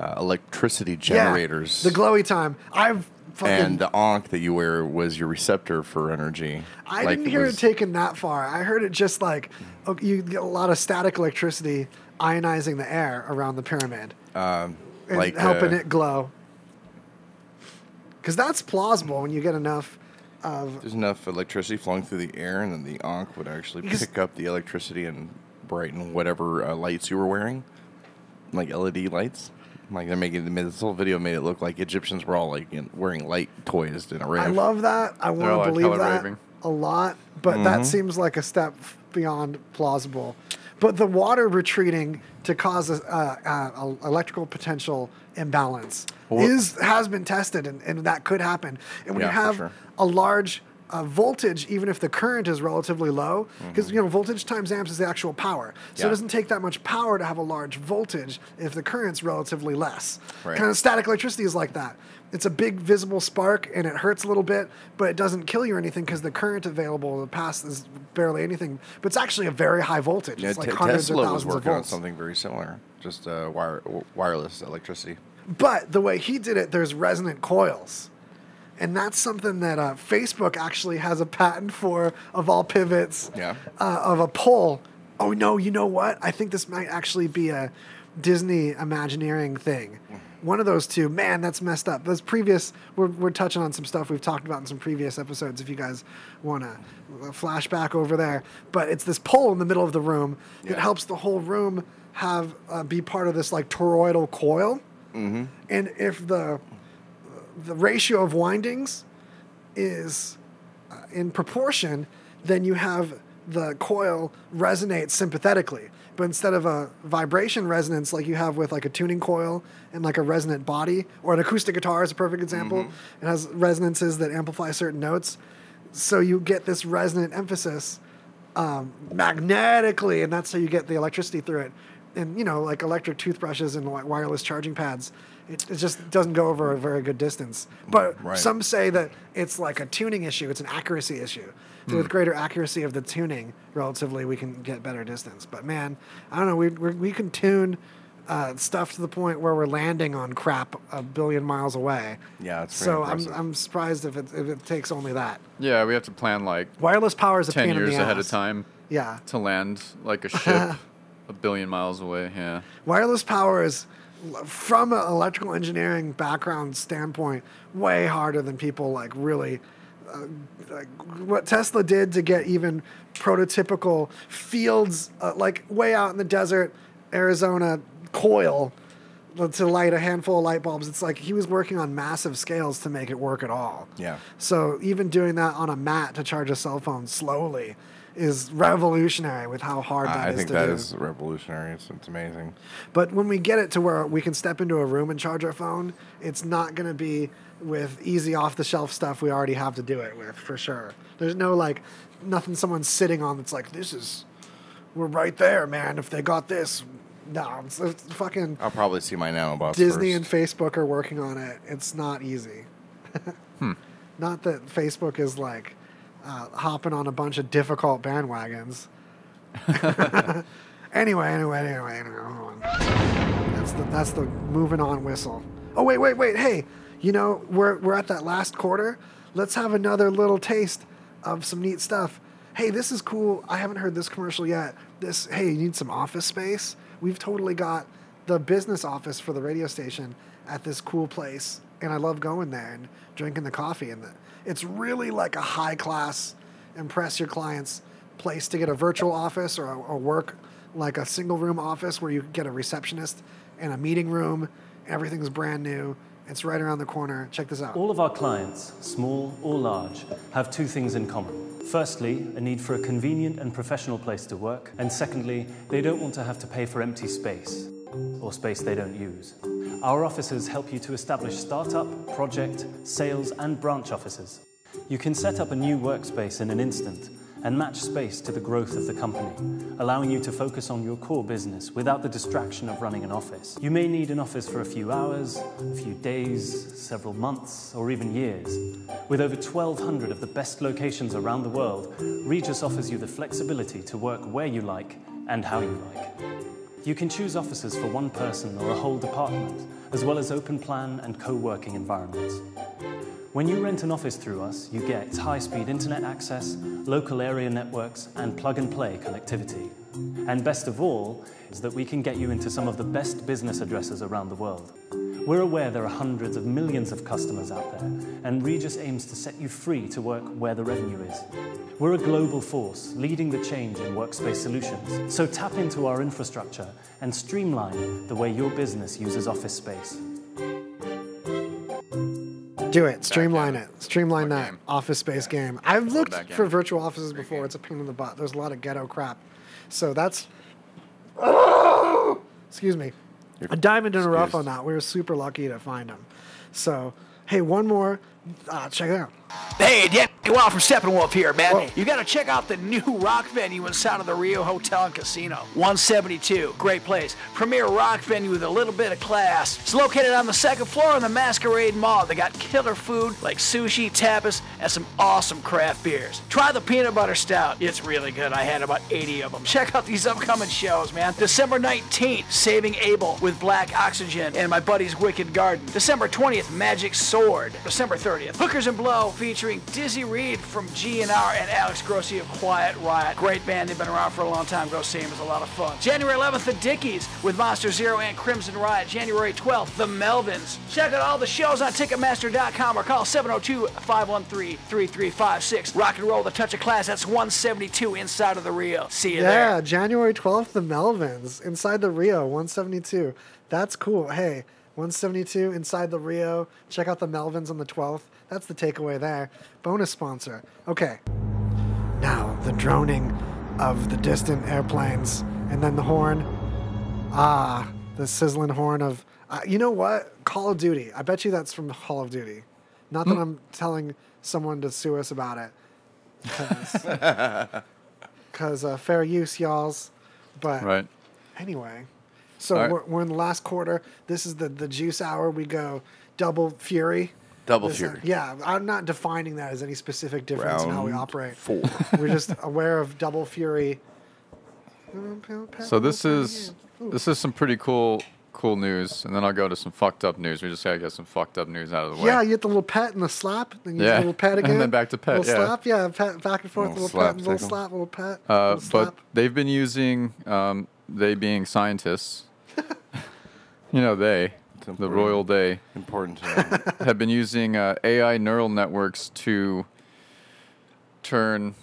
[SPEAKER 3] uh, electricity generators.
[SPEAKER 2] Yeah, the glowy time. I've fucking.
[SPEAKER 3] and uh, the onk that you wear was your receptor for energy.
[SPEAKER 2] I
[SPEAKER 3] Like,
[SPEAKER 2] didn't hear
[SPEAKER 3] was-
[SPEAKER 2] it taken that far. I heard it just like oh, you get a lot of static electricity ionizing the air around the pyramid and
[SPEAKER 3] Um, like,
[SPEAKER 2] helping
[SPEAKER 3] uh,
[SPEAKER 2] it glow. Because that's plausible when you get enough of
[SPEAKER 3] There's enough electricity flowing through the air, and then the onk would actually
[SPEAKER 2] Because-
[SPEAKER 3] pick up the electricity and brighten whatever uh, lights you were wearing, like LED lights. Like they're making this whole video made it look like Egyptians were all like in, wearing light toys in a rave. Oh,
[SPEAKER 2] I love that. I want to
[SPEAKER 1] all, like,
[SPEAKER 2] believe
[SPEAKER 1] hella
[SPEAKER 2] that
[SPEAKER 1] raving.
[SPEAKER 2] a lot, but
[SPEAKER 3] Mm-hmm.
[SPEAKER 2] that seems like a step beyond plausible. But the water retreating to cause a, a, a electrical potential imbalance is has been tested, and, and that could happen. And when
[SPEAKER 3] Yeah,
[SPEAKER 2] you
[SPEAKER 3] for
[SPEAKER 2] have
[SPEAKER 3] sure.
[SPEAKER 2] a large uh, voltage, even if the current is relatively low, because you know voltage times amps is the actual power. So it
[SPEAKER 3] Mm-hmm. Yeah.
[SPEAKER 2] doesn't take that much power to have a large voltage if the current's relatively less.
[SPEAKER 3] Right.
[SPEAKER 2] Kind of static electricity is like that. It's a big visible spark and it hurts a little bit, but it doesn't kill you or anything because the current available to pass is barely anything. But it's actually a very high voltage.
[SPEAKER 3] Yeah,
[SPEAKER 2] It's like
[SPEAKER 3] Te-
[SPEAKER 2] hundreds
[SPEAKER 3] Tesla
[SPEAKER 2] or
[SPEAKER 3] was
[SPEAKER 2] thousands of
[SPEAKER 3] working on
[SPEAKER 2] volts.
[SPEAKER 3] something very similar, just uh, wire, w- wireless electricity.
[SPEAKER 2] But the way he did it, there's resonant coils. And that's something that uh, Facebook actually has a patent for, of all pivots,
[SPEAKER 3] Yeah.
[SPEAKER 2] uh, of a pole. Oh no, you know what? I think this might actually be a Disney Imagineering thing. One of those two. Man, that's messed up. Those previous, we're, we're touching on some stuff we've talked about in some previous episodes if you guys want to flashback over there. But it's this pole in the middle of the room. It
[SPEAKER 3] Yeah.
[SPEAKER 2] helps the whole room have uh, be part of this like toroidal coil and if the the ratio of windings is uh, in proportion, then you have the coil resonate sympathetically. But instead of a vibration resonance like you have with like a tuning coil and like a resonant body, or an acoustic guitar is a perfect example. It has resonances that amplify certain notes, so you get this resonant emphasis um, magnetically, and that's how you get the electricity through it. And you know, like electric toothbrushes and wi- wireless charging pads, it, it just doesn't go over a very good distance. But
[SPEAKER 3] Right.
[SPEAKER 2] some say that it's like a tuning issue; it's an accuracy issue. So
[SPEAKER 3] Hmm.
[SPEAKER 2] with greater accuracy of the tuning, relatively, we can get better distance. But man, I don't know. We we, we can tune uh, stuff to the point where we're landing on crap a billion miles away.
[SPEAKER 3] Yeah, it's pretty
[SPEAKER 2] so I'm
[SPEAKER 3] impressive.
[SPEAKER 2] I'm surprised if it if it takes only that.
[SPEAKER 1] Yeah, we have to plan like
[SPEAKER 2] Wireless power is a
[SPEAKER 1] ten
[SPEAKER 2] pain
[SPEAKER 1] years
[SPEAKER 2] in the
[SPEAKER 1] ahead of
[SPEAKER 2] ass.
[SPEAKER 1] time
[SPEAKER 2] Yeah.
[SPEAKER 1] to land like a ship a billion miles away. Yeah.
[SPEAKER 2] wireless power is from an electrical engineering background standpoint way harder than people like really uh, like what tesla did to get even prototypical fields uh, like way out in the desert arizona coil uh, to light a handful of light bulbs it's like he was working on massive scales to make it work at all
[SPEAKER 3] Yeah.
[SPEAKER 2] so even doing that on a mat to charge a cell phone slowly is revolutionary with how hard that is
[SPEAKER 3] I think
[SPEAKER 2] to
[SPEAKER 3] that
[SPEAKER 2] do.
[SPEAKER 3] is revolutionary. It's, it's amazing.
[SPEAKER 2] But when we get it to where we can step into a room and charge our phone, it's not going to be with easy off the shelf stuff we already have to do it with for sure. There's no like nothing someone's sitting on that's like this is we're right there, man. If they got this, no, it's, it's fucking
[SPEAKER 3] I'll probably see my nanobots.
[SPEAKER 2] Disney
[SPEAKER 3] first.
[SPEAKER 2] and Facebook are working on it. It's not easy. Not that Facebook is like uh, hopping on a bunch of difficult bandwagons. anyway, anyway, anyway, anyway. hold on. That's the that's the moving on whistle. Oh wait, wait, wait. Hey, you know we're we're at that last quarter. Let's have another little taste of some neat stuff. Hey, this is cool. I haven't heard this commercial yet. This hey, you need some office space? We've totally got the business office for the radio station at this cool place, and I love going there and drinking the coffee. And the, it's really like a high class, impress your clients place to get a virtual office or a, a work like a single room office where you get a receptionist and a meeting room. Everything's brand new. It's right around the corner. Check this out.
[SPEAKER 9] All of our clients, small or large, have two things in common. Firstly, a need for a convenient and professional place to work, and secondly, they don't want to have to pay for empty space or space they don't use. Our offices help you to establish startup, project, sales, and branch offices. You can set up a new workspace in an instant and match space to the growth of the company, allowing you to focus on your core business without the distraction of running an office. You may need an office for a few hours, a few days, several months, or even years. With over 1,200 of the best locations around the world, Regis offers you the flexibility to work where you like and how you like. You can choose offices for one person or a whole department, as well as open plan and co working environments. When you rent an office through us, you get high speed internet access, local area networks, and plug and play connectivity. And best of all is that we can get you into some of the best business addresses around the world. We're aware there are hundreds of millions of customers out there, and Regis aims to set you free to work where the revenue is. We're a global force leading the change in workspace solutions, so tap into our infrastructure and streamline the way your business uses office space.
[SPEAKER 2] Do it. Streamline it. Streamline
[SPEAKER 1] What
[SPEAKER 2] that
[SPEAKER 1] game?
[SPEAKER 2] office space game. I've looked
[SPEAKER 1] that
[SPEAKER 2] for
[SPEAKER 1] game.
[SPEAKER 2] virtual offices before. It's a pain in the butt. There's a lot of ghetto crap. So that's. Excuse me. A diamond in a rough on
[SPEAKER 3] excused.
[SPEAKER 2] that. We were super lucky to find them. So, hey, one more. Uh, check it out.
[SPEAKER 6] Hey, Deputy Wild from Steppenwolf here, man.
[SPEAKER 2] Whoa.
[SPEAKER 6] You gotta check out the new rock venue inside of the Rio Hotel and Casino. 172, great place. Premier rock venue with a little bit of class. It's located on the second floor in the Masquerade Mall. They got killer food like sushi, tapas, and some awesome craft beers. Try the peanut butter stout. It's really good. I had about 80 of them. Check out these upcoming shows, man. December 19th, Saving Abel with Black Oxygen and my buddy's Wicked Garden. December 20th, Magic Sword. December 30th, Hookers and Blow featuring Dizzy Reed from GNR and Alex Grossi of Quiet Riot. Great band, they've been around for a long time. Go see them, it's a lot of fun. January 11th, The Dickies with Monster Zero and Crimson Riot. January 12th, The Melvins. Check out all the shows on Ticketmaster.com or call 702-513-3356. Rock and roll, The Touch of Class, that's 172 inside of the Rio. See you there.
[SPEAKER 2] Yeah, January 12th, the Melvins inside the Rio 172. That's cool. Hey, 172 inside the Rio. Check out the Melvins on the 12th. That's the takeaway there. Bonus sponsor. Okay. Now, the droning of the distant airplanes and then the horn. Ah, the sizzling horn of. Uh, you know what? Call of Duty. I bet you that's from Call of Duty. Not
[SPEAKER 1] Hmm.
[SPEAKER 2] that I'm telling someone to sue us about it. Because uh, fair use, y'alls. But
[SPEAKER 1] Right.
[SPEAKER 2] anyway, so
[SPEAKER 1] All right.
[SPEAKER 2] we're, we're in the last quarter. This is the, the juice hour. We go double fury.
[SPEAKER 3] Double
[SPEAKER 2] This- uh,
[SPEAKER 3] fury.
[SPEAKER 2] yeah, I'm not defining that as any specific difference in how we
[SPEAKER 3] Round
[SPEAKER 2] operate.
[SPEAKER 3] four.
[SPEAKER 2] We're just aware of double fury.
[SPEAKER 1] So this is this is some pretty cool cool news, and then I'll go to some fucked up news. We just gotta get some fucked up news out of the way.
[SPEAKER 2] Yeah, you get the little pet and the slap, then you get
[SPEAKER 1] Yeah.
[SPEAKER 2] the little pet
[SPEAKER 1] And
[SPEAKER 2] again.
[SPEAKER 1] then back to pet,
[SPEAKER 2] Little
[SPEAKER 1] yeah.
[SPEAKER 2] slap, yeah, pet, back and forth, little,
[SPEAKER 3] Little
[SPEAKER 2] pet,
[SPEAKER 3] slap
[SPEAKER 2] little
[SPEAKER 3] tickle.
[SPEAKER 2] slap, little pet.
[SPEAKER 1] Uh,
[SPEAKER 2] little
[SPEAKER 1] but
[SPEAKER 2] slap.
[SPEAKER 1] they've been using um, they being scientists. you know they, the
[SPEAKER 3] important.
[SPEAKER 1] royal they,
[SPEAKER 3] Important to know.
[SPEAKER 1] have been using uh, AI neural networks to turn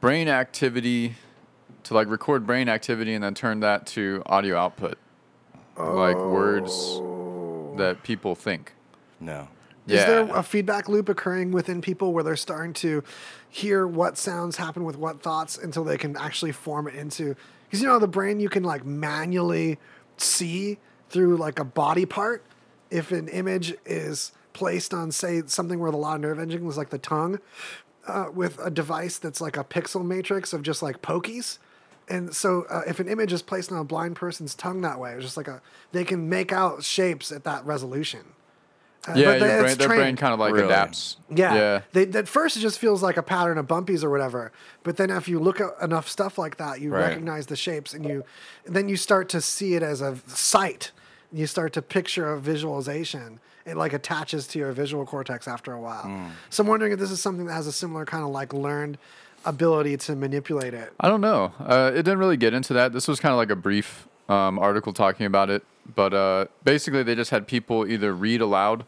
[SPEAKER 1] brain activity to like record brain activity and then turn that to audio output, like words that people think.
[SPEAKER 3] no.
[SPEAKER 2] Is
[SPEAKER 1] Yeah.
[SPEAKER 2] there a feedback loop occurring within people where they're starting to hear what sounds happen with what thoughts until they can actually form it into? Because you know the brain you can like manually see through like a body part. If an image is placed on say something where the lot of nerve ending is like the tongue, uh, with a device that's like a pixel matrix of just like pokies. And so, uh, if an image is placed on a blind person's tongue that way, it's just like a they can make out shapes at that resolution.
[SPEAKER 1] Yeah,
[SPEAKER 2] Uh, but
[SPEAKER 1] your
[SPEAKER 2] they-
[SPEAKER 1] brain,
[SPEAKER 2] it's
[SPEAKER 1] their brain
[SPEAKER 2] trained.
[SPEAKER 1] kind of like
[SPEAKER 3] Really?
[SPEAKER 1] adapts.
[SPEAKER 2] Yeah.
[SPEAKER 1] Yeah.
[SPEAKER 2] They, at first, it just feels like a pattern of bumpies or whatever. But then, if you look at enough stuff like that, you
[SPEAKER 1] Right.
[SPEAKER 2] recognize the shapes and you then you start to see it as a sight. You start to picture a visualization. It like attaches to your visual cortex after a while.
[SPEAKER 1] Hmm.
[SPEAKER 2] So, I'm wondering if this is something that has a similar kind of like learned ability to manipulate it.
[SPEAKER 1] I don't know. Uh, it didn't really get into that. This was kind of like a brief um, article talking about it. But uh, basically, they just had people either read aloud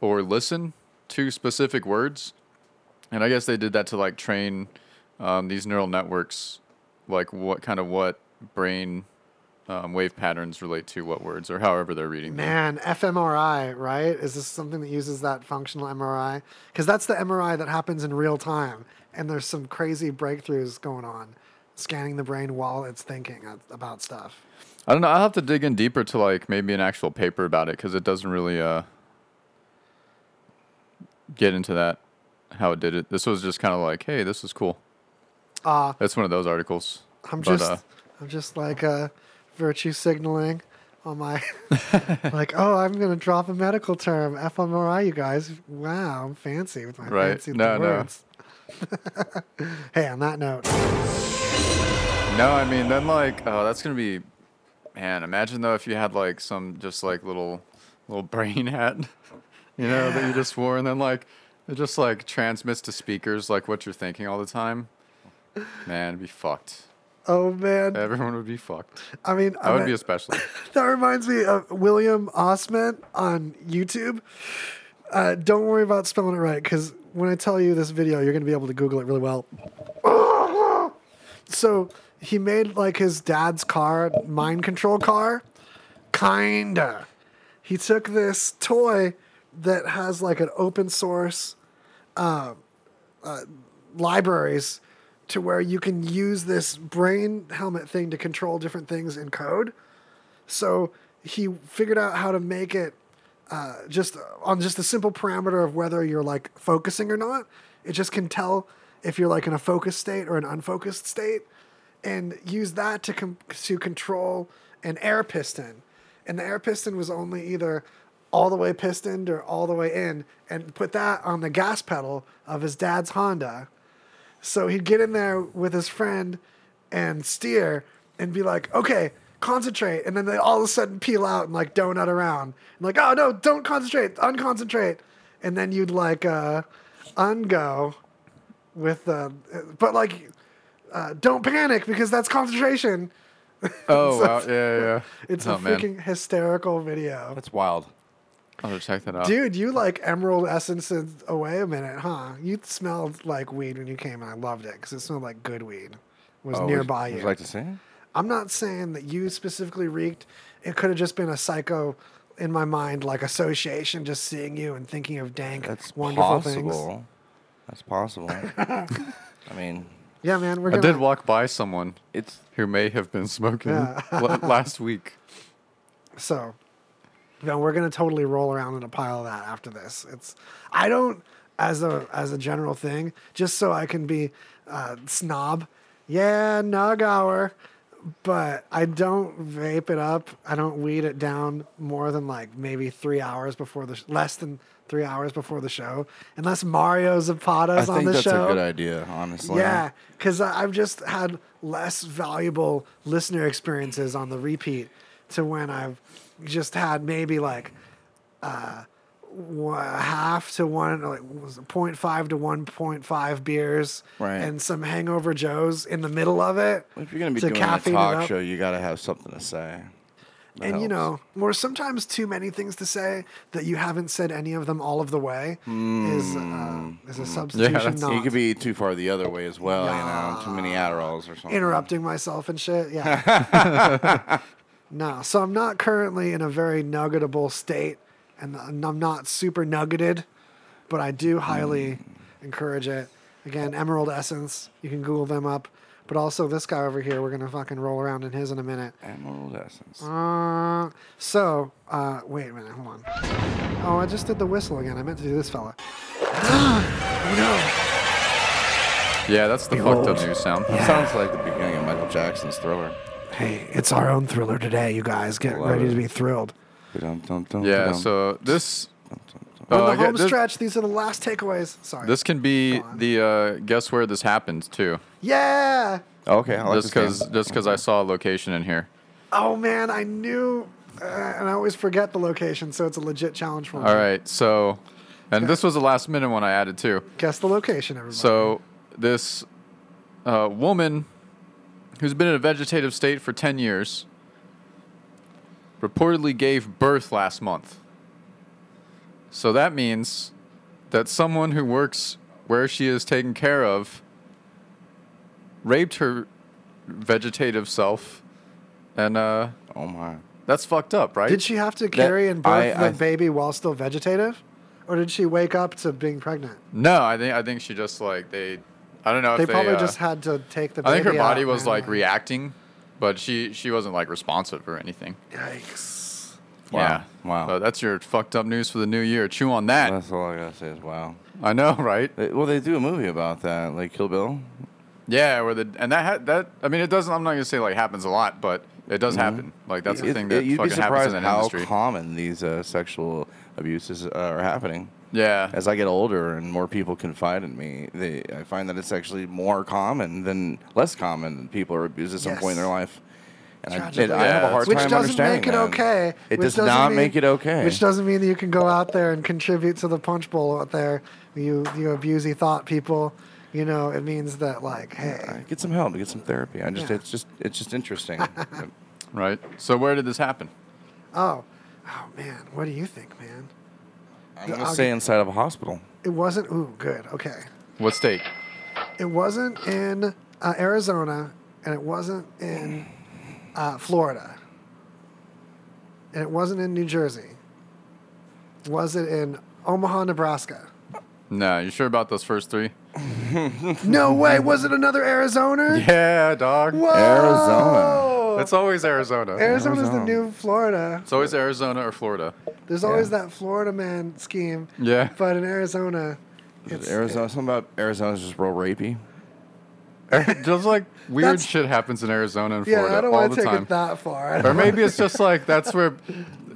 [SPEAKER 1] or listen to specific words. And I guess they did that to like train um, these neural networks, like what kind of what brain um, wave patterns relate to what words or however they're reading them.
[SPEAKER 2] Man, fMRI, right? Is this something that uses that functional MRI? Because that's the MRI that happens in real time, and there's some crazy breakthroughs going on, scanning the brain while it's thinking a- about stuff.
[SPEAKER 1] I don't know. I'll have to dig in deeper to like maybe an actual paper about it because it doesn't really uh, get into that how it did it. This was just kind of like, hey, this is cool. Ah, that's one of those articles.
[SPEAKER 2] Uh, I'm
[SPEAKER 1] But,
[SPEAKER 2] just,
[SPEAKER 1] uh,
[SPEAKER 2] I'm just like uh, virtue signaling on my, like, oh, I'm gonna drop a medical term, fMRI, you guys. Wow, I'm fancy with my
[SPEAKER 1] Right.
[SPEAKER 2] fancy
[SPEAKER 1] No, no.
[SPEAKER 2] words. hey, on that note,
[SPEAKER 1] no, I mean, then like, oh, that's gonna be, man. Imagine though if you had like some just like little, little brain hat, you know, that you just wore, and then like it just like transmits to speakers like what you're thinking all the time. Man, it'd be fucked.
[SPEAKER 2] oh man,
[SPEAKER 1] Everyone would be fucked.
[SPEAKER 2] I mean,
[SPEAKER 1] I would
[SPEAKER 2] mean-
[SPEAKER 1] be especially.
[SPEAKER 2] that reminds me of William Osment on YouTube. Uh, don't worry about spelling it right because when I tell you this video, you're going to be able to Google it really well. So he made like his dad's car, mind control car. Kinda. He took this toy that has like an open source um, uh, libraries to where you can use this brain helmet thing to control different things in code. So he figured out how to make it uh, just on just a simple parameter of whether you're like focusing or not. It just can tell if you're like in a focused state or an unfocused state, and use that to com- to control an air piston. And the air piston was only either all the way pistoned or all the way in, and put that on the gas pedal of his dad's Honda. So he'd get in there with his friend and steer and be like, okay, concentrate. And then they all of a sudden peel out and like donut around. And like, oh no, don't concentrate, unconcentrate. And then you'd like uh, ungo with the, but like, uh, don't panic because that's concentration.
[SPEAKER 1] Oh wow! Yeah, yeah.
[SPEAKER 2] It's
[SPEAKER 1] oh,
[SPEAKER 2] a freaking hysterical video.
[SPEAKER 10] That's wild.
[SPEAKER 1] I'll have to check that out.
[SPEAKER 2] Dude, you like emerald essence away a minute, huh? You smelled like weed when you came, and I loved it because it smelled like good weed. Was
[SPEAKER 10] Oh, would-
[SPEAKER 2] nearby
[SPEAKER 10] would
[SPEAKER 2] you.
[SPEAKER 10] you like to sing?
[SPEAKER 2] I'm not saying that you specifically reeked. It could have just been a psycho in my mind, like association, just seeing you and thinking of dank,
[SPEAKER 10] That's
[SPEAKER 2] wonderful
[SPEAKER 10] possible.
[SPEAKER 2] things.
[SPEAKER 10] That's possible. I mean,
[SPEAKER 2] Yeah, man, we're
[SPEAKER 1] I
[SPEAKER 2] gonna.
[SPEAKER 1] did walk by someone
[SPEAKER 10] it's
[SPEAKER 1] who may have been smoking la- last week.
[SPEAKER 2] So, you know, we're gonna totally roll around in a pile of that after this. It's I don't as a as a general thing, just so I can be uh, snob. Yeah, nug hour, but I don't vape it up. I don't weed it down more than like maybe three hours before the sh- less than three hours before the show, unless Mario
[SPEAKER 10] I
[SPEAKER 2] Zapata's on
[SPEAKER 10] think
[SPEAKER 2] the
[SPEAKER 10] that's
[SPEAKER 2] show.
[SPEAKER 10] a good idea, honestly.
[SPEAKER 2] Yeah, because I've just had less valuable listener experiences on the repeat to when I've just had maybe like uh, wha- half to one, like was it 0.5 to 1.5 beers
[SPEAKER 10] Right.
[SPEAKER 2] and some hangover Joes in the middle of it.
[SPEAKER 10] If you're gonna be
[SPEAKER 2] to
[SPEAKER 10] doing a
[SPEAKER 2] caffeine it
[SPEAKER 10] talk
[SPEAKER 2] up.
[SPEAKER 10] show, you gotta have something to say. That
[SPEAKER 2] and you
[SPEAKER 10] helps.
[SPEAKER 2] know, or sometimes too many things to say that you haven't said any of them all of the way is uh, is a substitution.
[SPEAKER 1] that's-
[SPEAKER 2] not.
[SPEAKER 10] Mm. you could be too far the other way as well. You know, too many Adderalls or something.
[SPEAKER 2] interrupting myself and shit. Yeah. no, so I'm not currently in a very nuggetable state and and I'm not super nuggeted, but I do highly
[SPEAKER 1] Hmm.
[SPEAKER 2] encourage it. Again, Emerald Essence. You can Google them up. But also this guy over here, we're gonna fucking roll around in his in a minute.
[SPEAKER 3] Emerald Essence.
[SPEAKER 2] Uh, so, uh, wait a minute, hold on. Oh, I just did the whistle again. I meant to do this fella.
[SPEAKER 1] Yeah, that's the fucked up new sound.
[SPEAKER 3] That sounds like the beginning of Michael Jackson's Thriller.
[SPEAKER 2] Hey, it's our own thriller today, you guys. Get
[SPEAKER 3] Love
[SPEAKER 2] ready
[SPEAKER 3] it.
[SPEAKER 2] to be thrilled.
[SPEAKER 3] Ba-dum-dum-dum-dum.
[SPEAKER 1] Yeah, so this.
[SPEAKER 2] On
[SPEAKER 1] uh,
[SPEAKER 2] the
[SPEAKER 1] yeah,
[SPEAKER 2] home
[SPEAKER 1] this,
[SPEAKER 2] stretch, these are the last takeaways. Sorry.
[SPEAKER 1] this can be the uh, guess where this happened too.
[SPEAKER 2] yeah.
[SPEAKER 3] Okay, I like
[SPEAKER 1] Just
[SPEAKER 3] this
[SPEAKER 1] because
[SPEAKER 3] game.
[SPEAKER 1] just because I saw a location in here.
[SPEAKER 2] Oh man, I knew, uh, and I always forget the location, so it's a legit challenge for me.
[SPEAKER 1] All right, so, and this was the last minute one I added too.
[SPEAKER 2] Guess the location, everybody.
[SPEAKER 1] So this uh, woman who's been in a vegetative state for ten years reportedly gave birth last month. So that means that someone who works where she is taken care of raped her vegetative self, and uh,
[SPEAKER 3] Oh my.
[SPEAKER 1] that's fucked up, right?
[SPEAKER 2] did she have to carry and birth
[SPEAKER 3] I- I-
[SPEAKER 2] the baby while still vegetative, or did she wake up to being pregnant?
[SPEAKER 1] No, I think I think she just like they. I don't know
[SPEAKER 2] They
[SPEAKER 1] if they.
[SPEAKER 2] probably
[SPEAKER 1] uh,
[SPEAKER 2] just had to take the. Baby
[SPEAKER 1] I think her body
[SPEAKER 2] out,
[SPEAKER 1] was
[SPEAKER 2] man.
[SPEAKER 1] like reacting, but she she wasn't like responsive or anything.
[SPEAKER 2] Yikes!
[SPEAKER 3] Wow. Wow.
[SPEAKER 1] So that's your fucked up news for the new year. Chew on that.
[SPEAKER 3] That's all I gotta say is wow.
[SPEAKER 1] I know, right?
[SPEAKER 3] They, well, they do a movie about that, like Kill Bill.
[SPEAKER 1] Yeah, where the and that ha- that I mean it doesn't. I'm not gonna say like happens a lot, but it does happen. Like that's the
[SPEAKER 3] Mm-hmm. It-
[SPEAKER 1] thing
[SPEAKER 3] it-
[SPEAKER 1] that
[SPEAKER 3] you'd be
[SPEAKER 1] fucking happens in
[SPEAKER 3] surprised
[SPEAKER 1] the
[SPEAKER 3] how
[SPEAKER 1] industry.
[SPEAKER 3] common these uh, sexual abuses
[SPEAKER 10] uh,
[SPEAKER 3] are happening.
[SPEAKER 1] yeah.
[SPEAKER 3] As I get older and more people confide in me, they, I find that it's actually more common than less common than people are abused at some point in their
[SPEAKER 2] Yes.
[SPEAKER 3] life. And I,
[SPEAKER 2] Tragically.
[SPEAKER 3] and I have a hard
[SPEAKER 2] Which
[SPEAKER 3] time
[SPEAKER 2] doesn't
[SPEAKER 3] understanding
[SPEAKER 2] make it
[SPEAKER 3] that.
[SPEAKER 2] okay.
[SPEAKER 3] It
[SPEAKER 2] which
[SPEAKER 3] does
[SPEAKER 2] doesn't
[SPEAKER 3] not
[SPEAKER 2] mean-
[SPEAKER 3] make it okay.
[SPEAKER 2] Which doesn't mean that you can go out there and contribute to the punch bowl out there. You you abusey thought people. You know, it means that like, hey,
[SPEAKER 3] Get some help. Get some therapy. I just
[SPEAKER 2] Yeah.
[SPEAKER 3] it's just it's just interesting.
[SPEAKER 1] Right. So where did this happen?
[SPEAKER 2] oh, oh man, what do you think, man?
[SPEAKER 3] I'm gonna
[SPEAKER 2] I'll
[SPEAKER 3] say inside of a hospital.
[SPEAKER 2] It wasn't. Ooh, good. Okay.
[SPEAKER 1] What state?
[SPEAKER 2] It wasn't in uh, Arizona, and it wasn't in uh, Florida, and it wasn't in New Jersey. Was it in Omaha, Nebraska?
[SPEAKER 1] No, you sure about those first three?
[SPEAKER 2] No way. Was it another Arizona?
[SPEAKER 1] Yeah, dog.
[SPEAKER 2] Oh,
[SPEAKER 3] Arizona.
[SPEAKER 1] It's always Arizona.
[SPEAKER 2] Arizona's
[SPEAKER 3] Arizona.
[SPEAKER 2] the new Florida.
[SPEAKER 1] it's always Arizona or Florida.
[SPEAKER 2] There's always that Florida man scheme.
[SPEAKER 1] Yeah.
[SPEAKER 2] But in Arizona, it's
[SPEAKER 3] Arizona. Something about Arizona's just real rapey.
[SPEAKER 1] Just like weird
[SPEAKER 2] That's-
[SPEAKER 1] shit happens in Arizona and
[SPEAKER 2] yeah,
[SPEAKER 1] Florida
[SPEAKER 2] I don't
[SPEAKER 1] all
[SPEAKER 2] want
[SPEAKER 1] the
[SPEAKER 2] to take
[SPEAKER 1] time.
[SPEAKER 2] it that far. I
[SPEAKER 1] or
[SPEAKER 2] don't
[SPEAKER 1] maybe it's just like that's where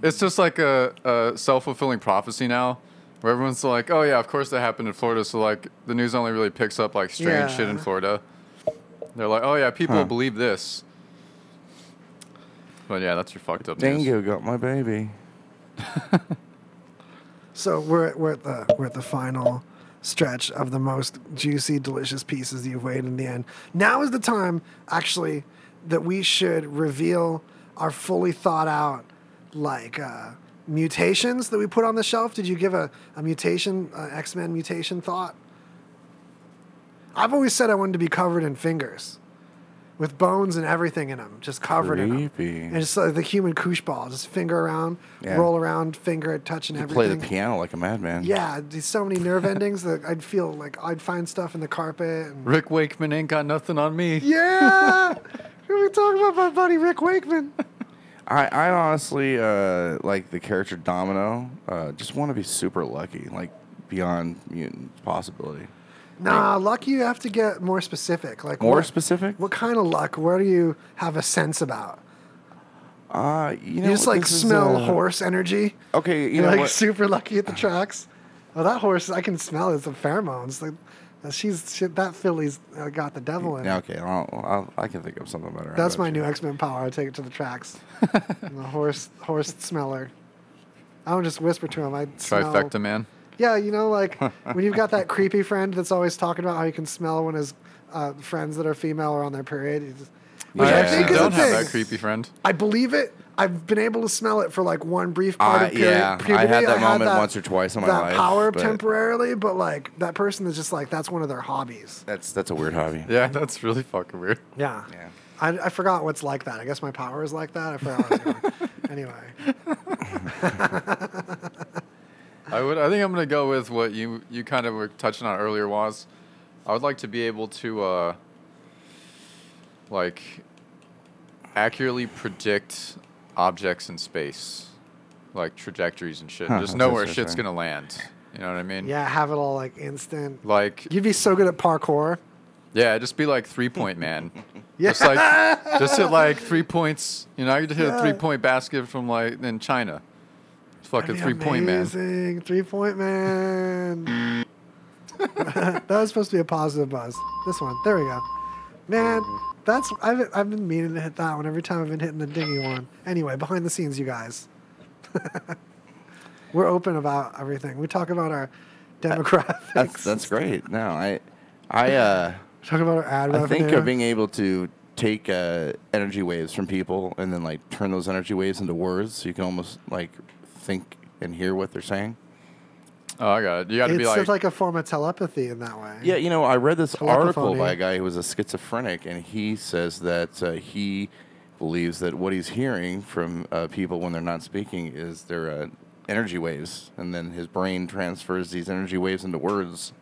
[SPEAKER 1] it's just like a, a self fulfilling prophecy now, where everyone's like, oh yeah, of course that happened in Florida. So like the news only really picks up like strange shit in
[SPEAKER 2] Yeah.
[SPEAKER 1] Florida. They're like, oh yeah, people believe this. But yeah, that's your fucked up news.
[SPEAKER 3] Dingo got my baby.
[SPEAKER 2] So we're at, we're at the we're at the final stretch of the most juicy, delicious pieces you've weighed in the end. Now is the time, actually, that we should reveal our fully thought out like uh, mutations that we put on the shelf. Did you give a a mutation uh, X Men mutation thought? I've always said I wanted to be covered in fingers. With bones and everything in them, just covered in
[SPEAKER 3] Creepy.
[SPEAKER 2] them, and just like the human koosh ball, just finger around,
[SPEAKER 3] Yeah.
[SPEAKER 2] roll around, finger it, touching everything.
[SPEAKER 3] Play the piano like a madman.
[SPEAKER 2] Yeah, there's so many nerve endings that I'd feel like I'd find stuff in the carpet. And
[SPEAKER 1] Rick Wakeman ain't got nothing on me.
[SPEAKER 2] yeah, we talking about my buddy Rick Wakeman.
[SPEAKER 3] I, I honestly uh, like the character Domino. Uh, just want to be super lucky, like beyond mutant possibility.
[SPEAKER 2] Nah, luck you have to get more specific. Like
[SPEAKER 3] More
[SPEAKER 2] what-
[SPEAKER 3] specific?
[SPEAKER 2] What kind of luck? Where do you have a sense about?
[SPEAKER 3] Uh, you know,
[SPEAKER 2] You just like
[SPEAKER 3] this is,
[SPEAKER 2] smell
[SPEAKER 3] uh,
[SPEAKER 2] horse energy.
[SPEAKER 3] Okay, you
[SPEAKER 2] You're
[SPEAKER 3] know
[SPEAKER 2] like
[SPEAKER 3] what?
[SPEAKER 2] super lucky at the tracks. Well, that horse, I can smell it. It's the pheromones. Like, she's she, that filly's uh, got the devil in.
[SPEAKER 3] Yeah,
[SPEAKER 2] it.
[SPEAKER 3] okay, I'll, I'll, I can think of something better. How
[SPEAKER 2] That's
[SPEAKER 3] about
[SPEAKER 2] my
[SPEAKER 3] you?
[SPEAKER 2] new X Men power. I take it to the tracks. And the horse horse smeller. I don't just whisper to him. I smell.
[SPEAKER 1] Trifecta man.
[SPEAKER 2] Yeah, you know, like when you've got that creepy friend that's always talking about how he can smell when his uh, friends that are female are on their period. He just, which
[SPEAKER 1] I
[SPEAKER 2] I
[SPEAKER 1] actually
[SPEAKER 2] think is a
[SPEAKER 1] don't have that
[SPEAKER 2] thing.
[SPEAKER 1] creepy friend.
[SPEAKER 2] I believe it. I've been able to smell it for like one brief part
[SPEAKER 3] I-
[SPEAKER 2] of period,
[SPEAKER 3] Uh, yeah, I
[SPEAKER 2] puberty.
[SPEAKER 3] had that moment once or twice in my
[SPEAKER 2] that
[SPEAKER 3] life,
[SPEAKER 2] power
[SPEAKER 3] but-
[SPEAKER 2] temporarily, but like that person is just like that's one of their hobbies.
[SPEAKER 3] That's that's a weird hobby.
[SPEAKER 1] Yeah, that's really fucking weird.
[SPEAKER 2] Yeah.
[SPEAKER 3] Yeah.
[SPEAKER 2] I, I forgot what's like that. I guess my power is like that. I forgot. What I was going. anyway,
[SPEAKER 1] think I'm gonna go with what you you kind of were touching on earlier. Was I would like to be able to uh, like accurately predict objects in space, like trajectories and shit.
[SPEAKER 2] Huh,
[SPEAKER 1] Just
[SPEAKER 2] that's
[SPEAKER 1] know where
[SPEAKER 2] interesting.
[SPEAKER 1] shit's gonna land. You know what I mean?
[SPEAKER 2] Yeah, have it all like instant.
[SPEAKER 1] Like
[SPEAKER 2] You'd be so good at parkour.
[SPEAKER 1] yeah, just be like three point man.
[SPEAKER 2] Yeah.
[SPEAKER 1] Just like just hit like three points. You know, I could hit
[SPEAKER 2] Yeah.
[SPEAKER 1] a three point basket from like in China. It's fucking three point man.
[SPEAKER 2] man. Three point man. that was supposed to be a positive buzz. This one. There we go. Man, that's I've I've been meaning to hit that one every time I've been hitting the dingy one. Anyway, behind the scenes, you guys. We're open about everything. We talk about our demographic.
[SPEAKER 3] That's that's great. No, I, I, uh,
[SPEAKER 2] talk about our ad
[SPEAKER 3] I think
[SPEAKER 2] revenue.
[SPEAKER 3] of being able to take uh, energy waves from people and then like turn those energy waves into words, so you can almost like think and hear what they're saying.
[SPEAKER 1] Oh, I got it. You got
[SPEAKER 2] it's just like a form of telepathy in that way.
[SPEAKER 3] Yeah, you know, I read this article
[SPEAKER 2] Telephony.
[SPEAKER 3] by a guy who was a schizophrenic, and he says that uh, he believes that what he's hearing from uh, people when they're not speaking is their uh, energy waves, and then his brain transfers these energy waves into words.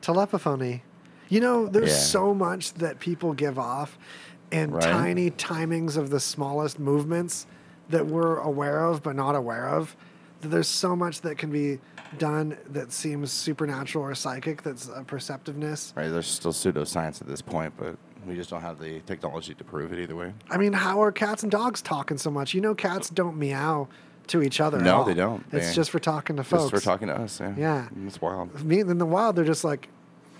[SPEAKER 2] telephony. You know, there's
[SPEAKER 3] Yeah.
[SPEAKER 2] so much that people give off and
[SPEAKER 3] Right.
[SPEAKER 2] tiny timings of the smallest movements that we're aware of but not aware of. That There's so much that can be done that seems supernatural or psychic that's a perceptiveness.
[SPEAKER 3] Right? There's still pseudoscience at this point, but we just don't have the technology to prove it either way.
[SPEAKER 2] I mean, how are cats and dogs talking so much? You know, cats don't meow to each other. at
[SPEAKER 3] No,
[SPEAKER 2] all.
[SPEAKER 3] they don't.
[SPEAKER 2] It's
[SPEAKER 3] They-
[SPEAKER 2] just for talking to folks.
[SPEAKER 3] Just for talking to us. Yeah.
[SPEAKER 2] Yeah.
[SPEAKER 3] It's wild.
[SPEAKER 2] Me in the wild, they're just like,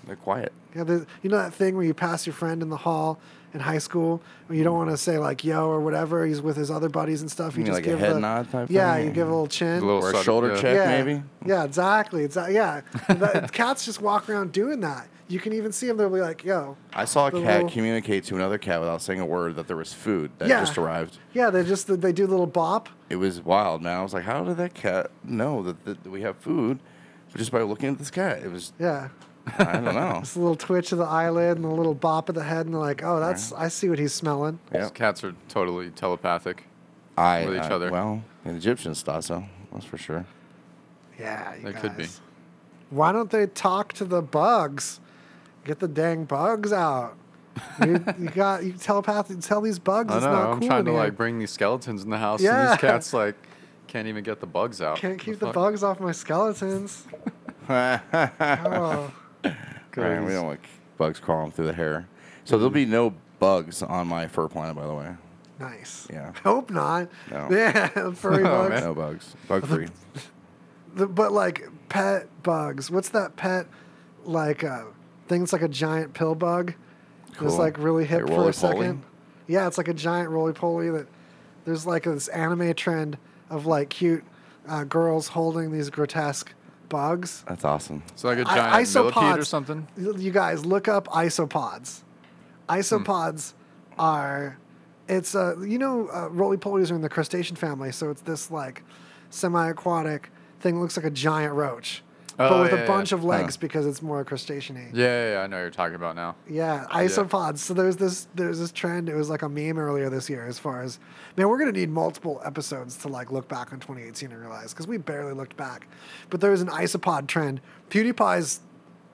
[SPEAKER 3] They're quiet.
[SPEAKER 2] Yeah, the, you know that thing where you pass your friend in the hall in high school, and you don't want to say like "yo" or whatever. He's with his other buddies and stuff. You,
[SPEAKER 3] You mean
[SPEAKER 2] just
[SPEAKER 3] like a
[SPEAKER 2] give
[SPEAKER 3] head
[SPEAKER 2] the-
[SPEAKER 3] nod type
[SPEAKER 2] Yeah,
[SPEAKER 3] thing?
[SPEAKER 2] you give a little chin,
[SPEAKER 3] A little Or a sub- shoulder yeah. check,
[SPEAKER 2] Yeah,
[SPEAKER 3] maybe?
[SPEAKER 2] Yeah, exactly. It's yeah. The cats just walk around doing that. You can even see them. They'll be like, "Yo."
[SPEAKER 3] I saw a
[SPEAKER 2] the
[SPEAKER 3] cat
[SPEAKER 2] little-
[SPEAKER 3] communicate to another cat without saying a word that there was food that
[SPEAKER 2] Yeah.
[SPEAKER 3] just arrived.
[SPEAKER 2] Yeah, they just they do a little bop.
[SPEAKER 3] It was wild, man. I was like, how did that cat know that, that we have food just by looking at this cat? It was,
[SPEAKER 2] Yeah.
[SPEAKER 3] I don't know.
[SPEAKER 2] Just a little twitch of the eyelid and a little bop of the head, and they're like, "Oh, that's I see what he's smelling."
[SPEAKER 1] Those Cats are totally telepathic.
[SPEAKER 3] I,
[SPEAKER 1] With each
[SPEAKER 3] I-
[SPEAKER 1] other.
[SPEAKER 3] Well, the Egyptians thought so. That's for sure.
[SPEAKER 2] Yeah, you
[SPEAKER 1] They could be.
[SPEAKER 2] guys. Why don't they talk to the bugs? Get the dang bugs out. You, you got you telepath. Tell these bugs
[SPEAKER 1] I
[SPEAKER 2] it's
[SPEAKER 1] know.
[SPEAKER 2] not
[SPEAKER 1] I'm
[SPEAKER 2] cool
[SPEAKER 1] trying
[SPEAKER 2] in
[SPEAKER 1] to
[SPEAKER 2] here.
[SPEAKER 1] like bring these skeletons in the house, and
[SPEAKER 2] Yeah.
[SPEAKER 1] these cats like can't even get the bugs out.
[SPEAKER 2] Can't keep the,
[SPEAKER 1] fuck?
[SPEAKER 2] bugs off my skeletons. Oh,
[SPEAKER 3] Right, we don't like bugs crawling through the hair.
[SPEAKER 2] Mm-hmm.
[SPEAKER 3] So there'll be no bugs on my fur planet, by the way.
[SPEAKER 2] nice.
[SPEAKER 3] Yeah.
[SPEAKER 2] Hope not.
[SPEAKER 3] No.
[SPEAKER 2] Yeah, furry
[SPEAKER 1] Oh,
[SPEAKER 2] bugs.
[SPEAKER 3] No bugs. Bug free.
[SPEAKER 2] The- but like pet bugs. What's that pet like uh, thing? that's like a giant pill bug. It's
[SPEAKER 3] Cool.
[SPEAKER 2] like really hip
[SPEAKER 3] Like
[SPEAKER 2] for a
[SPEAKER 3] roly-poly?
[SPEAKER 2] second. Yeah, it's like a giant roly poly that there's like this anime trend of like cute uh, girls holding these grotesque bugs.
[SPEAKER 3] That's awesome.
[SPEAKER 1] It's like a
[SPEAKER 2] I-
[SPEAKER 1] giant millipede or
[SPEAKER 2] isopods.
[SPEAKER 1] something.
[SPEAKER 2] You you guys look up isopods. Isopods are it's uh you know uh, roly polies are in the crustacean family, so it's this like semi-aquatic thing that looks like a giant roach, but
[SPEAKER 1] Oh,
[SPEAKER 2] with
[SPEAKER 1] yeah,
[SPEAKER 2] a
[SPEAKER 1] yeah.
[SPEAKER 2] bunch of legs because it's more crustacean-y.
[SPEAKER 1] Yeah, yeah, yeah, I know what you're talking about now.
[SPEAKER 2] Yeah, isopods. So there's this there's this trend. It was like a meme earlier this year. As far as man, we're gonna need multiple episodes to like look back on 2018 and realize because we barely looked back. But there was an isopod trend. PewDiePie's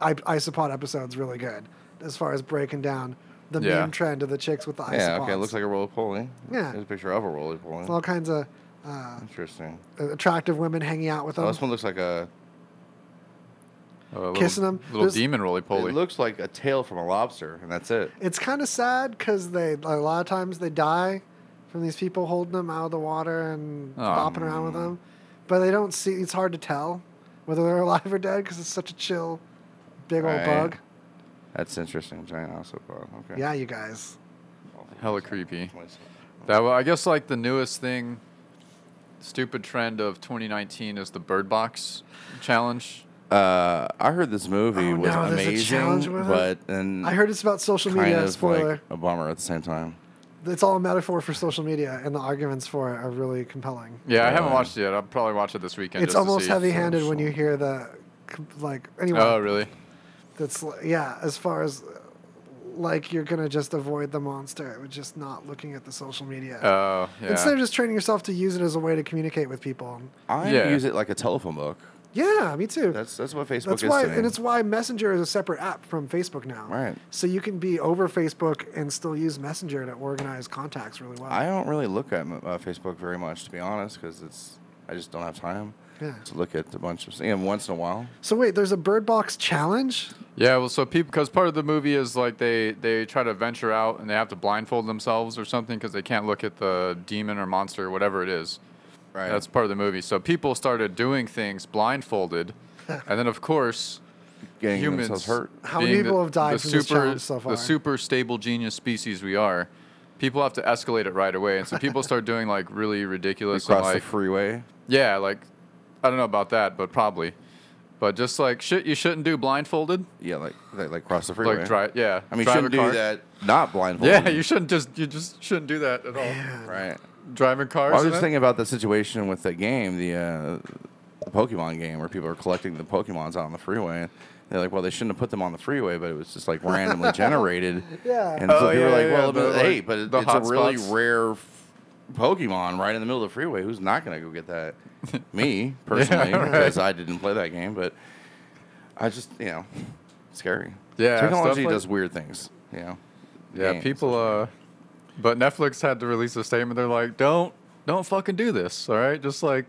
[SPEAKER 2] I- isopod episode's really good as far as breaking down the
[SPEAKER 1] Yeah.
[SPEAKER 2] meme trend of the chicks with the isopods.
[SPEAKER 3] Yeah, okay. It looks like a roly poly.
[SPEAKER 2] Yeah.
[SPEAKER 3] There's a picture of a roly poly.
[SPEAKER 2] all kinds of uh,
[SPEAKER 3] Interesting.
[SPEAKER 2] attractive women hanging out with them.
[SPEAKER 3] Oh, this one looks like a.
[SPEAKER 1] A little,
[SPEAKER 2] Kissing 'em.
[SPEAKER 1] Little
[SPEAKER 2] There's-
[SPEAKER 1] demon roly
[SPEAKER 3] It
[SPEAKER 1] poly.
[SPEAKER 3] looks like a tail from a lobster, and that's it.
[SPEAKER 2] it's kind of sad because they a lot of times they die from these people holding them out of the water and
[SPEAKER 1] Oh,
[SPEAKER 2] bopping around with them, but they don't see. It's hard to tell whether they're alive or dead because it's such a chill, big old
[SPEAKER 3] Right.
[SPEAKER 2] bug.
[SPEAKER 3] That's interesting. Giant isopod. Okay.
[SPEAKER 2] Yeah, you guys.
[SPEAKER 1] Hella creepy. That well, I guess like the newest thing, stupid trend of 2019 is the Bird Box challenge.
[SPEAKER 3] Uh, I heard this movie
[SPEAKER 2] Oh,
[SPEAKER 3] was
[SPEAKER 2] no, there's a challenge
[SPEAKER 3] amazing,
[SPEAKER 2] with it?
[SPEAKER 3] but and
[SPEAKER 2] I heard it's about social
[SPEAKER 3] kind
[SPEAKER 2] media.
[SPEAKER 3] of
[SPEAKER 2] Spoiler.
[SPEAKER 3] like a bummer at the same time.
[SPEAKER 2] it's all a metaphor for social media, and the arguments for it are really compelling.
[SPEAKER 1] Yeah, I haven't
[SPEAKER 3] Yeah.
[SPEAKER 1] watched it yet. I'll probably watch it this weekend.
[SPEAKER 2] it's
[SPEAKER 1] just to
[SPEAKER 2] almost
[SPEAKER 1] see.
[SPEAKER 2] heavy-handed when you hear the com- like anyway.
[SPEAKER 1] Oh, really?
[SPEAKER 2] That's li- yeah. As far as uh, like you're gonna just avoid the monster, with just not looking at the social media.
[SPEAKER 1] Oh, yeah.
[SPEAKER 2] Instead of just training yourself to use it as a way to communicate with people.
[SPEAKER 3] I
[SPEAKER 1] Yeah.
[SPEAKER 3] use it like a telephone book.
[SPEAKER 2] Yeah, me too.
[SPEAKER 3] That's that's what Facebook
[SPEAKER 2] That's
[SPEAKER 3] is
[SPEAKER 2] why,
[SPEAKER 3] to me.
[SPEAKER 2] and it's why Messenger is a separate app from Facebook now.
[SPEAKER 3] Right.
[SPEAKER 2] So you can be over Facebook and still use Messenger to organize contacts really well.
[SPEAKER 3] I don't really look at uh, Facebook very much, to be honest, because it's I just don't have time
[SPEAKER 2] Yeah.
[SPEAKER 3] to look at a bunch of. And once in a while,
[SPEAKER 2] so wait, there's a Bird Box challenge.
[SPEAKER 1] Yeah, well, so people because part of the movie is like they they try to venture out and they have to blindfold themselves or something because they can't look at the demon or monster or whatever it is.
[SPEAKER 3] Right.
[SPEAKER 1] That's part of the movie. So people started doing things blindfolded, and then of course,
[SPEAKER 3] getting
[SPEAKER 1] humans
[SPEAKER 3] themselves hurt.
[SPEAKER 2] How many
[SPEAKER 1] being
[SPEAKER 2] people have died from this challenge so far?
[SPEAKER 1] The super stable genius species we are. People have to escalate it right away, and so people start doing like really ridiculous and,
[SPEAKER 3] Across the
[SPEAKER 1] like
[SPEAKER 3] freeway.
[SPEAKER 1] yeah, like I don't know about that, but probably, but just like shit you shouldn't do blindfolded.
[SPEAKER 3] Yeah, like like, like cross the freeway.
[SPEAKER 1] Like drive, yeah.
[SPEAKER 3] I mean,
[SPEAKER 1] drive
[SPEAKER 3] shouldn't
[SPEAKER 1] a car.
[SPEAKER 3] do that. Not blindfolded.
[SPEAKER 1] Yeah, you shouldn't just you just shouldn't do that at all.
[SPEAKER 3] right.
[SPEAKER 1] Driving cars.
[SPEAKER 3] I was
[SPEAKER 1] and
[SPEAKER 3] just
[SPEAKER 1] that?
[SPEAKER 3] thinking about the situation with the game, the, uh, the Pokemon game, where people are collecting the Pokemons out on the freeway. And they're like, well, they shouldn't have put them on the freeway, but it was just like randomly generated.
[SPEAKER 2] Yeah.
[SPEAKER 3] And so
[SPEAKER 1] Oh,
[SPEAKER 3] people
[SPEAKER 1] yeah,
[SPEAKER 3] are like,
[SPEAKER 1] yeah,
[SPEAKER 3] well,
[SPEAKER 1] yeah,
[SPEAKER 3] but,
[SPEAKER 1] the,
[SPEAKER 3] hey,
[SPEAKER 1] like,
[SPEAKER 3] but it-
[SPEAKER 1] the
[SPEAKER 3] it's a
[SPEAKER 1] hot
[SPEAKER 3] really
[SPEAKER 1] spots."
[SPEAKER 3] rare f- Pokemon right in the middle of the freeway. Who's not going to go get that? Me, personally, because I didn't play that game, but I just, you know, scary.
[SPEAKER 1] Yeah, stuff
[SPEAKER 3] Technology
[SPEAKER 1] like-
[SPEAKER 3] does weird things, you know.
[SPEAKER 1] Yeah,
[SPEAKER 3] games.
[SPEAKER 1] people. Uh, but Netflix had to release a statement. They're like, don't don't fucking do this. All right, just like,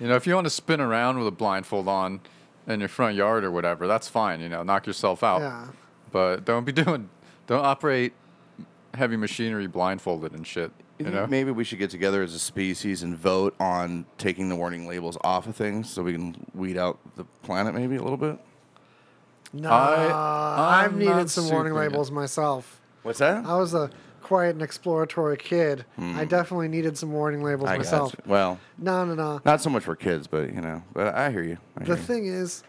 [SPEAKER 1] you know, if you want to spin around with a blindfold on in your front yard or whatever, that's fine. You know, knock yourself out.
[SPEAKER 2] Yeah.
[SPEAKER 1] But don't be doing don't operate heavy machinery blindfolded and shit. You
[SPEAKER 3] You think
[SPEAKER 1] know.
[SPEAKER 3] Maybe we should get together as a species and vote on taking the warning labels off of things so we can weed out the planet maybe a little bit.
[SPEAKER 2] No,
[SPEAKER 1] I-
[SPEAKER 2] I've
[SPEAKER 1] I'm not
[SPEAKER 2] needed some warning
[SPEAKER 1] super good.
[SPEAKER 2] labels myself.
[SPEAKER 3] What's that?
[SPEAKER 2] I was a quiet and exploratory kid. I definitely needed some warning labels
[SPEAKER 3] Hmm. I
[SPEAKER 2] myself.
[SPEAKER 3] gotcha. Well,
[SPEAKER 2] No, no, no.
[SPEAKER 3] not so much for kids, but you know, but I hear you. I hear
[SPEAKER 2] The
[SPEAKER 3] you.
[SPEAKER 2] thing is,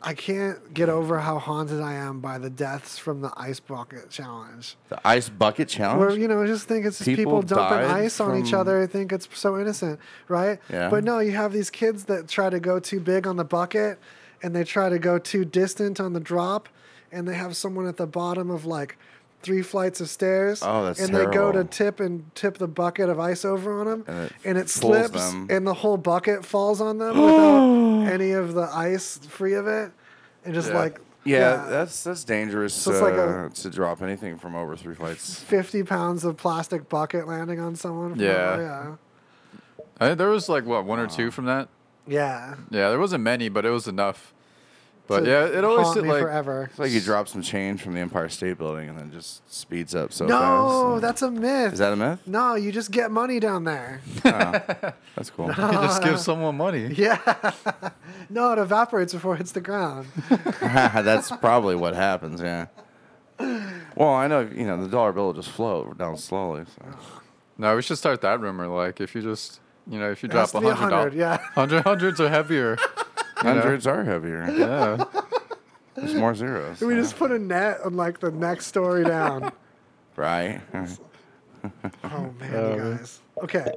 [SPEAKER 2] I can't get over how haunted I am by the deaths from the ice bucket challenge.
[SPEAKER 3] the ice bucket
[SPEAKER 2] Where
[SPEAKER 3] challenge.
[SPEAKER 2] you know, I just think it's just
[SPEAKER 3] Oh, People
[SPEAKER 2] people, dumping
[SPEAKER 3] died
[SPEAKER 2] ice on each
[SPEAKER 3] from-
[SPEAKER 2] other. I think it's so innocent, right?
[SPEAKER 3] Yeah.
[SPEAKER 2] But no, you have these kids that try to go too big on the bucket, and they try to go too distant on the drop, and they have someone at the bottom of like three flights of stairs.
[SPEAKER 3] Oh, that's
[SPEAKER 2] And they go to
[SPEAKER 3] terrible.
[SPEAKER 2] tip and tip the bucket of ice over on them, and it,
[SPEAKER 3] it pulls
[SPEAKER 2] slips,
[SPEAKER 3] them.
[SPEAKER 2] and the whole bucket falls on them without any of the ice free of it, and just
[SPEAKER 1] Yeah.
[SPEAKER 2] like
[SPEAKER 3] yeah, that's that's dangerous
[SPEAKER 2] it's
[SPEAKER 3] uh,
[SPEAKER 2] like a-
[SPEAKER 3] to drop anything from over three flights.
[SPEAKER 2] 50 pounds of plastic bucket landing on someone. from-
[SPEAKER 1] Yeah.
[SPEAKER 2] Yeah.
[SPEAKER 1] I think there was like what one or two from that.
[SPEAKER 2] Yeah.
[SPEAKER 1] Yeah, there wasn't many, but it was enough. But
[SPEAKER 2] to
[SPEAKER 1] yeah, it always
[SPEAKER 2] haunt
[SPEAKER 1] did,
[SPEAKER 2] me
[SPEAKER 1] like
[SPEAKER 2] forever.
[SPEAKER 3] It's like you drop some change from the Empire State Building and then it just speeds up so
[SPEAKER 2] No,
[SPEAKER 3] fast.
[SPEAKER 2] that's a myth.
[SPEAKER 3] is that a myth?
[SPEAKER 2] no, you just get money down there.
[SPEAKER 3] That's cool.
[SPEAKER 1] you just give someone money.
[SPEAKER 2] Yeah. no, it evaporates before it hits the ground.
[SPEAKER 3] That's probably what happens, yeah. Well, I know you know the dollar bill will just float down slowly. So.
[SPEAKER 1] No, we should start that rumor. Like if you just you know if you
[SPEAKER 2] It has
[SPEAKER 1] drop a
[SPEAKER 2] to be a
[SPEAKER 1] hundred dollars,
[SPEAKER 2] hundred, yeah.
[SPEAKER 1] hundred hundreds are heavier.
[SPEAKER 3] Hundreds are heavier.
[SPEAKER 1] Yeah,
[SPEAKER 3] There's more zeros.
[SPEAKER 2] We just put a net on like the next story down.
[SPEAKER 3] right.
[SPEAKER 2] oh man,
[SPEAKER 1] Uh,
[SPEAKER 2] you guys. Okay.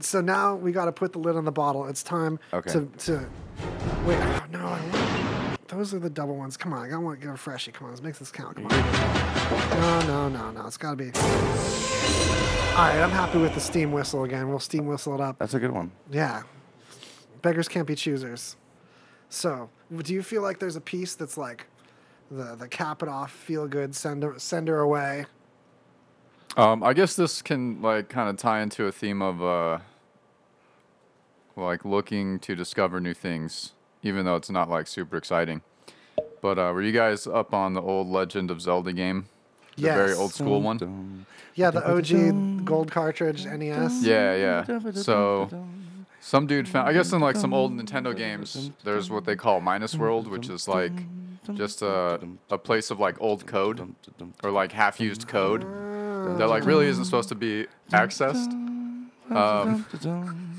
[SPEAKER 2] So now we got to put the lid on the bottle. It's time
[SPEAKER 3] Okay.
[SPEAKER 2] to to wait. Oh, no, I want- those are the double ones. Come on, I want to get a freshie. Come on, let's make this count. Come on. No, no, no, no. It's got to be. All right, I'm happy with the steam whistle again. We'll steam whistle it up.
[SPEAKER 3] That's a good one.
[SPEAKER 2] Yeah. Beggars can't be choosers. So, do you feel like there's a piece that's like the the cap it off, feel good, send her, send her away?
[SPEAKER 1] um, I guess this can like kind of tie into a theme of uh, like looking to discover new things, even though it's not like super exciting. But uh, were you guys up on the old Legend of Zelda game, the very
[SPEAKER 2] Yes.
[SPEAKER 1] old school
[SPEAKER 3] Mm-hmm.
[SPEAKER 1] one?
[SPEAKER 2] Yeah, the OG gold cartridge E NES.
[SPEAKER 1] Yeah, yeah.
[SPEAKER 3] Mm-hmm.
[SPEAKER 1] So some dude found I guess in like some old Nintendo games, there's what they call Minus World, which is like just a a place of like old code or like half used code that like really isn't supposed to be accessed. Um,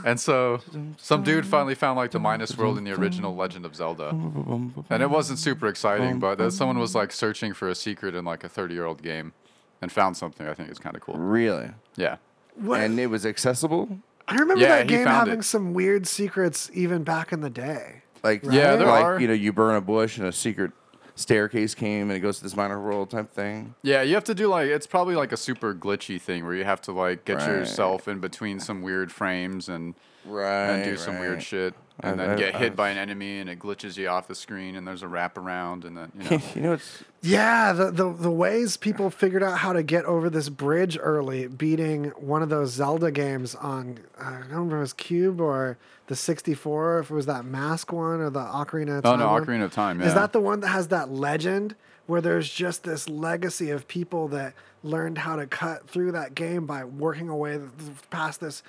[SPEAKER 1] and so some dude finally found like the Minus World in the original Legend of Zelda. And it wasn't super exciting, but then someone was like searching for a secret in like a 30 year old game and found something I think is kind of cool.
[SPEAKER 3] Really?
[SPEAKER 1] Yeah.
[SPEAKER 2] What?
[SPEAKER 3] And it was accessible.
[SPEAKER 2] I remember
[SPEAKER 1] Yeah,
[SPEAKER 2] that
[SPEAKER 1] he
[SPEAKER 2] game
[SPEAKER 1] found
[SPEAKER 2] having
[SPEAKER 1] it.
[SPEAKER 2] some weird secrets even back in the day.
[SPEAKER 3] Like
[SPEAKER 1] Yeah, there
[SPEAKER 3] like,
[SPEAKER 1] are.
[SPEAKER 3] You know, you burn a bush and a secret staircase came and it goes to this minor world type thing.
[SPEAKER 1] Yeah, you have to do like it's probably like a super glitchy thing where you have to like get
[SPEAKER 3] Right.
[SPEAKER 1] yourself in between some weird frames and and do
[SPEAKER 3] Right,
[SPEAKER 1] some weird
[SPEAKER 3] right.
[SPEAKER 1] shit, and
[SPEAKER 3] I've-
[SPEAKER 1] then
[SPEAKER 3] I've-
[SPEAKER 1] get hit
[SPEAKER 3] I've-
[SPEAKER 1] by an enemy, and it glitches you off the screen, and there's a wraparound, and then you know.
[SPEAKER 3] you know it's
[SPEAKER 2] Yeah, the, the the ways people figured out how to get over this bridge early, beating one of those Zelda games on I don't remember if it was Cube or the 64, if it was that Mask one or the Ocarina. Of
[SPEAKER 1] Oh,
[SPEAKER 2] Time
[SPEAKER 1] no,
[SPEAKER 2] one.
[SPEAKER 1] Ocarina of Time,
[SPEAKER 2] Is
[SPEAKER 1] yeah.
[SPEAKER 2] that the one that has that legend where there's just this legacy of people that learned how to cut through that game by working away th- past this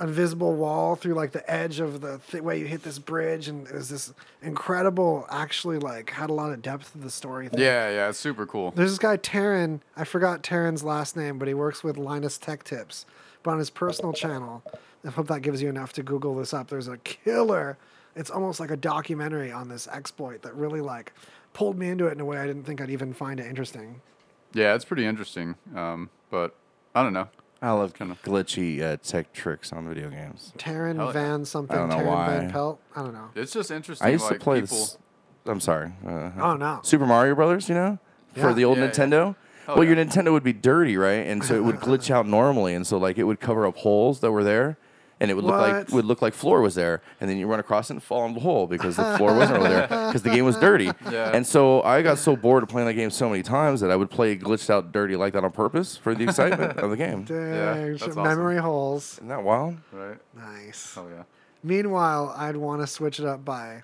[SPEAKER 2] invisible wall through like the edge of the th- way you hit this bridge and it was this incredible actually like had a lot of depth to the story thing.
[SPEAKER 1] Yeah, yeah, it's super cool.
[SPEAKER 2] There's this guy Taryn. I forgot Taryn's last name, but he works with Linus Tech Tips. But on his personal channel, I hope that gives you enough to Google this up. There's a killer. It's almost like a documentary on this exploit that really like pulled me into it in a way I didn't think I'd even find it interesting.
[SPEAKER 1] Yeah, it's pretty interesting. Um, but I don't know.
[SPEAKER 3] I love kind of glitchy uh, tech tricks on video games.
[SPEAKER 2] Taryn
[SPEAKER 1] Hell yeah.
[SPEAKER 2] Van something.
[SPEAKER 3] I don't know
[SPEAKER 2] Taryn Van
[SPEAKER 3] why.
[SPEAKER 2] Pelt. I don't know.
[SPEAKER 1] It's just interesting.
[SPEAKER 3] I used
[SPEAKER 1] like,
[SPEAKER 3] to play
[SPEAKER 1] people.
[SPEAKER 3] this. I'm sorry. Uh,
[SPEAKER 2] Oh, no.
[SPEAKER 3] Super Mario Brothers, you know,
[SPEAKER 2] Yeah.
[SPEAKER 3] for the old
[SPEAKER 1] Yeah, yeah.
[SPEAKER 3] Nintendo.
[SPEAKER 1] Oh,
[SPEAKER 3] well,
[SPEAKER 1] yeah.
[SPEAKER 3] your Nintendo would be dirty, right? And so it would glitch out normally, and so like it would cover up holes that were there, and it would look
[SPEAKER 2] What?
[SPEAKER 3] like would look like floor was there, and then you run across it and fall in the hole because the floor wasn't really there because the game was dirty.
[SPEAKER 1] Yeah.
[SPEAKER 3] And so I got so bored of playing that game so many times that I would play glitched out dirty like that on purpose for the excitement of the game. Isn't
[SPEAKER 2] Dang,
[SPEAKER 1] that's
[SPEAKER 2] shit,
[SPEAKER 1] awesome.
[SPEAKER 2] memory holes.
[SPEAKER 3] that wild?
[SPEAKER 1] Right?
[SPEAKER 2] Nice.
[SPEAKER 1] Oh, yeah.
[SPEAKER 2] Meanwhile, I'd want to switch it up by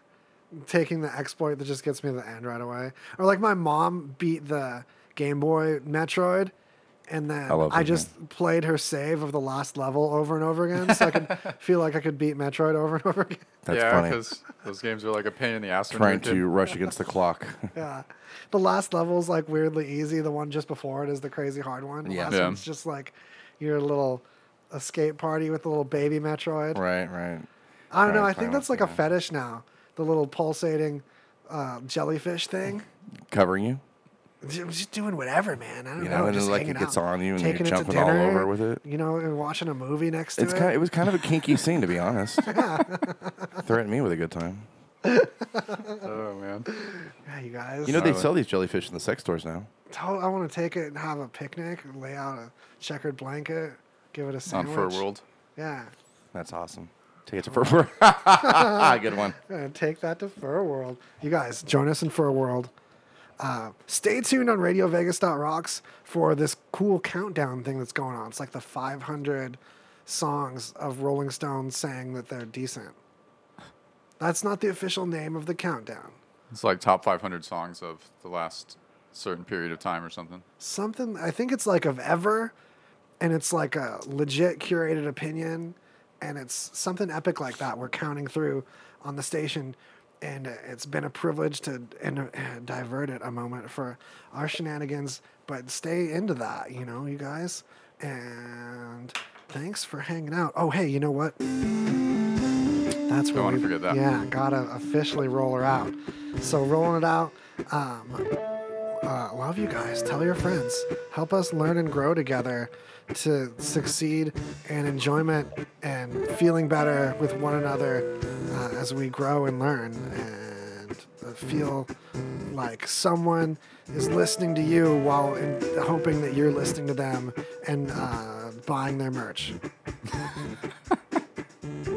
[SPEAKER 2] taking the exploit that just gets me to the end right away. Or like my mom beat the Game Boy Metroid, and then
[SPEAKER 3] I love
[SPEAKER 2] I
[SPEAKER 3] that
[SPEAKER 2] just played her save of the last level over and over again, so I could feel like I could beat Metroid over and over again.
[SPEAKER 3] That's
[SPEAKER 1] yeah,
[SPEAKER 3] funny.
[SPEAKER 1] because those games are like a pain in the ass. when you're a
[SPEAKER 3] Trying
[SPEAKER 1] kid.
[SPEAKER 3] to rush against the clock.
[SPEAKER 2] Yeah, the last level's like weirdly easy. The one just before it is the crazy hard one. The
[SPEAKER 3] Yeah.
[SPEAKER 2] last
[SPEAKER 1] Yeah.
[SPEAKER 2] one's just like your little escape party with the little baby Metroid.
[SPEAKER 3] right, right.
[SPEAKER 2] I don't know.
[SPEAKER 3] Right,
[SPEAKER 2] I think
[SPEAKER 3] right,
[SPEAKER 2] that's like a
[SPEAKER 3] yeah.
[SPEAKER 2] fetish now. The little pulsating uh, jellyfish thing.
[SPEAKER 3] Covering you.
[SPEAKER 2] J- just doing whatever, man. I don't
[SPEAKER 3] You
[SPEAKER 2] know.
[SPEAKER 3] know, and
[SPEAKER 2] just
[SPEAKER 3] then, like,
[SPEAKER 2] hanging
[SPEAKER 3] it gets
[SPEAKER 2] out,
[SPEAKER 3] on you and you're
[SPEAKER 2] taking it to
[SPEAKER 3] jumping all
[SPEAKER 2] dinner,
[SPEAKER 3] over with it.
[SPEAKER 2] You know, and watching a movie next to
[SPEAKER 3] It's
[SPEAKER 2] it.
[SPEAKER 3] kind. It was kind of a kinky scene, to be honest. Threatened me with a good time.
[SPEAKER 1] Oh, man.
[SPEAKER 2] yeah, you guys.
[SPEAKER 3] You know they sell these jellyfish in the sex stores now.
[SPEAKER 2] Tell- I want to take it and have a picnic, and lay out a checkered blanket, give it a
[SPEAKER 1] On
[SPEAKER 2] sandwich.
[SPEAKER 1] Fur World.
[SPEAKER 2] Yeah,
[SPEAKER 3] That's awesome. Take it to Fur. Ah, good one.
[SPEAKER 2] I'm gonna Uh, take that to Fur World. You guys, join us in Fur World. Uh, stay tuned on RadioVegas.rocks for this cool countdown thing that's going on. It's like the 500 songs of Rolling Stones saying that they're decent. That's not the official name of the countdown.
[SPEAKER 1] It's like top 500 songs of the last certain period of time or something.
[SPEAKER 2] something I think it's like of ever and it's like a legit curated opinion and it's something epic like that we're counting through on the station and uh, it's been a privilege to and, uh, divert it a moment for our shenanigans but stay into that you know you guys and thanks for hanging out oh hey you know what that's where
[SPEAKER 1] wanna
[SPEAKER 2] we-
[SPEAKER 1] forget that.
[SPEAKER 2] yeah gotta officially roll her out so rolling it out um, uh, love you guys. Tell your friends. Help us learn and grow together to succeed and enjoyment and feeling better with one another uh, as we grow and learn and uh, feel like someone is listening to you while in, hoping that you're listening to them and uh, buying their merch.